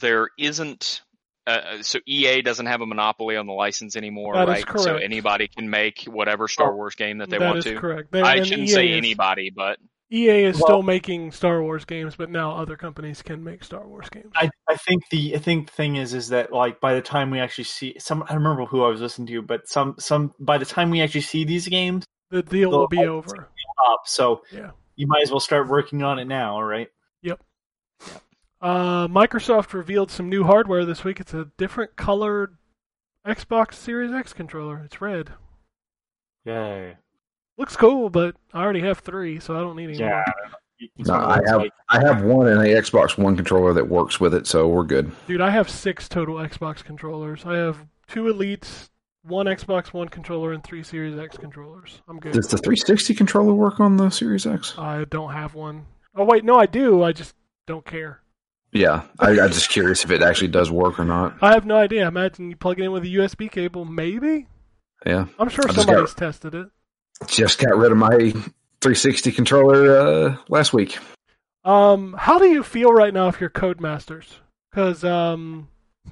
Speaker 6: there isn't uh, so EA doesn't have a monopoly on the license anymore,
Speaker 5: That is
Speaker 6: right? So
Speaker 5: correct. Oh,
Speaker 6: anybody can make whatever Star Wars game that they
Speaker 5: That
Speaker 6: want
Speaker 5: is
Speaker 6: to.
Speaker 5: correct. They-
Speaker 6: I
Speaker 5: and
Speaker 6: shouldn't
Speaker 5: EA
Speaker 6: say
Speaker 5: is-
Speaker 6: anybody, but
Speaker 5: EA is
Speaker 2: Well-
Speaker 5: still making Star Wars games, but now other companies can make Star Wars games.
Speaker 2: I, I think the I think the thing is is that like by the time we actually see some I don't remember who I was listening to but some some by the time we actually see these games
Speaker 5: The deal
Speaker 2: Well,
Speaker 5: will be
Speaker 2: I-
Speaker 5: over.
Speaker 2: up so
Speaker 5: Yeah.
Speaker 2: you might as well start working on it now all right
Speaker 5: Uh, Microsoft revealed some new hardware this week. It's a different colored Xbox Series X controller. It's red.
Speaker 2: yeah
Speaker 5: Looks cool, but I already have three, so I don't need any
Speaker 2: yeah
Speaker 5: more.
Speaker 7: No, I have I have one and a Xbox One controller that works with it, so we're good.
Speaker 5: Dude, I have six total Xbox controllers. I have two Elites, one Xbox One controller, and three Series X controllers. I'm good.
Speaker 7: Does the 360 controller work on the Series X?
Speaker 5: I don't have one. Oh wait, no, I do. I just don't care.
Speaker 7: Yeah, I, I'm just curious if it actually does work or not.
Speaker 5: I have no idea. I imagine you plug it in with a USB cable, maybe.
Speaker 7: Yeah.
Speaker 5: I'm sure
Speaker 7: I just got-
Speaker 5: somebody's tested it.
Speaker 7: Just got rid of my 360 controller uh, last week.
Speaker 5: Um, how do you feel right now if you're Codemasters? Because um,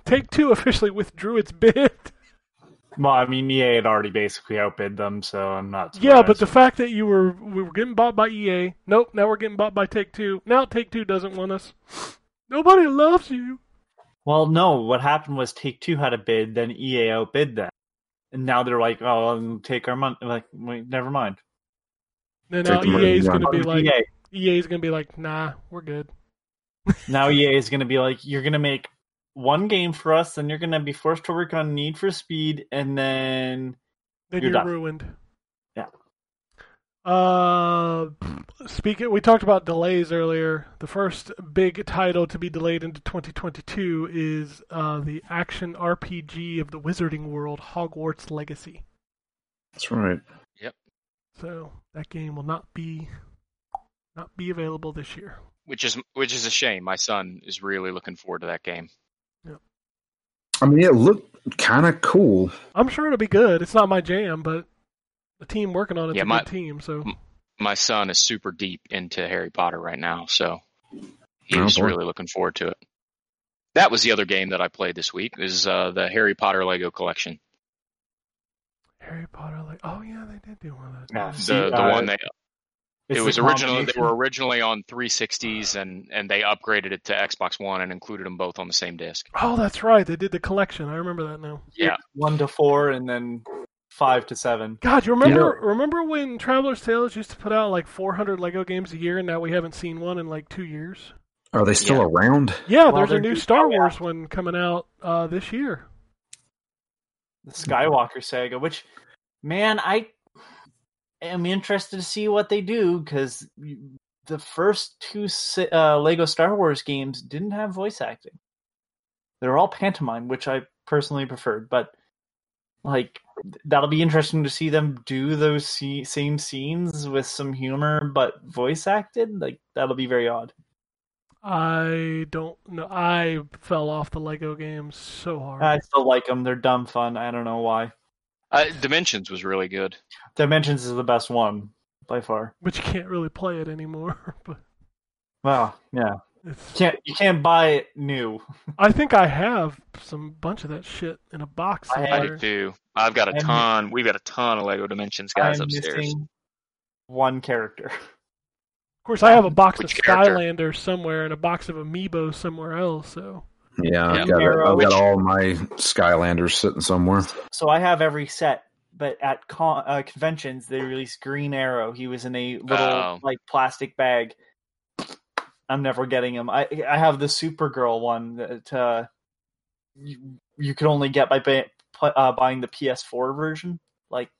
Speaker 5: Take Two officially withdrew its bid.
Speaker 2: Well, I mean, EA had already basically outbid them, so I'm not.
Speaker 5: yeah, but the
Speaker 2: surprised.
Speaker 5: fact that you were we were getting bought by EA. Nope, now we're getting bought by Take Two. Now Take Two doesn't want us. Nobody loves you.
Speaker 2: well, no. What happened was Take Two had a bid, then EA outbid them, and now they're like, "Oh, um, take our money." Like, wait, never mind.
Speaker 5: And now
Speaker 7: Take the money
Speaker 5: EA's
Speaker 7: and run.
Speaker 5: gonna be
Speaker 2: Fuck E
Speaker 5: like
Speaker 2: EA.
Speaker 5: EA's gonna be like, nah, we're good.
Speaker 2: now EA is going to be like, "You're going to make one game for us, and you're going to be forced to work on Need for Speed, and then
Speaker 5: Then you're,
Speaker 2: You're done.
Speaker 5: ruined.
Speaker 2: Yeah.
Speaker 5: Uh, speaking, we talked about delays earlier. The first big title to be delayed into 2022 is uh, the action RPG of the Wizarding World, Hogwarts Legacy.
Speaker 7: That's right.
Speaker 5: So that game will not be not be available this year.
Speaker 6: which is which is a shame. My son is really looking forward to that game.
Speaker 7: I mean, it looked kind of cool.
Speaker 5: I'm sure it'll be good. It's not my jam, but the team working on it's
Speaker 6: Yeah,
Speaker 5: a
Speaker 6: my-
Speaker 5: good team. So
Speaker 6: My son is super deep into Harry Potter right now, so
Speaker 7: Oh,
Speaker 6: he's
Speaker 7: boy.
Speaker 6: really looking forward to it. That was the other game that I played this week is uh, the Harry Potter Lego collection.
Speaker 5: Harry Potter, like, oh yeah, they did do one of those.
Speaker 2: Yeah,
Speaker 6: The
Speaker 2: See,
Speaker 6: the
Speaker 2: uh,
Speaker 6: one they
Speaker 2: it's
Speaker 6: it
Speaker 2: the
Speaker 6: was originally they
Speaker 2: combination.
Speaker 6: were originally on 360s and and they upgraded it to Xbox One and included them both on the same disc.
Speaker 5: Oh, that's right. They did the collection. I remember that now.
Speaker 6: Yeah.
Speaker 2: one to four, and then five to seven.
Speaker 5: God, you remember remember when Traveler's Tales used to put out like 400 Lego games a year, and now we haven't seen one in like two years.
Speaker 7: Are they still around?
Speaker 5: Yeah,
Speaker 2: Well,
Speaker 5: there's a
Speaker 2: they're
Speaker 5: new
Speaker 2: due-
Speaker 5: Star
Speaker 2: oh, yeah.
Speaker 5: Wars one coming out uh, this year.
Speaker 2: the Skywalker saga, which man, I am interested to see what they do because the first two si- uh, Lego Star Wars games didn't have voice acting. They're all pantomime, which I personally preferred, but like that'll be interesting to see them do those se- same scenes with some humor but voice acted. Like that'll be very odd.
Speaker 5: I don't know. I fell off the Lego games so hard.
Speaker 2: I still like them. They're dumb fun. I don't know why.
Speaker 6: Uh, Dimensions was really good.
Speaker 2: Dimensions is the best one by far.
Speaker 5: but you can't really play it anymore. But
Speaker 2: Wow. Yeah.
Speaker 5: it's,
Speaker 2: can't you can't buy it new.
Speaker 5: I think I have some bunch of that shit in a box
Speaker 2: I
Speaker 6: I
Speaker 5: somewhere.
Speaker 6: do too. I've got a
Speaker 2: I'm-
Speaker 6: ton. We've got a ton of Lego Dimensions guys
Speaker 2: I'm
Speaker 6: upstairs.
Speaker 2: missing one character.
Speaker 5: Of course, I have a box
Speaker 6: Which
Speaker 5: of
Speaker 6: character?
Speaker 5: Skylander somewhere and a box of Amiibo somewhere else. So
Speaker 7: Yeah, I've,
Speaker 6: Yeah.
Speaker 7: got,
Speaker 2: Arrow,
Speaker 7: I've
Speaker 2: which-
Speaker 7: got all my Skylanders sitting somewhere.
Speaker 2: So I have every set, but at con- uh, conventions they release Green Arrow. He was in a little
Speaker 6: Oh.
Speaker 2: like plastic bag. I'm never getting him. I I have the Supergirl one that uh, you you could only get by ba- pu- uh, buying the PS4 version. Like,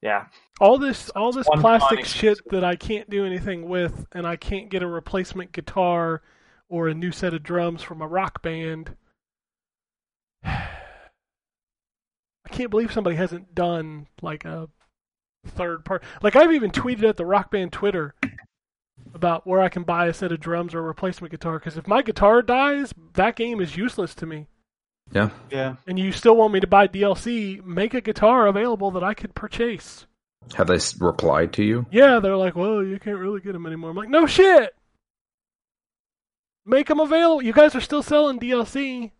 Speaker 2: yeah,
Speaker 5: all this all this
Speaker 2: One
Speaker 5: plastic
Speaker 2: fine
Speaker 5: shit
Speaker 2: exclusive.
Speaker 5: that I can't do anything with, and I can't get a replacement guitar or a new set of drums from a rock band. I can't believe somebody hasn't done like a third part. Like I've even tweeted at the rock band Twitter about where I can buy a set of drums or a replacement guitar because if my guitar dies, that game is useless to me.
Speaker 7: Yeah.
Speaker 2: yeah.
Speaker 5: And you still want me to buy DLC? Make a guitar available that I could purchase.
Speaker 7: Have they s- replied to you?
Speaker 5: Yeah, they're like, well, you can't really get them anymore. I'm like, no shit. Make them available. You guys are still selling DLC.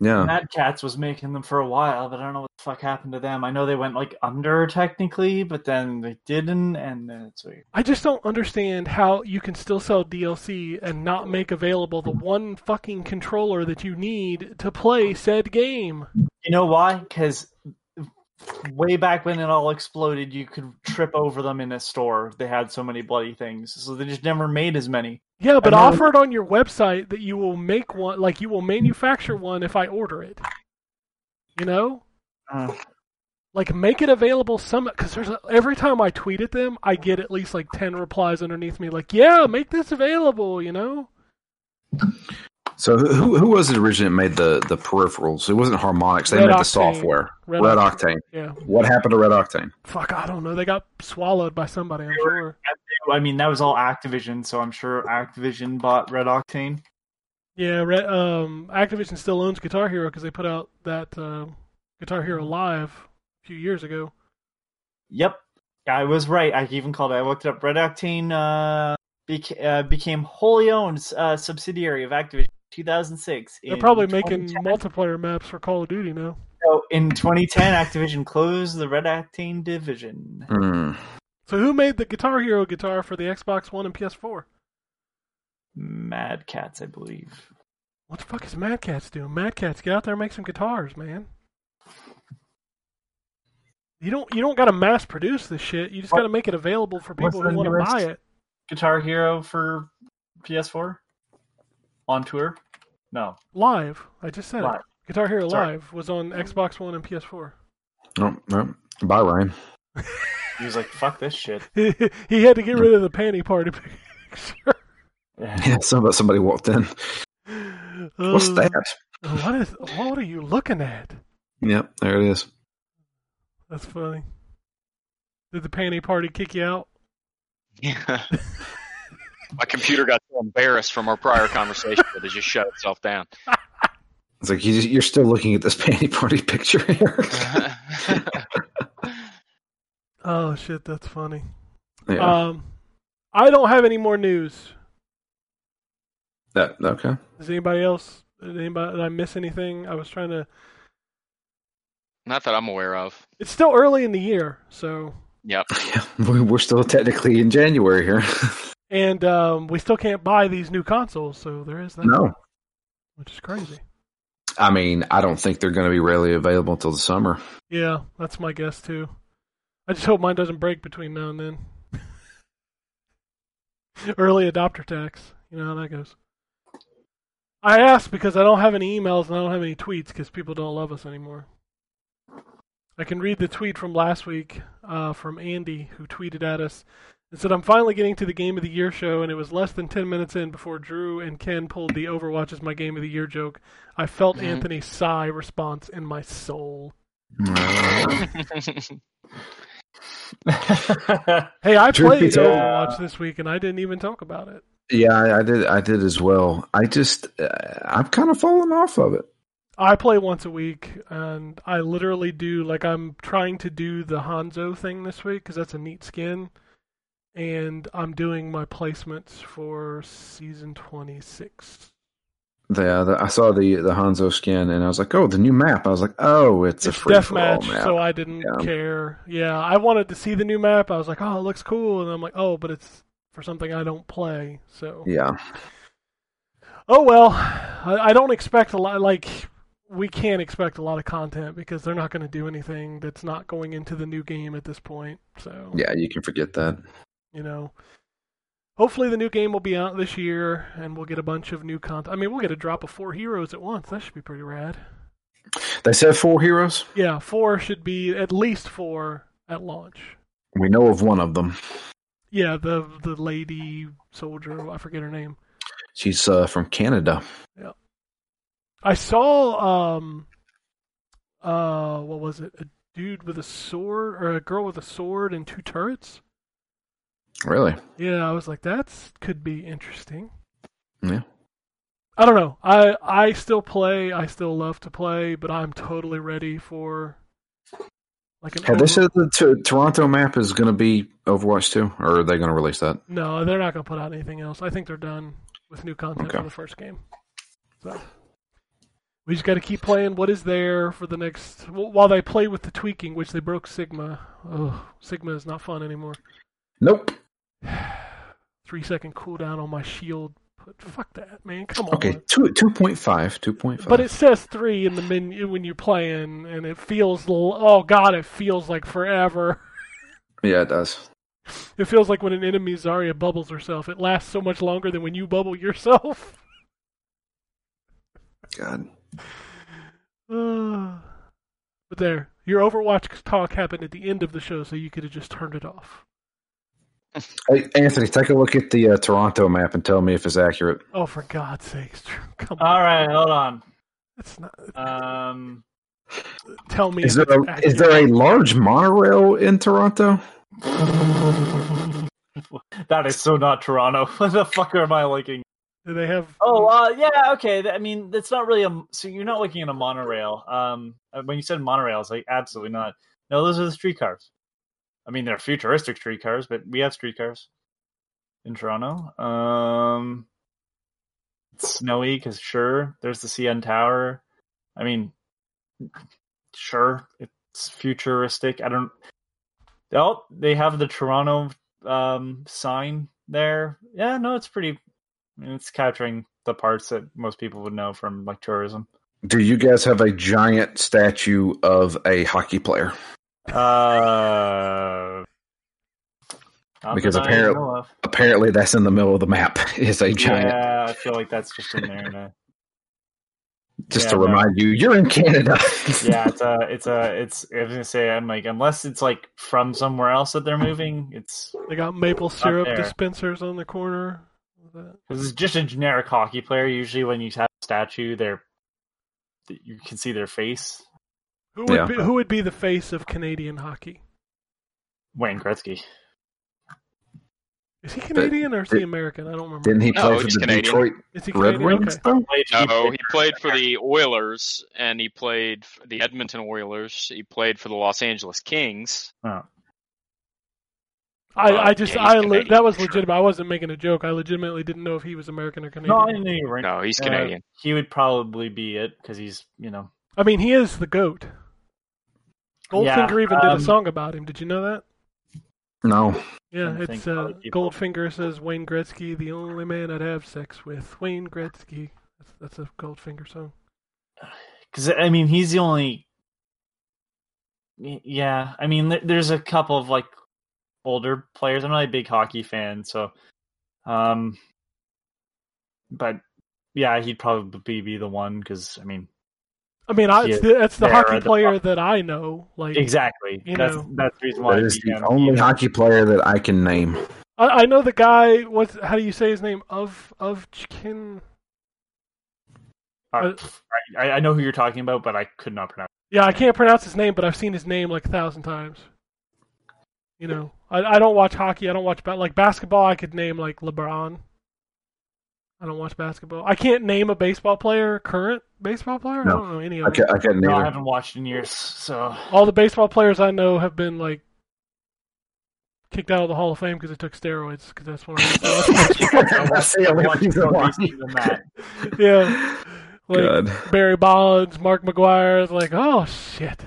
Speaker 7: Yeah.
Speaker 2: Mad Cats was making them for a while, but I don't know what the fuck happened to them. I know they went like under technically, but then they didn't, and then it's weird.
Speaker 5: I just don't understand how you can still sell DLC and not make available the one fucking controller that you need to play said game.
Speaker 2: You know why? Because way back when it all exploded, you could trip over them in a store. They had so many bloody things, so they just never made as many.
Speaker 5: Yeah, but
Speaker 2: I know.
Speaker 5: offer it on your website that you will make one, like you will manufacture one if I order it. You know?
Speaker 2: Uh,
Speaker 5: like make it available some because there's a, every time I tweet at them, I get at least like ten replies underneath me like, "Yeah, make this available," you know.
Speaker 7: So who who was it originally that made the the peripherals? It wasn't Harmonix. They
Speaker 5: Red
Speaker 7: made the
Speaker 5: Octane.
Speaker 7: software.
Speaker 5: Red
Speaker 7: Red,
Speaker 5: Oct-
Speaker 7: Octane.
Speaker 5: Yeah,
Speaker 7: What happened to Red Octane?
Speaker 5: fuck, I don't know. They got swallowed by somebody. I'm
Speaker 2: They were-
Speaker 5: sure.
Speaker 2: I mean, that was all Activision, so I'm sure Activision bought Red Octane.
Speaker 5: Yeah, Re- um, Activision still owns Guitar um, Hero because they put out that uh, Guitar Hero Live few years ago.
Speaker 2: Yep, I was right. I even called it. I looked it up. Red Octane uh, beca- uh, became wholly owned uh, subsidiary of Activision. in 2006.
Speaker 5: They're
Speaker 2: In
Speaker 5: probably making
Speaker 2: 2010
Speaker 5: multiplayer maps for Call of Duty now.
Speaker 2: no, in 2010, Activision closed the Red Octane division.
Speaker 7: Hmm.
Speaker 5: So who made the Guitar Hero guitar for the Xbox One and PS4?
Speaker 2: Mad Cats, I believe.
Speaker 5: What the fuck is Mad Cats doing? Mad Cats, get out there and make some guitars, man. You don't you don't gotta mass produce this shit. You just
Speaker 2: What-
Speaker 5: gotta make it available for
Speaker 2: what's
Speaker 5: people who
Speaker 2: the
Speaker 5: wanna
Speaker 2: newest-
Speaker 5: buy it.
Speaker 2: Guitar Hero for PS4 on tour. No,
Speaker 5: Live. I just said
Speaker 2: Live.
Speaker 5: it. Guitar Hero
Speaker 2: Sorry.
Speaker 5: Live was on Xbox One and PS4.
Speaker 7: Oh, no. Bye, Ryan.
Speaker 2: he was like, "Fuck this shit."
Speaker 5: he had to get rid of the panty party picture.
Speaker 2: Yeah.
Speaker 7: Yeah, some, somebody walked in. What's
Speaker 5: Uh,
Speaker 7: that?
Speaker 5: What is what are you looking at?
Speaker 7: Yep, there it is.
Speaker 5: That's funny. Did the panty party kick you out?
Speaker 6: My computer got so embarrassed from our prior conversation that it just shut itself down.
Speaker 7: It's like you, you're still looking at this panty party picture here.
Speaker 5: Oh shit, that's funny.
Speaker 7: yeah.
Speaker 5: Um, I don't have any more news.
Speaker 7: that, okay.
Speaker 5: Does anybody else? Did anybody? Did I miss anything? I was trying to.
Speaker 6: Not that I'm aware of.
Speaker 5: It's still early in the year, so
Speaker 6: Yep.
Speaker 7: Yeah, we- we're still technically in January here.
Speaker 5: and um, we still can't buy these new consoles, so there is that.
Speaker 7: no,
Speaker 5: which is crazy.
Speaker 7: I mean, I don't think they're going to be readily available until the summer.
Speaker 5: Yeah, that's my guess too. I just hope mine doesn't break between now and then. Early adopter tax. You know how that goes. I asked because I don't have any emails and I don't have any tweets because people don't love us anymore. I can read the tweet from last week uh, from Andy who tweeted at us and said, I'm finally getting to the Game of the Year show, and it was less than 10 minutes in before Drew and Ken pulled the Overwatch is my Game of the Year joke. I felt
Speaker 6: Mhm.
Speaker 5: Anthony's sigh response in my soul. Hey, I
Speaker 7: Truth be
Speaker 5: played
Speaker 7: told-
Speaker 5: Overwatch this week, and I didn't even talk about it.
Speaker 7: Yeah, I, I did. I did as well. I just, uh, I've kind of fallen off of it.
Speaker 5: I play once a week, and I literally do like I'm trying to do the Hanzo thing this week because that's a neat skin, and I'm doing my placements for season 26.
Speaker 7: The, uh, the I saw the the Hanzo skin, and I was like, oh, the new map. I was like, oh, it's, a
Speaker 5: It's
Speaker 7: free for all
Speaker 5: deathmatch,
Speaker 7: map.
Speaker 5: so I didn't
Speaker 7: Yeah.
Speaker 5: care. Yeah, I wanted to see the new map. I was like, oh, it looks cool, and I'm like, oh, but it's for something I don't play, so.
Speaker 7: yeah,
Speaker 5: Oh well, I, I don't expect a lot. Like we can't expect a lot of content because they're not going to do anything that's not going into the new game at this point. So
Speaker 7: yeah, you can forget that.
Speaker 5: you know, hopefully the new game will be out this year and we'll get a bunch of new content. I mean, we'll get a drop of four heroes at once. That should be pretty rad.
Speaker 7: They said four heroes.
Speaker 5: Yeah, four should be at least four at launch.
Speaker 7: We know of one of them.
Speaker 5: Yeah, the the lady soldier, I forget her name.
Speaker 7: She's uh, from Canada.
Speaker 5: I saw um uh what was it? A dude with a sword or a girl with a sword and two turrets?
Speaker 7: Really?
Speaker 5: Yeah, I was like that's could be interesting.
Speaker 7: Yeah.
Speaker 5: I don't know. I I still play, I still love to play, but I'm totally ready for like an
Speaker 7: Have they
Speaker 5: over-
Speaker 7: said the t- Toronto map is going to be Overwatch 2, or are they going to release that?
Speaker 5: No, they're not going to put out anything else. I think they're done with new content
Speaker 7: Okay.
Speaker 5: for the first game. So we just got to keep playing what is there for the next wh- while they play with the tweaking, which they broke Sigma. Oh, Sigma is not fun anymore.
Speaker 7: Nope.
Speaker 5: Three second cooldown on my shield. But fuck that, man. Come on.
Speaker 7: Okay, two two point five, two point five.
Speaker 5: But it says three in the menu when you're playing, and it feels l- oh god, it feels like forever.
Speaker 7: yeah, it does.
Speaker 5: It feels like when an enemy Zarya bubbles herself. It lasts so much longer than when you bubble yourself.
Speaker 7: God,
Speaker 5: Uh, but there, your Overwatch talk happened at the end of the show, so you could have just turned it off.
Speaker 7: hey, Anthony, take a look at the uh, Toronto map and tell me if it's accurate.
Speaker 5: Oh, for God's sakes, Drew, come on!
Speaker 2: All right, hold on.
Speaker 5: It's not.
Speaker 2: Um,
Speaker 5: Tell me.
Speaker 7: Is there
Speaker 5: if
Speaker 7: a,
Speaker 5: it's
Speaker 7: is there a
Speaker 5: accurate.
Speaker 7: large monorail in Toronto?
Speaker 2: that is so not Toronto. what the fuck am I looking?
Speaker 5: Do they have?
Speaker 2: Oh, uh, yeah, okay. th- I mean, that's not really a. So you're not looking at a monorail. Um, uh, when you said monorail, I was like, absolutely not. No, those are the streetcars. I mean, they're futuristic streetcars, but we have streetcars in Toronto. Um, it's snowy because sure, there's the CN Tower. I mean, sure, it's futuristic. I don't. Oh, they have the Toronto um, sign there. Yeah, no, it's pretty. I mean, it's capturing the parts that most people would know from like tourism.
Speaker 7: Do you guys have a giant statue of a hockey player?
Speaker 2: Uh, not
Speaker 7: Because
Speaker 2: that I
Speaker 7: apparent-
Speaker 2: know of.
Speaker 7: Apparently, that's in the middle of the map. Is a giant.
Speaker 2: yeah, I feel like that's just in there. in a-
Speaker 7: Just
Speaker 2: yeah,
Speaker 7: to
Speaker 2: no.
Speaker 7: remind you, you're in Canada.
Speaker 2: yeah, it's a, it's a, it's. I was gonna say, I'm like, unless it's like from somewhere else that they're moving, it's
Speaker 5: They got maple syrup
Speaker 2: there.
Speaker 5: dispensers on the corner.
Speaker 2: because it's just a generic hockey player. Usually, when you have a statue, they're you can see their face.
Speaker 5: Who would
Speaker 7: Yeah.
Speaker 5: be, who would be the face of Canadian hockey?
Speaker 2: Wayne Gretzky.
Speaker 5: Is he Canadian or is he American? I don't remember.
Speaker 7: Didn't he
Speaker 6: No,
Speaker 7: play for
Speaker 6: he's
Speaker 7: the
Speaker 6: Canadian.
Speaker 7: Detroit
Speaker 5: is he
Speaker 7: Red
Speaker 5: Canadian?
Speaker 7: Wings?
Speaker 5: Okay.
Speaker 7: though?
Speaker 2: Played- he
Speaker 6: No,
Speaker 2: played-
Speaker 6: he played for the Oilers and he played for the Edmonton Oilers. He played for the Los Angeles Kings.
Speaker 5: I,
Speaker 6: Uh,
Speaker 5: I just
Speaker 6: yeah, he's
Speaker 5: I le-
Speaker 6: Canadian,
Speaker 5: that was
Speaker 6: for sure.
Speaker 5: legitimate. I wasn't making a joke. I legitimately didn't know if he was American or Canadian.
Speaker 2: No, I knew you were
Speaker 6: No, he's
Speaker 2: Uh,
Speaker 6: Canadian.
Speaker 2: he would probably be it because he's you know
Speaker 5: I mean, he is the goat.
Speaker 2: Yeah,
Speaker 5: Goldfinger even did
Speaker 2: um,
Speaker 5: a song about him. Did you know that?
Speaker 7: No.
Speaker 5: Yeah,
Speaker 2: I
Speaker 5: it's
Speaker 2: think
Speaker 5: uh,
Speaker 2: other people-
Speaker 5: Goldfinger says Wayne Gretzky, the only man I'd have sex with. Wayne Gretzky. That's, that's a Goldfinger song.
Speaker 2: because I mean he's the only. Y- Yeah, I mean there- there's a couple of like older players. I'm not a big hockey fan, so, um, but yeah, he'd probably be the one because I mean
Speaker 5: I mean, I,
Speaker 2: Yeah,
Speaker 5: it's the, that's the
Speaker 2: there
Speaker 5: hockey
Speaker 2: are the-
Speaker 5: player that I know. Like,
Speaker 2: exactly
Speaker 5: You
Speaker 2: that's
Speaker 5: know.
Speaker 2: that's the reason why
Speaker 7: That is
Speaker 2: he,
Speaker 7: the
Speaker 2: um,
Speaker 7: only
Speaker 2: he-
Speaker 7: hockey player that I can name.
Speaker 5: I, I know the guy. What's how do you say his name? Of Ovchkin.
Speaker 2: uh, I, I know who you're talking about, but I could not pronounce.
Speaker 5: Yeah, I can't pronounce his name, but I've seen his name like a thousand times. You know, I, I don't watch hockey. I don't watch ba- like basketball. I could name like LeBron. I don't watch basketball. I can't name a baseball player, current baseball player.
Speaker 7: No.
Speaker 5: I don't know any of
Speaker 7: I
Speaker 5: them.
Speaker 7: can, I can
Speaker 2: No, I
Speaker 7: neither.
Speaker 2: haven't watched in years, so
Speaker 5: All the baseball players I know have been like kicked out of the Hall of Fame because they took steroids. Because that's what. I
Speaker 7: That's the only
Speaker 2: Watched
Speaker 7: reason
Speaker 2: more
Speaker 7: why.
Speaker 2: recently than that.
Speaker 5: yeah, like
Speaker 7: God.
Speaker 5: Barry Bonds, Mark McGuire. it's Like, oh shit.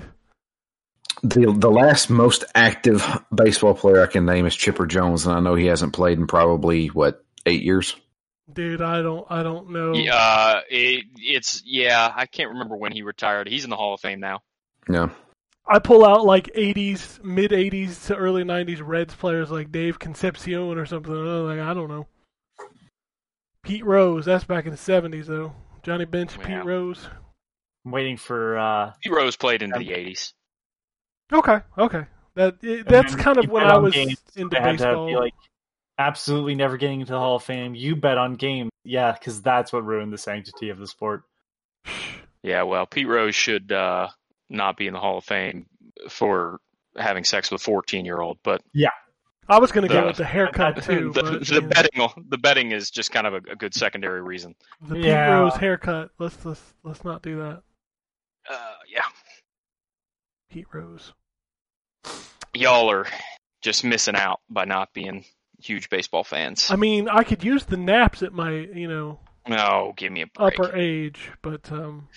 Speaker 7: The the last most active baseball player I can name is Chipper Jones, and I know he hasn't played in probably what eight years.
Speaker 5: Dude, I don't, I don't know.
Speaker 6: Yeah, uh, it, it's yeah. I can't remember when he retired. He's in the Hall of Fame now.
Speaker 7: Yeah,
Speaker 5: I pull out like '80s, mid '80s to early '90s Reds players like Dave Concepcion or something. and I'm Like I don't know. Pete Rose, that's back in the '70s though. Johnny Bench,
Speaker 6: Yeah.
Speaker 5: Pete Rose.
Speaker 2: I'm waiting for uh,
Speaker 6: Pete Rose played into the eighties.
Speaker 5: Okay, okay. That it, that's
Speaker 2: then
Speaker 5: kind of
Speaker 2: you
Speaker 5: when
Speaker 2: bet
Speaker 5: I
Speaker 2: on
Speaker 5: was
Speaker 2: games
Speaker 5: into
Speaker 2: I had to
Speaker 5: baseball.
Speaker 2: be like absolutely never getting into the Hall of Fame. You bet on game, yeah, because that's what ruined the sanctity of the sport.
Speaker 6: Yeah, well, Pete Rose should uh, not be in the Hall of Fame for having sex with a fourteen-year-old. But
Speaker 5: I was gonna go
Speaker 6: the-
Speaker 5: with the haircut too,
Speaker 6: the,
Speaker 5: but
Speaker 6: the
Speaker 5: yeah,
Speaker 6: betting, the betting is just kind of a, a good secondary reason.
Speaker 5: the Pete
Speaker 2: Yeah.
Speaker 5: Rose haircut. Let's let's let's not do that.
Speaker 6: Uh, yeah,
Speaker 5: Pete Rose.
Speaker 6: y'all are just missing out by not being huge baseball fans.
Speaker 5: I mean, I could use the naps at my you know
Speaker 6: No, give me a break.
Speaker 5: upper age, but um,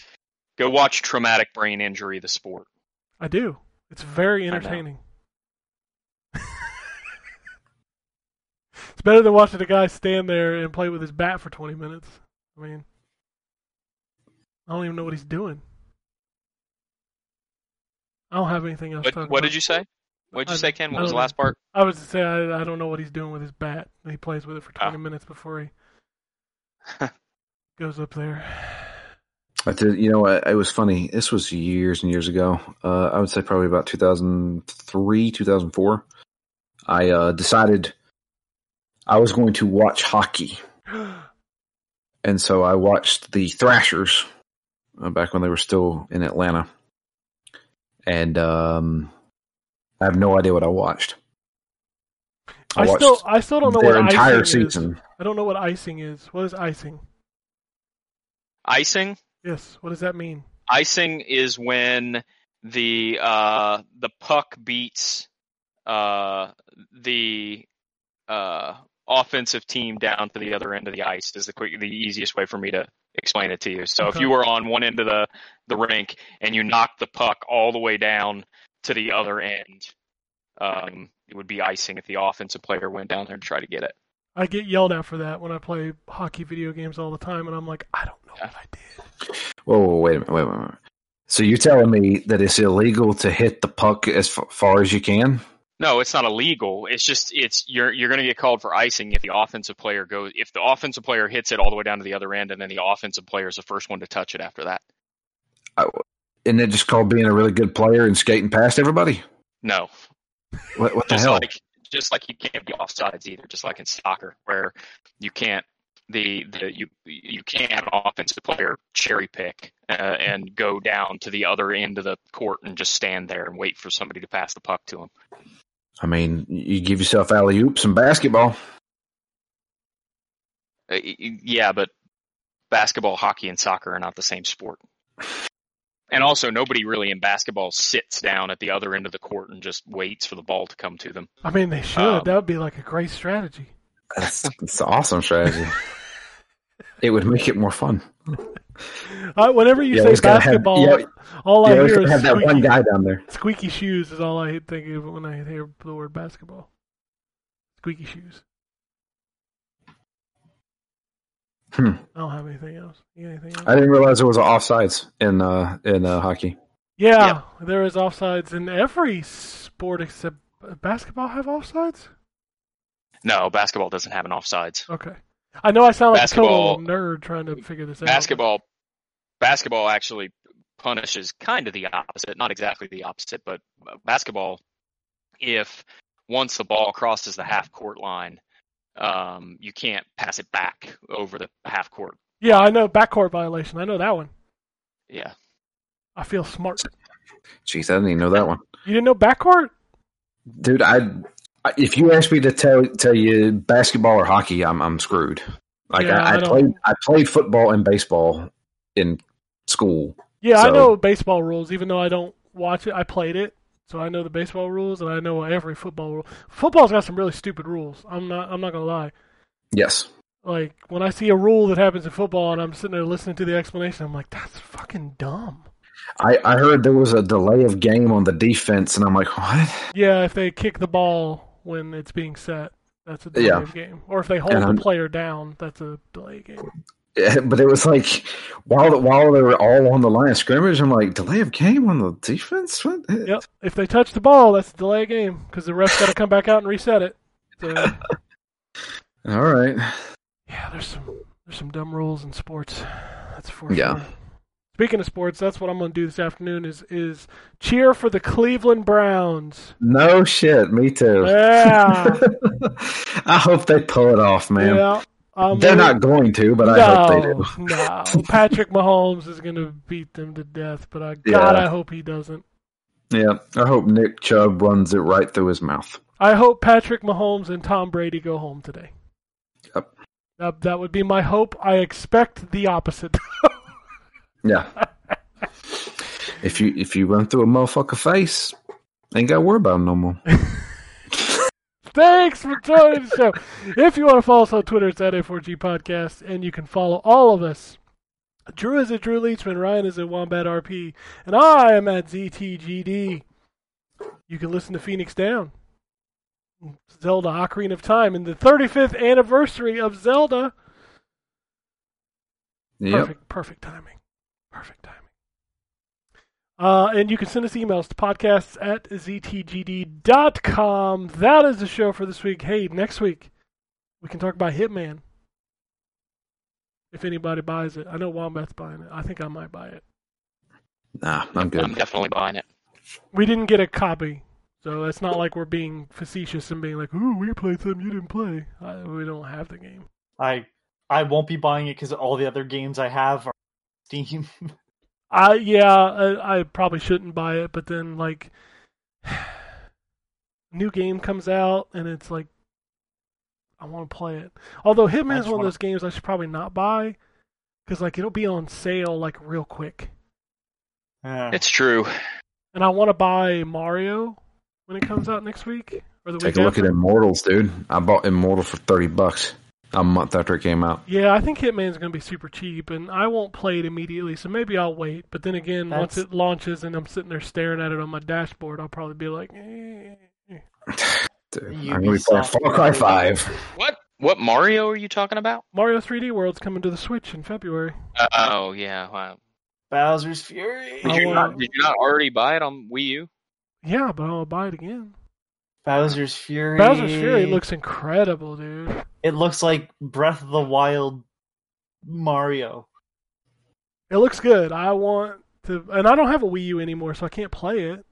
Speaker 6: Go watch Traumatic Brain Injury, the sport.
Speaker 5: I do. It's very
Speaker 6: Uh, I know.
Speaker 5: entertaining. it's better than watching a guy stand there and play with his bat for 20 minutes. I mean, I don't even know what he's doing. I don't have anything else. to
Speaker 6: What,
Speaker 5: talk
Speaker 6: what
Speaker 5: about.
Speaker 6: did you say? What did you
Speaker 5: I-
Speaker 6: say, Ken?
Speaker 5: I
Speaker 6: What was
Speaker 5: don't know.
Speaker 6: the last part?
Speaker 5: I was to say I, I don't know what he's doing with his bat. He plays with it for
Speaker 6: Ah.
Speaker 5: 20 minutes before he goes up there.
Speaker 7: I did, you know what? It was funny. This was years and years ago. Uh, I would say probably about 2003, 2004. I uh, decided I was going to watch hockey, and so I watched the Thrashers uh, back when they were still in Atlanta, and um, I have no idea what I watched.
Speaker 5: I, still I still don't know
Speaker 7: their
Speaker 5: what
Speaker 7: entire
Speaker 5: icing is.
Speaker 7: season.
Speaker 5: I don't know what icing is. What is icing?
Speaker 6: Icing?
Speaker 5: Yes. What does that mean?
Speaker 6: Icing is when the uh, the puck beats uh, the uh, offensive team down to the other end of the ice is the quick the easiest way for me to explain it to you. So if
Speaker 5: Okay.
Speaker 6: you were on one end of the the rink and you knocked the puck all the way down to the other end, um, it would be icing if the offensive player went down there to try to get it.
Speaker 5: I get yelled at for that when I play hockey video games all the time, and I'm like, I don't know what I did.
Speaker 7: Whoa, whoa, wait a minute, wait a minute. So you're telling me that it's illegal to hit the puck as f- far as you can?
Speaker 6: No, it's not illegal. It's just it's you're you're going to get called for icing if the offensive player goes if the offensive player hits it all the way down to the other end, and then the offensive player is the first one to touch it after that.
Speaker 7: Isn't that just called being a really good player and skating past everybody?
Speaker 6: No,
Speaker 7: What, what the
Speaker 6: just
Speaker 7: hell?
Speaker 6: like just like you can't be offsides either. Just like in soccer, where you can't the, the you you can't have an offensive player cherry pick uh, and go down to the other end of the court and just stand there and wait for somebody to pass the puck to him.
Speaker 7: I mean, you give yourself alley oops in basketball.
Speaker 6: Uh, y- y- yeah, but basketball, hockey, and soccer are not the same sport. And also, nobody really in basketball sits down at the other end of the court and just waits for the ball to come to them.
Speaker 5: I mean, they should.
Speaker 6: Um,
Speaker 5: that would be like a great strategy.
Speaker 7: That's, that's an awesome strategy. it would make it more fun.
Speaker 5: I, whenever you
Speaker 7: Yeah,
Speaker 5: say
Speaker 7: he's gotta have-
Speaker 5: basketball,
Speaker 7: yeah,
Speaker 5: all
Speaker 7: yeah,
Speaker 5: I
Speaker 7: we
Speaker 5: hear
Speaker 7: should
Speaker 5: is
Speaker 7: have that one
Speaker 5: squeaky,
Speaker 7: guy down there.
Speaker 5: squeaky shoes is all I think of when I hear the word basketball. Squeaky shoes.
Speaker 7: Hmm.
Speaker 5: I don't have anything else. You got anything else?
Speaker 7: I didn't realize there was offsides in uh, in uh, hockey.
Speaker 5: yeah, there is offsides in every sport except uh, basketball. Have offsides?
Speaker 6: No, basketball doesn't have an offsides.
Speaker 5: Okay. I know I sound like a
Speaker 6: Basketball-
Speaker 5: total nerd trying to figure this out.
Speaker 6: Basketball, basketball actually punishes kind of the opposite, not exactly the opposite, but uh, basketball, if once the ball crosses the half court line, um, you can't pass it back over the half court.
Speaker 5: Yeah, I know backcourt violation. I know that one.
Speaker 6: Yeah.
Speaker 5: I feel smart.
Speaker 7: Jeez, I didn't even know that one,
Speaker 5: You didn't know backcourt?
Speaker 7: dude. I I- if you ask me to tell tell you basketball or hockey, I'm I'm screwed. Like
Speaker 5: Yeah,
Speaker 7: I,
Speaker 5: I
Speaker 7: I
Speaker 5: don't-
Speaker 7: played I played football and baseball in school.
Speaker 5: Yeah, I
Speaker 7: So-
Speaker 5: know baseball rules, even though I don't watch it. I played it, so I know the baseball rules, and I know every football rule. Football's got some really stupid rules. I'm not. I'm not gonna lie.
Speaker 7: Yes,
Speaker 5: Like when I see a rule that happens in football, and I'm sitting there listening to the explanation, I'm like, that's fucking dumb.
Speaker 7: I, I heard there was a delay of game on the defense, and I'm like, what?
Speaker 5: Yeah, if they kick the ball when it's being set, that's a delay
Speaker 7: Yeah.
Speaker 5: of game. Or if they hold
Speaker 7: And
Speaker 5: the
Speaker 7: I'm-
Speaker 5: player down, that's a delay game.
Speaker 7: Yeah, But it was like while while they were all on the line of scrimmage, I'm like, delay of game on the defense. What?
Speaker 5: Yep. If they touch the ball, that's a delay game because the ref's got to come back out and reset it. So,
Speaker 7: All right.
Speaker 5: yeah, there's some there's some dumb rules in sports. That's for
Speaker 7: Yeah.
Speaker 5: sure. Speaking of sports, that's what I'm going to do this afternoon is is cheer for the Cleveland Browns.
Speaker 7: No shit. Me too.
Speaker 5: Yeah.
Speaker 7: I hope they pull it off, man.
Speaker 5: yeah. I'm
Speaker 7: They're
Speaker 5: gonna-
Speaker 7: not going to, but I hope they do.
Speaker 5: no. Patrick Mahomes is going to beat them to death, but I God,
Speaker 7: Yeah.
Speaker 5: I hope he doesn't.
Speaker 7: Yeah, I hope Nick Chubb runs it right through his mouth.
Speaker 5: I hope Patrick Mahomes and Tom Brady go home today.
Speaker 7: Yep.
Speaker 5: That, that would be my hope. I expect the opposite.
Speaker 7: Yeah. if you if you run through a motherfucker face, ain't got to worry about him no more.
Speaker 5: Thanks for joining the show. If you want to follow us on Twitter, it's at A4G Podcast, and you can follow all of us. Drew is at Drew Leachman, Ryan is at Wombat RP, and I am at ZTGD. You can listen to Phoenix Down, Zelda Ocarina of Time, and the 35th anniversary of Zelda.
Speaker 7: Yep.
Speaker 5: Perfect, perfect timing. Perfect timing. Uh, and you can send us emails to podcasts at ztgd.com. That is the show for this week. Hey, next week, we can talk about Hitman. If anybody buys it, I know Wombat's buying it. I think I might buy it.
Speaker 7: Nah, I'm
Speaker 6: I'm
Speaker 7: good.
Speaker 6: definitely buying it.
Speaker 5: We didn't get a copy, so it's not like we're being facetious and being like, ooh, we played something you didn't play. I, we don't have the game.
Speaker 2: I I won't be buying it because all the other games I have are on Steam.
Speaker 5: I yeah, I, I probably shouldn't buy it, but then like new game comes out and it's like I want to play it. Although Hitman's
Speaker 2: I just
Speaker 5: one of
Speaker 2: wanna-
Speaker 5: those games I should probably not buy because like it'll be on sale like real quick.
Speaker 2: Yeah.
Speaker 6: It's true.
Speaker 5: and I want to buy Mario when it comes out next week or the
Speaker 7: Take
Speaker 5: week
Speaker 7: a look
Speaker 5: after.
Speaker 7: at Immortals, dude. I bought Immortal for thirty bucks a month after it came out.
Speaker 5: Yeah, I think Hitman's going to be super cheap, and I won't play it immediately, so maybe I'll wait. But then again, once
Speaker 2: That's-
Speaker 5: it launches and I'm sitting there staring at it on my dashboard, I'll probably be like, eh.
Speaker 7: Dude, I'm gonna be playing
Speaker 2: Ubisoft.
Speaker 7: Far Cry Five.
Speaker 6: What what Mario are you talking about?
Speaker 5: Mario 3D World's coming to the Switch in February.
Speaker 6: oh yeah. Wow.
Speaker 2: Bowser's Fury.
Speaker 6: Did
Speaker 5: I
Speaker 6: you,
Speaker 5: wanna-
Speaker 6: not, did you not already buy it on Wii U?
Speaker 5: Yeah, but I'll buy it again.
Speaker 2: Bowser's Fury.
Speaker 5: Bowser's Fury looks incredible, dude.
Speaker 2: It looks like Breath of the Wild Mario.
Speaker 5: It looks good. I want to, and I don't have a Wii U anymore, so I can't play it.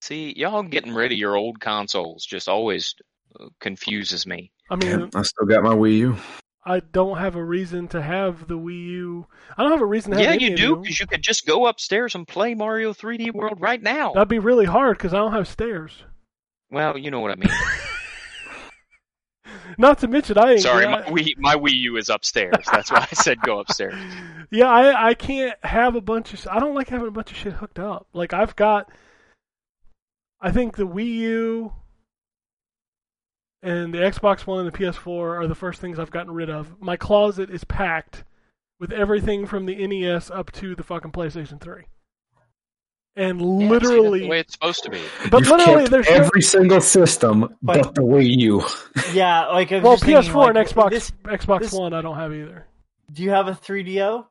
Speaker 6: See, y'all getting rid of your old consoles just always uh, confuses me.
Speaker 5: I mean,
Speaker 7: Yeah, I still got my Wii U.
Speaker 5: I don't have a reason to have the Wii U. I don't have a reason to have
Speaker 6: Yeah,
Speaker 5: any
Speaker 6: you
Speaker 5: of
Speaker 6: do,
Speaker 5: them.
Speaker 6: because you could just go upstairs and play Mario 3D World right now.
Speaker 5: That'd be really hard because I don't have stairs.
Speaker 6: Well, you know what I mean.
Speaker 5: Not to mention, I ain't.
Speaker 6: Sorry,
Speaker 5: I-
Speaker 6: my Wii, my Wii U is upstairs. That's why I said go upstairs.
Speaker 5: yeah, I I can't have a bunch of. I don't like having a bunch of shit hooked up. Like I've got, I think the Wii U and the Xbox One and the PS4 are the first things I've gotten rid of. My closet is packed with everything from the NES up to the fucking PlayStation 3, and
Speaker 6: Yeah, see, that's
Speaker 5: literally.
Speaker 6: the way it's supposed to be.
Speaker 5: but
Speaker 7: You've
Speaker 5: literally,
Speaker 7: kept
Speaker 5: there's no-
Speaker 7: every single system
Speaker 2: But-
Speaker 7: but, the Wii U.
Speaker 2: Yeah, like um, I was
Speaker 5: well,
Speaker 2: just thinking,
Speaker 5: PS4
Speaker 2: like,
Speaker 5: and Xbox
Speaker 2: this-
Speaker 5: Xbox
Speaker 2: this-
Speaker 5: One I don't have either.
Speaker 2: do you have a 3DO?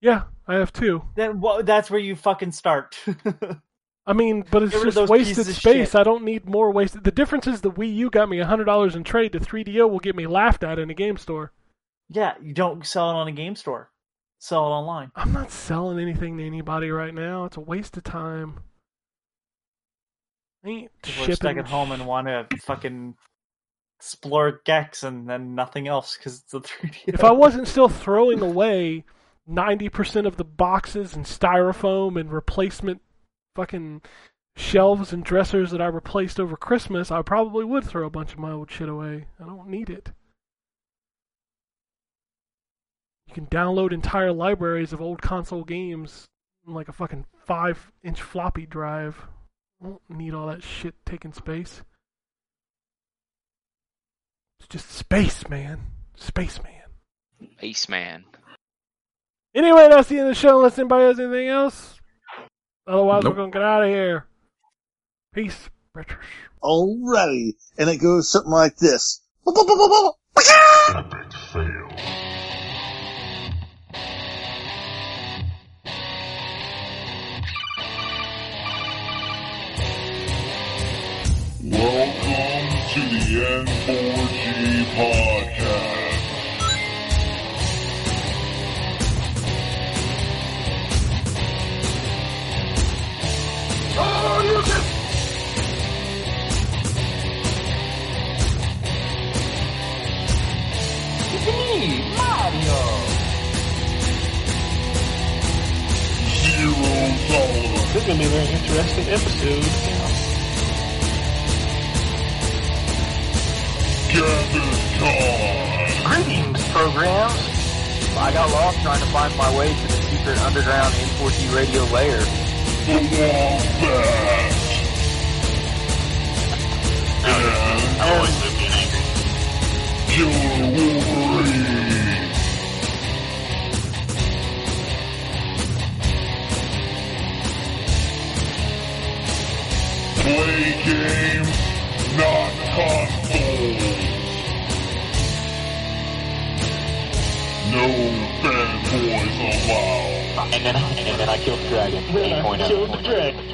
Speaker 5: Yeah, I have two.
Speaker 2: Then well, that's where you fucking start.
Speaker 5: I mean, but it's
Speaker 2: Get rid
Speaker 5: just
Speaker 2: of those
Speaker 5: wasted
Speaker 2: pieces of
Speaker 5: space.
Speaker 2: shit.
Speaker 5: I don't need more wasted. The difference is the Wii U got me hundred dollars in trade. The 3DO will get me laughed at in a game store.
Speaker 2: yeah, you don't sell it on a game store. Sell it online.
Speaker 5: I'm not selling anything to anybody right now. It's a waste of time. I ain't
Speaker 2: People are stuck
Speaker 5: shipping
Speaker 2: at home and want to fucking explore Gex and then nothing else because it's a 3DO.
Speaker 5: If I wasn't still throwing away ninety percent of the boxes and styrofoam and replacement fucking shelves and dressers that I replaced over Christmas, I probably would throw a bunch of my old shit away. I don't need it. You can download entire libraries of old console games in like a fucking five inch floppy drive. I don't need all that shit taking space. It's just space, man. Space, man.
Speaker 6: Baseman.
Speaker 5: Anyway, that's the end of the show. Unless anybody has anything else, otherwise
Speaker 7: Nope.
Speaker 5: we're gonna get out of here. Peace, Richards.
Speaker 8: Alrighty. And it goes something like this.
Speaker 9: Welcome to the N4G podcast. Zero tolerance.
Speaker 10: This is gonna be a very interesting episode.
Speaker 9: Gathers time.
Speaker 10: Greetings, programs.
Speaker 11: I got lost trying to find my way to the secret underground N4G radio layer.
Speaker 9: The Wombat. And
Speaker 1: I always live in angry.
Speaker 9: Killer Wolverine. Play game, not console. No fanboys allowed.
Speaker 11: And then, and then I killed the dragon.
Speaker 10: Then I killed the dragon.